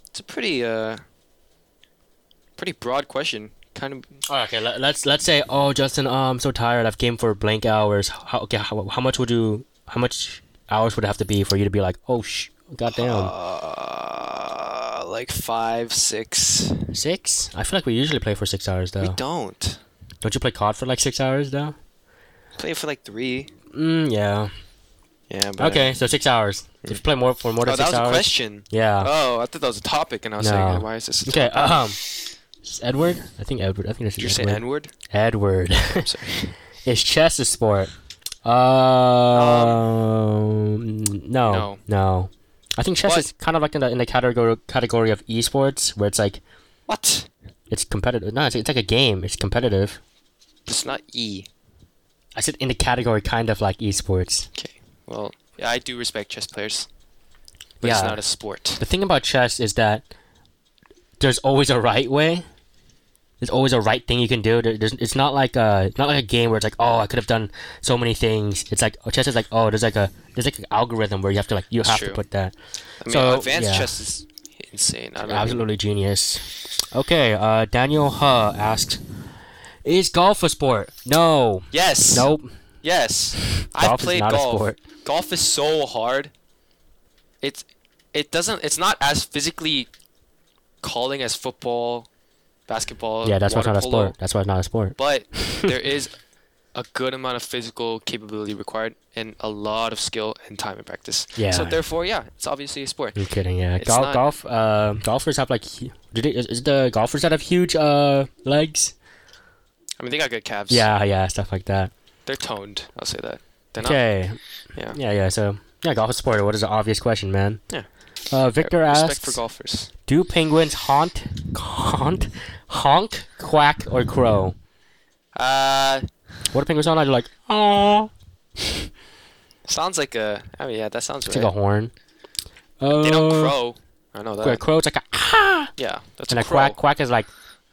B: it's a pretty uh, pretty broad question. Kind of.
A: All right, okay. Let, let's let's say, oh Justin, oh, I'm so tired. I've gamed for blank hours. How okay? How, how much would you? How much hours would it have to be for you to be like, oh sh, goddamn,
B: Uh, like five, six.
A: six? I feel like we usually play for six hours
B: We
A: though.
B: don't
A: Don't you play COD for like six hours though?
B: play for like three.
A: Mm, yeah.
B: Yeah. But
A: Okay, so six hours. If you play more for more than
B: Oh, that
A: six
B: was
A: hours,
B: a question.
A: yeah.
B: Oh, I thought that was a topic, and I was
A: No.
B: like, why is this? a
A: Okay,
B: topic?
A: um, is Edward? I think Edward. I think this
B: Did you
A: is
B: say
A: Edward.
B: N word?
A: Edward.
B: I'm sorry.
A: is chess a sport? Um, no,
B: no.
A: no, I think chess
B: What?
A: is kind of like in the in the category category of esports, where it's like
B: What?
A: it's competitive. No, it's, it's like a game. It's competitive.
B: It's not E.
A: I said in the category kind of like esports.
B: Okay. Well, yeah, I do respect chess players, but it's
A: Yeah.
B: not a sport.
A: The thing about chess is that there's always a right way. There's always a right thing you can do. There, there's, it's not like a it's not like a game where it's like oh I could have done so many things. It's like oh, chess is like oh there's like a there's like an algorithm where you have to like you have
B: true.
A: to put that.
B: I mean,
A: So,
B: advanced
A: yeah.
B: chess is insane. I don't know.
A: Absolutely genius. Okay, uh, Daniel Huh asked, "Is golf a sport?" No,
B: Yes.
A: nope.
B: Yes. I've
A: Golf is
B: played
A: not a
B: golf.
A: sport.
B: Golf is so hard. It's it doesn't it's not as physically calling as football, basketball.
A: Yeah, that's why it's
B: Oh, water
A: not a
B: polo,
A: sport. That's why it's not a sport.
B: But there is a good amount of physical capability required and a lot of skill and time and practice.
A: Yeah.
B: So therefore, yeah, it's obviously a sport.
A: I'm kidding. Yeah,
B: It's
A: golf.
B: not-
A: Golf. Uh, golfers have like. hu- Do they, is, is the golfers that have huge uh legs?
B: I mean, they got good calves.
A: Yeah, yeah, stuff like that.
B: They're toned. I'll say that. They're not.
A: Okay.
B: Oh, Yeah.
A: Yeah, yeah. So yeah, golf is a sport. What is an obvious question, man?
B: Yeah.
A: Uh, Victor
B: Respect
A: asks,
B: for golfers.
A: "Do penguins haunt, haunt, honk, quack, or crow?
B: Uh,
A: What do penguins sound like? They're like, oh,
B: sounds like a. I mean, yeah, that sounds
A: it's
B: right.
A: like a horn. Uh,
B: They don't crow. I know that.
A: Crow, it's like a.
B: Yeah, that's
A: and a
B: a crow.
A: quack quack is like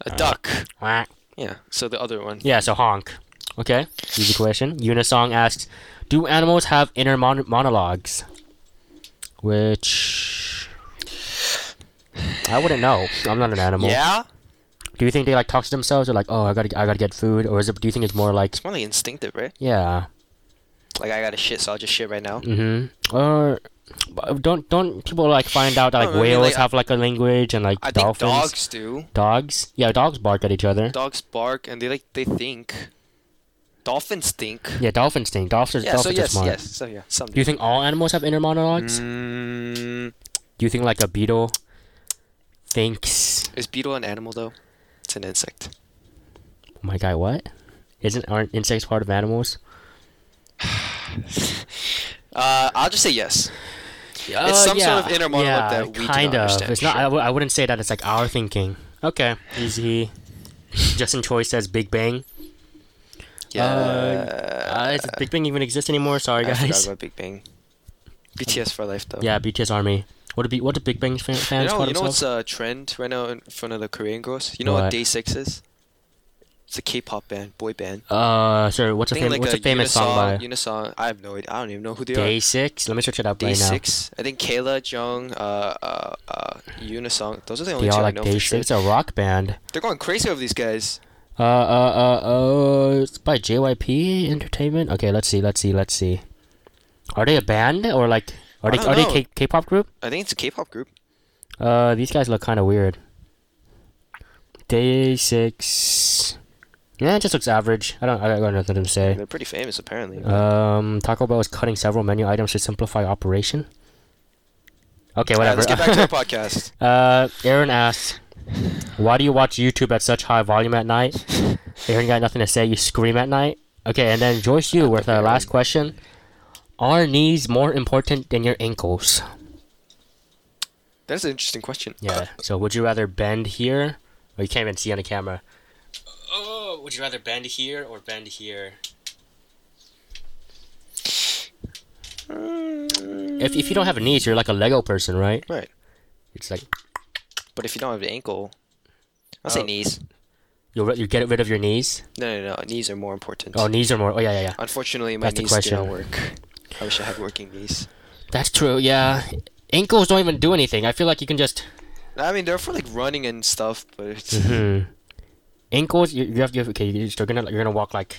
B: A duck.
A: quack.
B: Yeah. So the other one.
A: Yeah, so honk. Okay, easy question. Unisong asks, do animals have inner mon- monologues? Which I wouldn't know. I'm not an animal.
B: Yeah.
A: Do you think they like talk to themselves or like, oh, I gotta, I gotta get food, or is it? Do you think it's more like,
B: It's more like instinctive, right?
A: yeah,
B: Like I gotta shit, so I'll just shit right now.
A: mm-hmm, or but don't don't people like find out that
B: No,
A: like
B: I mean,
A: whales
B: like,
A: have like a language and like
B: I think
A: dolphins,
B: dogs do.
A: dogs, yeah, dogs bark at each other.
B: Dogs bark and they like they think. Dolphins think.
A: yeah, dolphins think. Dolphins,
B: Yeah. So
A: dolphins are
B: yes,
A: smart.
B: yes. So yeah. Some.
A: Do you think all animals have inner monologues?
B: Mm,
A: Do you think like a beetle thinks?
B: is beetle an animal though? It's an insect.
A: Oh my god, what? Isn't aren't insects part of animals?
B: Uh, I'll just say yes.
A: Yeah,
B: It's some sort of inner monologue
A: yeah,
B: that we do not
A: kind of.
B: understand,
A: It's not. I
B: sure.
A: w- I wouldn't say that it's like our thinking. Okay, easy. Justin Choi says Big Bang.
B: Yeah.
A: Uh, is Big Bang even exist anymore? Sorry,
B: I forgot
A: guys.
B: about Big Bang. BTS for life though.
A: Yeah, BTS Army. What do be, what do Big Bang fan,
B: You
A: fans
B: know,
A: call
B: you know
A: themselves?
B: what's a trend right now in front of the Korean girls? You know
A: What?
B: what Day Six is? It's a K-pop band, boy band.
A: uh, sorry. What's a
B: I think
A: famous
B: like
A: what's
B: a,
A: a famous song by
B: Unisong- Unisong. I have no idea. I don't even know who they
A: Day
B: are.
A: Six? Let me search it up
B: Day
A: right now.
B: Six. I think Kayla, Jung, uh, uh, uh, Unisong. Those are the only
A: They
B: two
A: are
B: I
A: like
B: know
A: Day
B: for sure.
A: Six, a rock band.
B: They're going crazy over these guys.
A: Uh, uh, uh, oh, it's by JYP Entertainment. Okay, let's see, let's see, let's see. Are they a band or like are
B: I
A: they
B: don't
A: are they
B: know.
A: K- K-pop group?
B: I think it's a K-pop group.
A: Uh, these guys look kind of weird. Day six. Yeah, it just looks average. I don't. I got nothing to say.
B: They're pretty famous apparently.
A: Um, Taco Bell is cutting several menu items to simplify operation. Okay, whatever.
B: Alright, let's get back to our podcast.
A: Uh, Aaron asks, "Why do you watch YouTube at such high volume at night?" Aaron got nothing to say. You scream at night. Okay, and then Joyce, you with our last question: Are knees more important than your ankles?
B: That's an interesting question.
A: Yeah. So, would you rather bend here? Or you can't even see on the camera. Oh, would you rather bend here or bend here? If, if you don't have knees, you're like a Lego person, right?
B: Right.
A: It's like
B: But if you don't have the ankle, I'll say
A: Oh.
B: knees.
A: you you get rid of your knees.
B: No, no, no. Knees are more important.
A: Oh, knees are more. Oh yeah, yeah, yeah.
B: Unfortunately, my
A: That's the
B: knees do not
A: question.
B: work. I wish I had working knees.
A: That's true. Yeah, ankles don't even do anything. I feel like you can just
B: I mean, they're for like running and stuff, but it's,
A: hmm. ankles. You, you have to okay. You're, just, you're gonna you're gonna walk like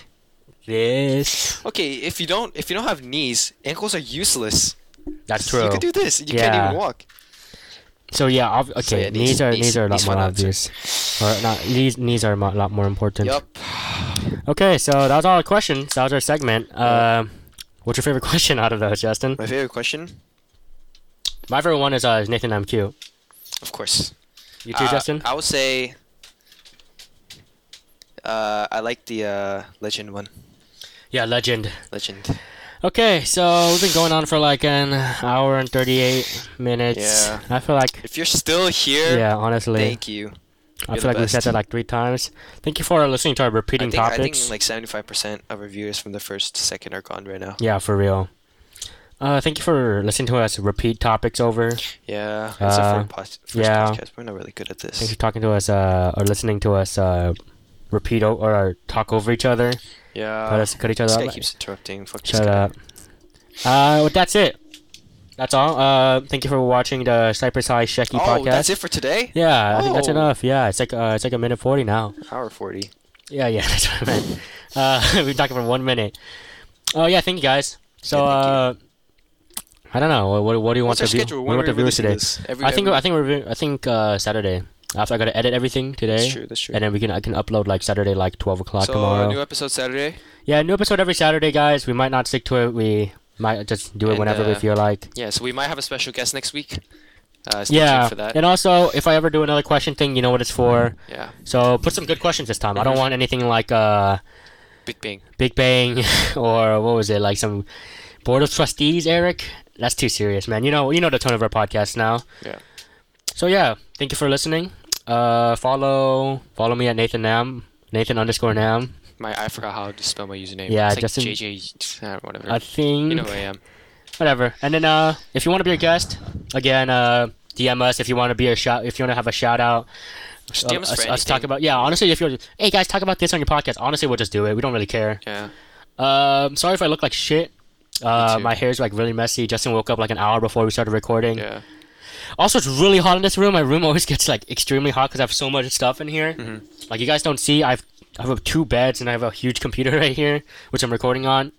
A: this.
B: okay. If you don't, if you don't have knees, ankles are useless.
A: That's
B: You
A: true.
B: could do this. You
A: Yeah.
B: can't even walk.
A: So yeah, ob- okay.
B: yeah,
A: knees,
B: knees-
A: are
B: knees-
A: knees, are a lot
B: knees
A: more
B: for now, too.
A: obvious. Or not knees knees are a mo- lot more important.
B: Yup.
A: Okay, so that was all the questions. That was our segment. Um, what's your favorite question out of those, Justin?
B: My favorite question,
A: My favorite one is uh, is Nathan. I'm cute.
B: of course.
A: You too,
B: Uh,
A: Justin.
B: I would say. Uh, I like the uh, legend one.
A: Yeah, legend.
B: Legend.
A: Okay, so we've been going on for like an hour and 38 minutes.
B: Yeah.
A: I feel like
B: If you're still here,
A: Yeah, honestly,
B: thank you.
A: I feel
B: you're the
A: like we said
B: best.
A: that like three times. Thank you for listening to our
B: I
A: repeating
B: think, I
A: topics.
B: think like 75% of our viewers from the first to second are gone right now.
A: yeah, for real. Uh, thank you for listening to us repeat topics over.
B: Yeah, it's
A: Uh,
B: our first, pos- first
A: yeah.
B: podcast. We're not really good at
A: Thanks for
B: this.
A: talking to us uh, or listening to us uh, repeat o- or talk over each other. Let
B: Yeah.
A: us cut each
B: This
A: other
B: guy
A: up.
B: keeps interrupting. Fuck this
A: Shut
B: guy.
A: up. Uh, well, that's it. That's all. Uh, thank you for watching the Cypress High Shecky
B: Oh,
A: podcast.
B: that's it for today?
A: Yeah, I think that's
B: Oh.
A: enough. Yeah, it's like uh, it's like a minute forty now.
B: Hour 40.
A: Yeah, yeah, that's what I meant. Uh, we've been talking for one minute. Oh yeah, thank you guys. So
B: Yeah, thank you.
A: uh, I don't know. What, what do you want
B: What's our
A: to view?
B: schedule?
A: we
B: When
A: want
B: are
A: the
B: we
A: viewers today?
B: releasing this? Every-
A: I think
B: every-
A: I think we're re- I think uh, Saturday. After I gotta edit everything today,
B: That's true, that's true.
A: and then we can I can upload like Saturday like twelve o'clock
B: so,
A: tomorrow.
B: a new episode Saturday?
A: yeah, new episode every Saturday, guys. We might not stick to it. We might just do it
B: And,
A: whenever we
B: uh,
A: feel like.
B: Yeah, so we might have a special guest next week. Uh, stay
A: Yeah,
B: tuned for that.
A: and also if I ever do another question thing, you know what it's for.
B: yeah,
A: So put some good questions this time. I
B: Mm-hmm.
A: don't want anything like uh.
B: Big Bang.
A: Big Bang or what was it like some Board of Trustees, Eric? That's too serious, man. You know you know the tone of our podcast now.
B: Yeah.
A: So yeah, thank you for listening. Uh, follow follow me at Nathan Nam. Nathan underscore Nam.
B: My I forgot how to spell my username.
A: Yeah,
B: it's like
A: Justin-
B: JJ, uh, whatever.
A: I think
B: you know who I am.
A: whatever. And then uh, if you want to be a guest, again uh, DM us if you want to be a shout. If you want to have a shout out.
B: Just
A: uh,
B: DM us for
A: talk
B: anything.
A: about yeah. Honestly, if you're hey guys, talk about this on your podcast. Honestly, we'll just do it. We don't really care.
B: Yeah.
A: Um, sorry if I look like shit. Uh,
B: too.
A: my hair's like really messy. Justin woke up like an hour before we started recording.
B: Yeah.
A: Also, it's really hot in this room. My room always gets like extremely hot because I have so much stuff in here.
B: Mm-hmm.
A: Like you guys don't see, I've I have two beds and I have a huge computer right here, which I'm recording on.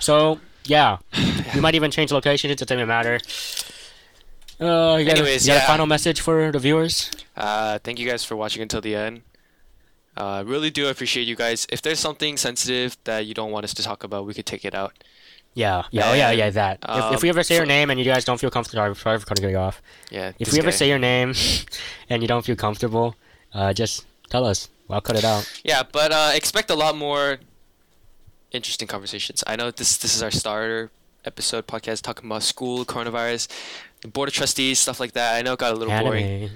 A: So yeah, we might even change location. It doesn't even matter. Uh, you got,
B: Anyways,
A: a, you got
B: yeah.
A: a final message for the viewers?
B: Uh, thank you guys for watching until the end. I uh, really do appreciate you guys. If there's something sensitive that you don't want us to talk about, we could take it out.
A: Yeah, yeah, oh yeah,
B: And,
A: yeah. That if, if we
B: um,
A: ever say your
B: so-
A: name and you guys don't feel comfortable, I'm sorry for cutting you off.
B: Yeah.
A: If
B: this
A: we ever
B: guy.
A: say your name and you don't feel comfortable, uh, just tell us. I'll cut it out.
B: Yeah, but uh, expect a lot more interesting conversations. I know this this is our starter episode podcast talking about school, coronavirus, the board of trustees, stuff like that. I know it got a little boring,
A: Anime.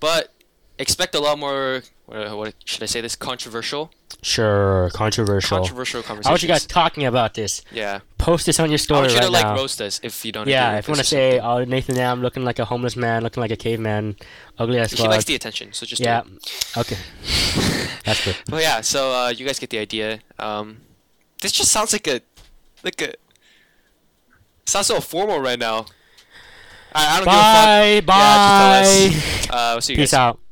B: but expect a lot more. What, what should I say? This controversial,
A: Sure, controversial.
B: controversial
A: I
B: conversations.
A: want you guys talking about this.
B: Yeah,
A: Post this on your
B: I
A: story
B: want you
A: right
B: to like
A: now.
B: roast us if you don't.
A: yeah,
B: agree
A: if you want
B: with
A: to
B: us
A: say,
B: or
A: "Oh, Nathan, I'm looking like a homeless man, looking like a caveman, ugly as
B: something. she likes
A: fuck."
B: the attention, so just do
A: Yeah.
B: it.
A: Okay. That's good.
B: Well, yeah. So uh, you guys get the idea. Um, this just sounds like a like a sounds so formal right now. I, I don't give a fuck.
A: Bye,
B: Yeah, just tell
A: bye.
B: us. Uh, we'll see you
A: Peace
B: guys.
A: out.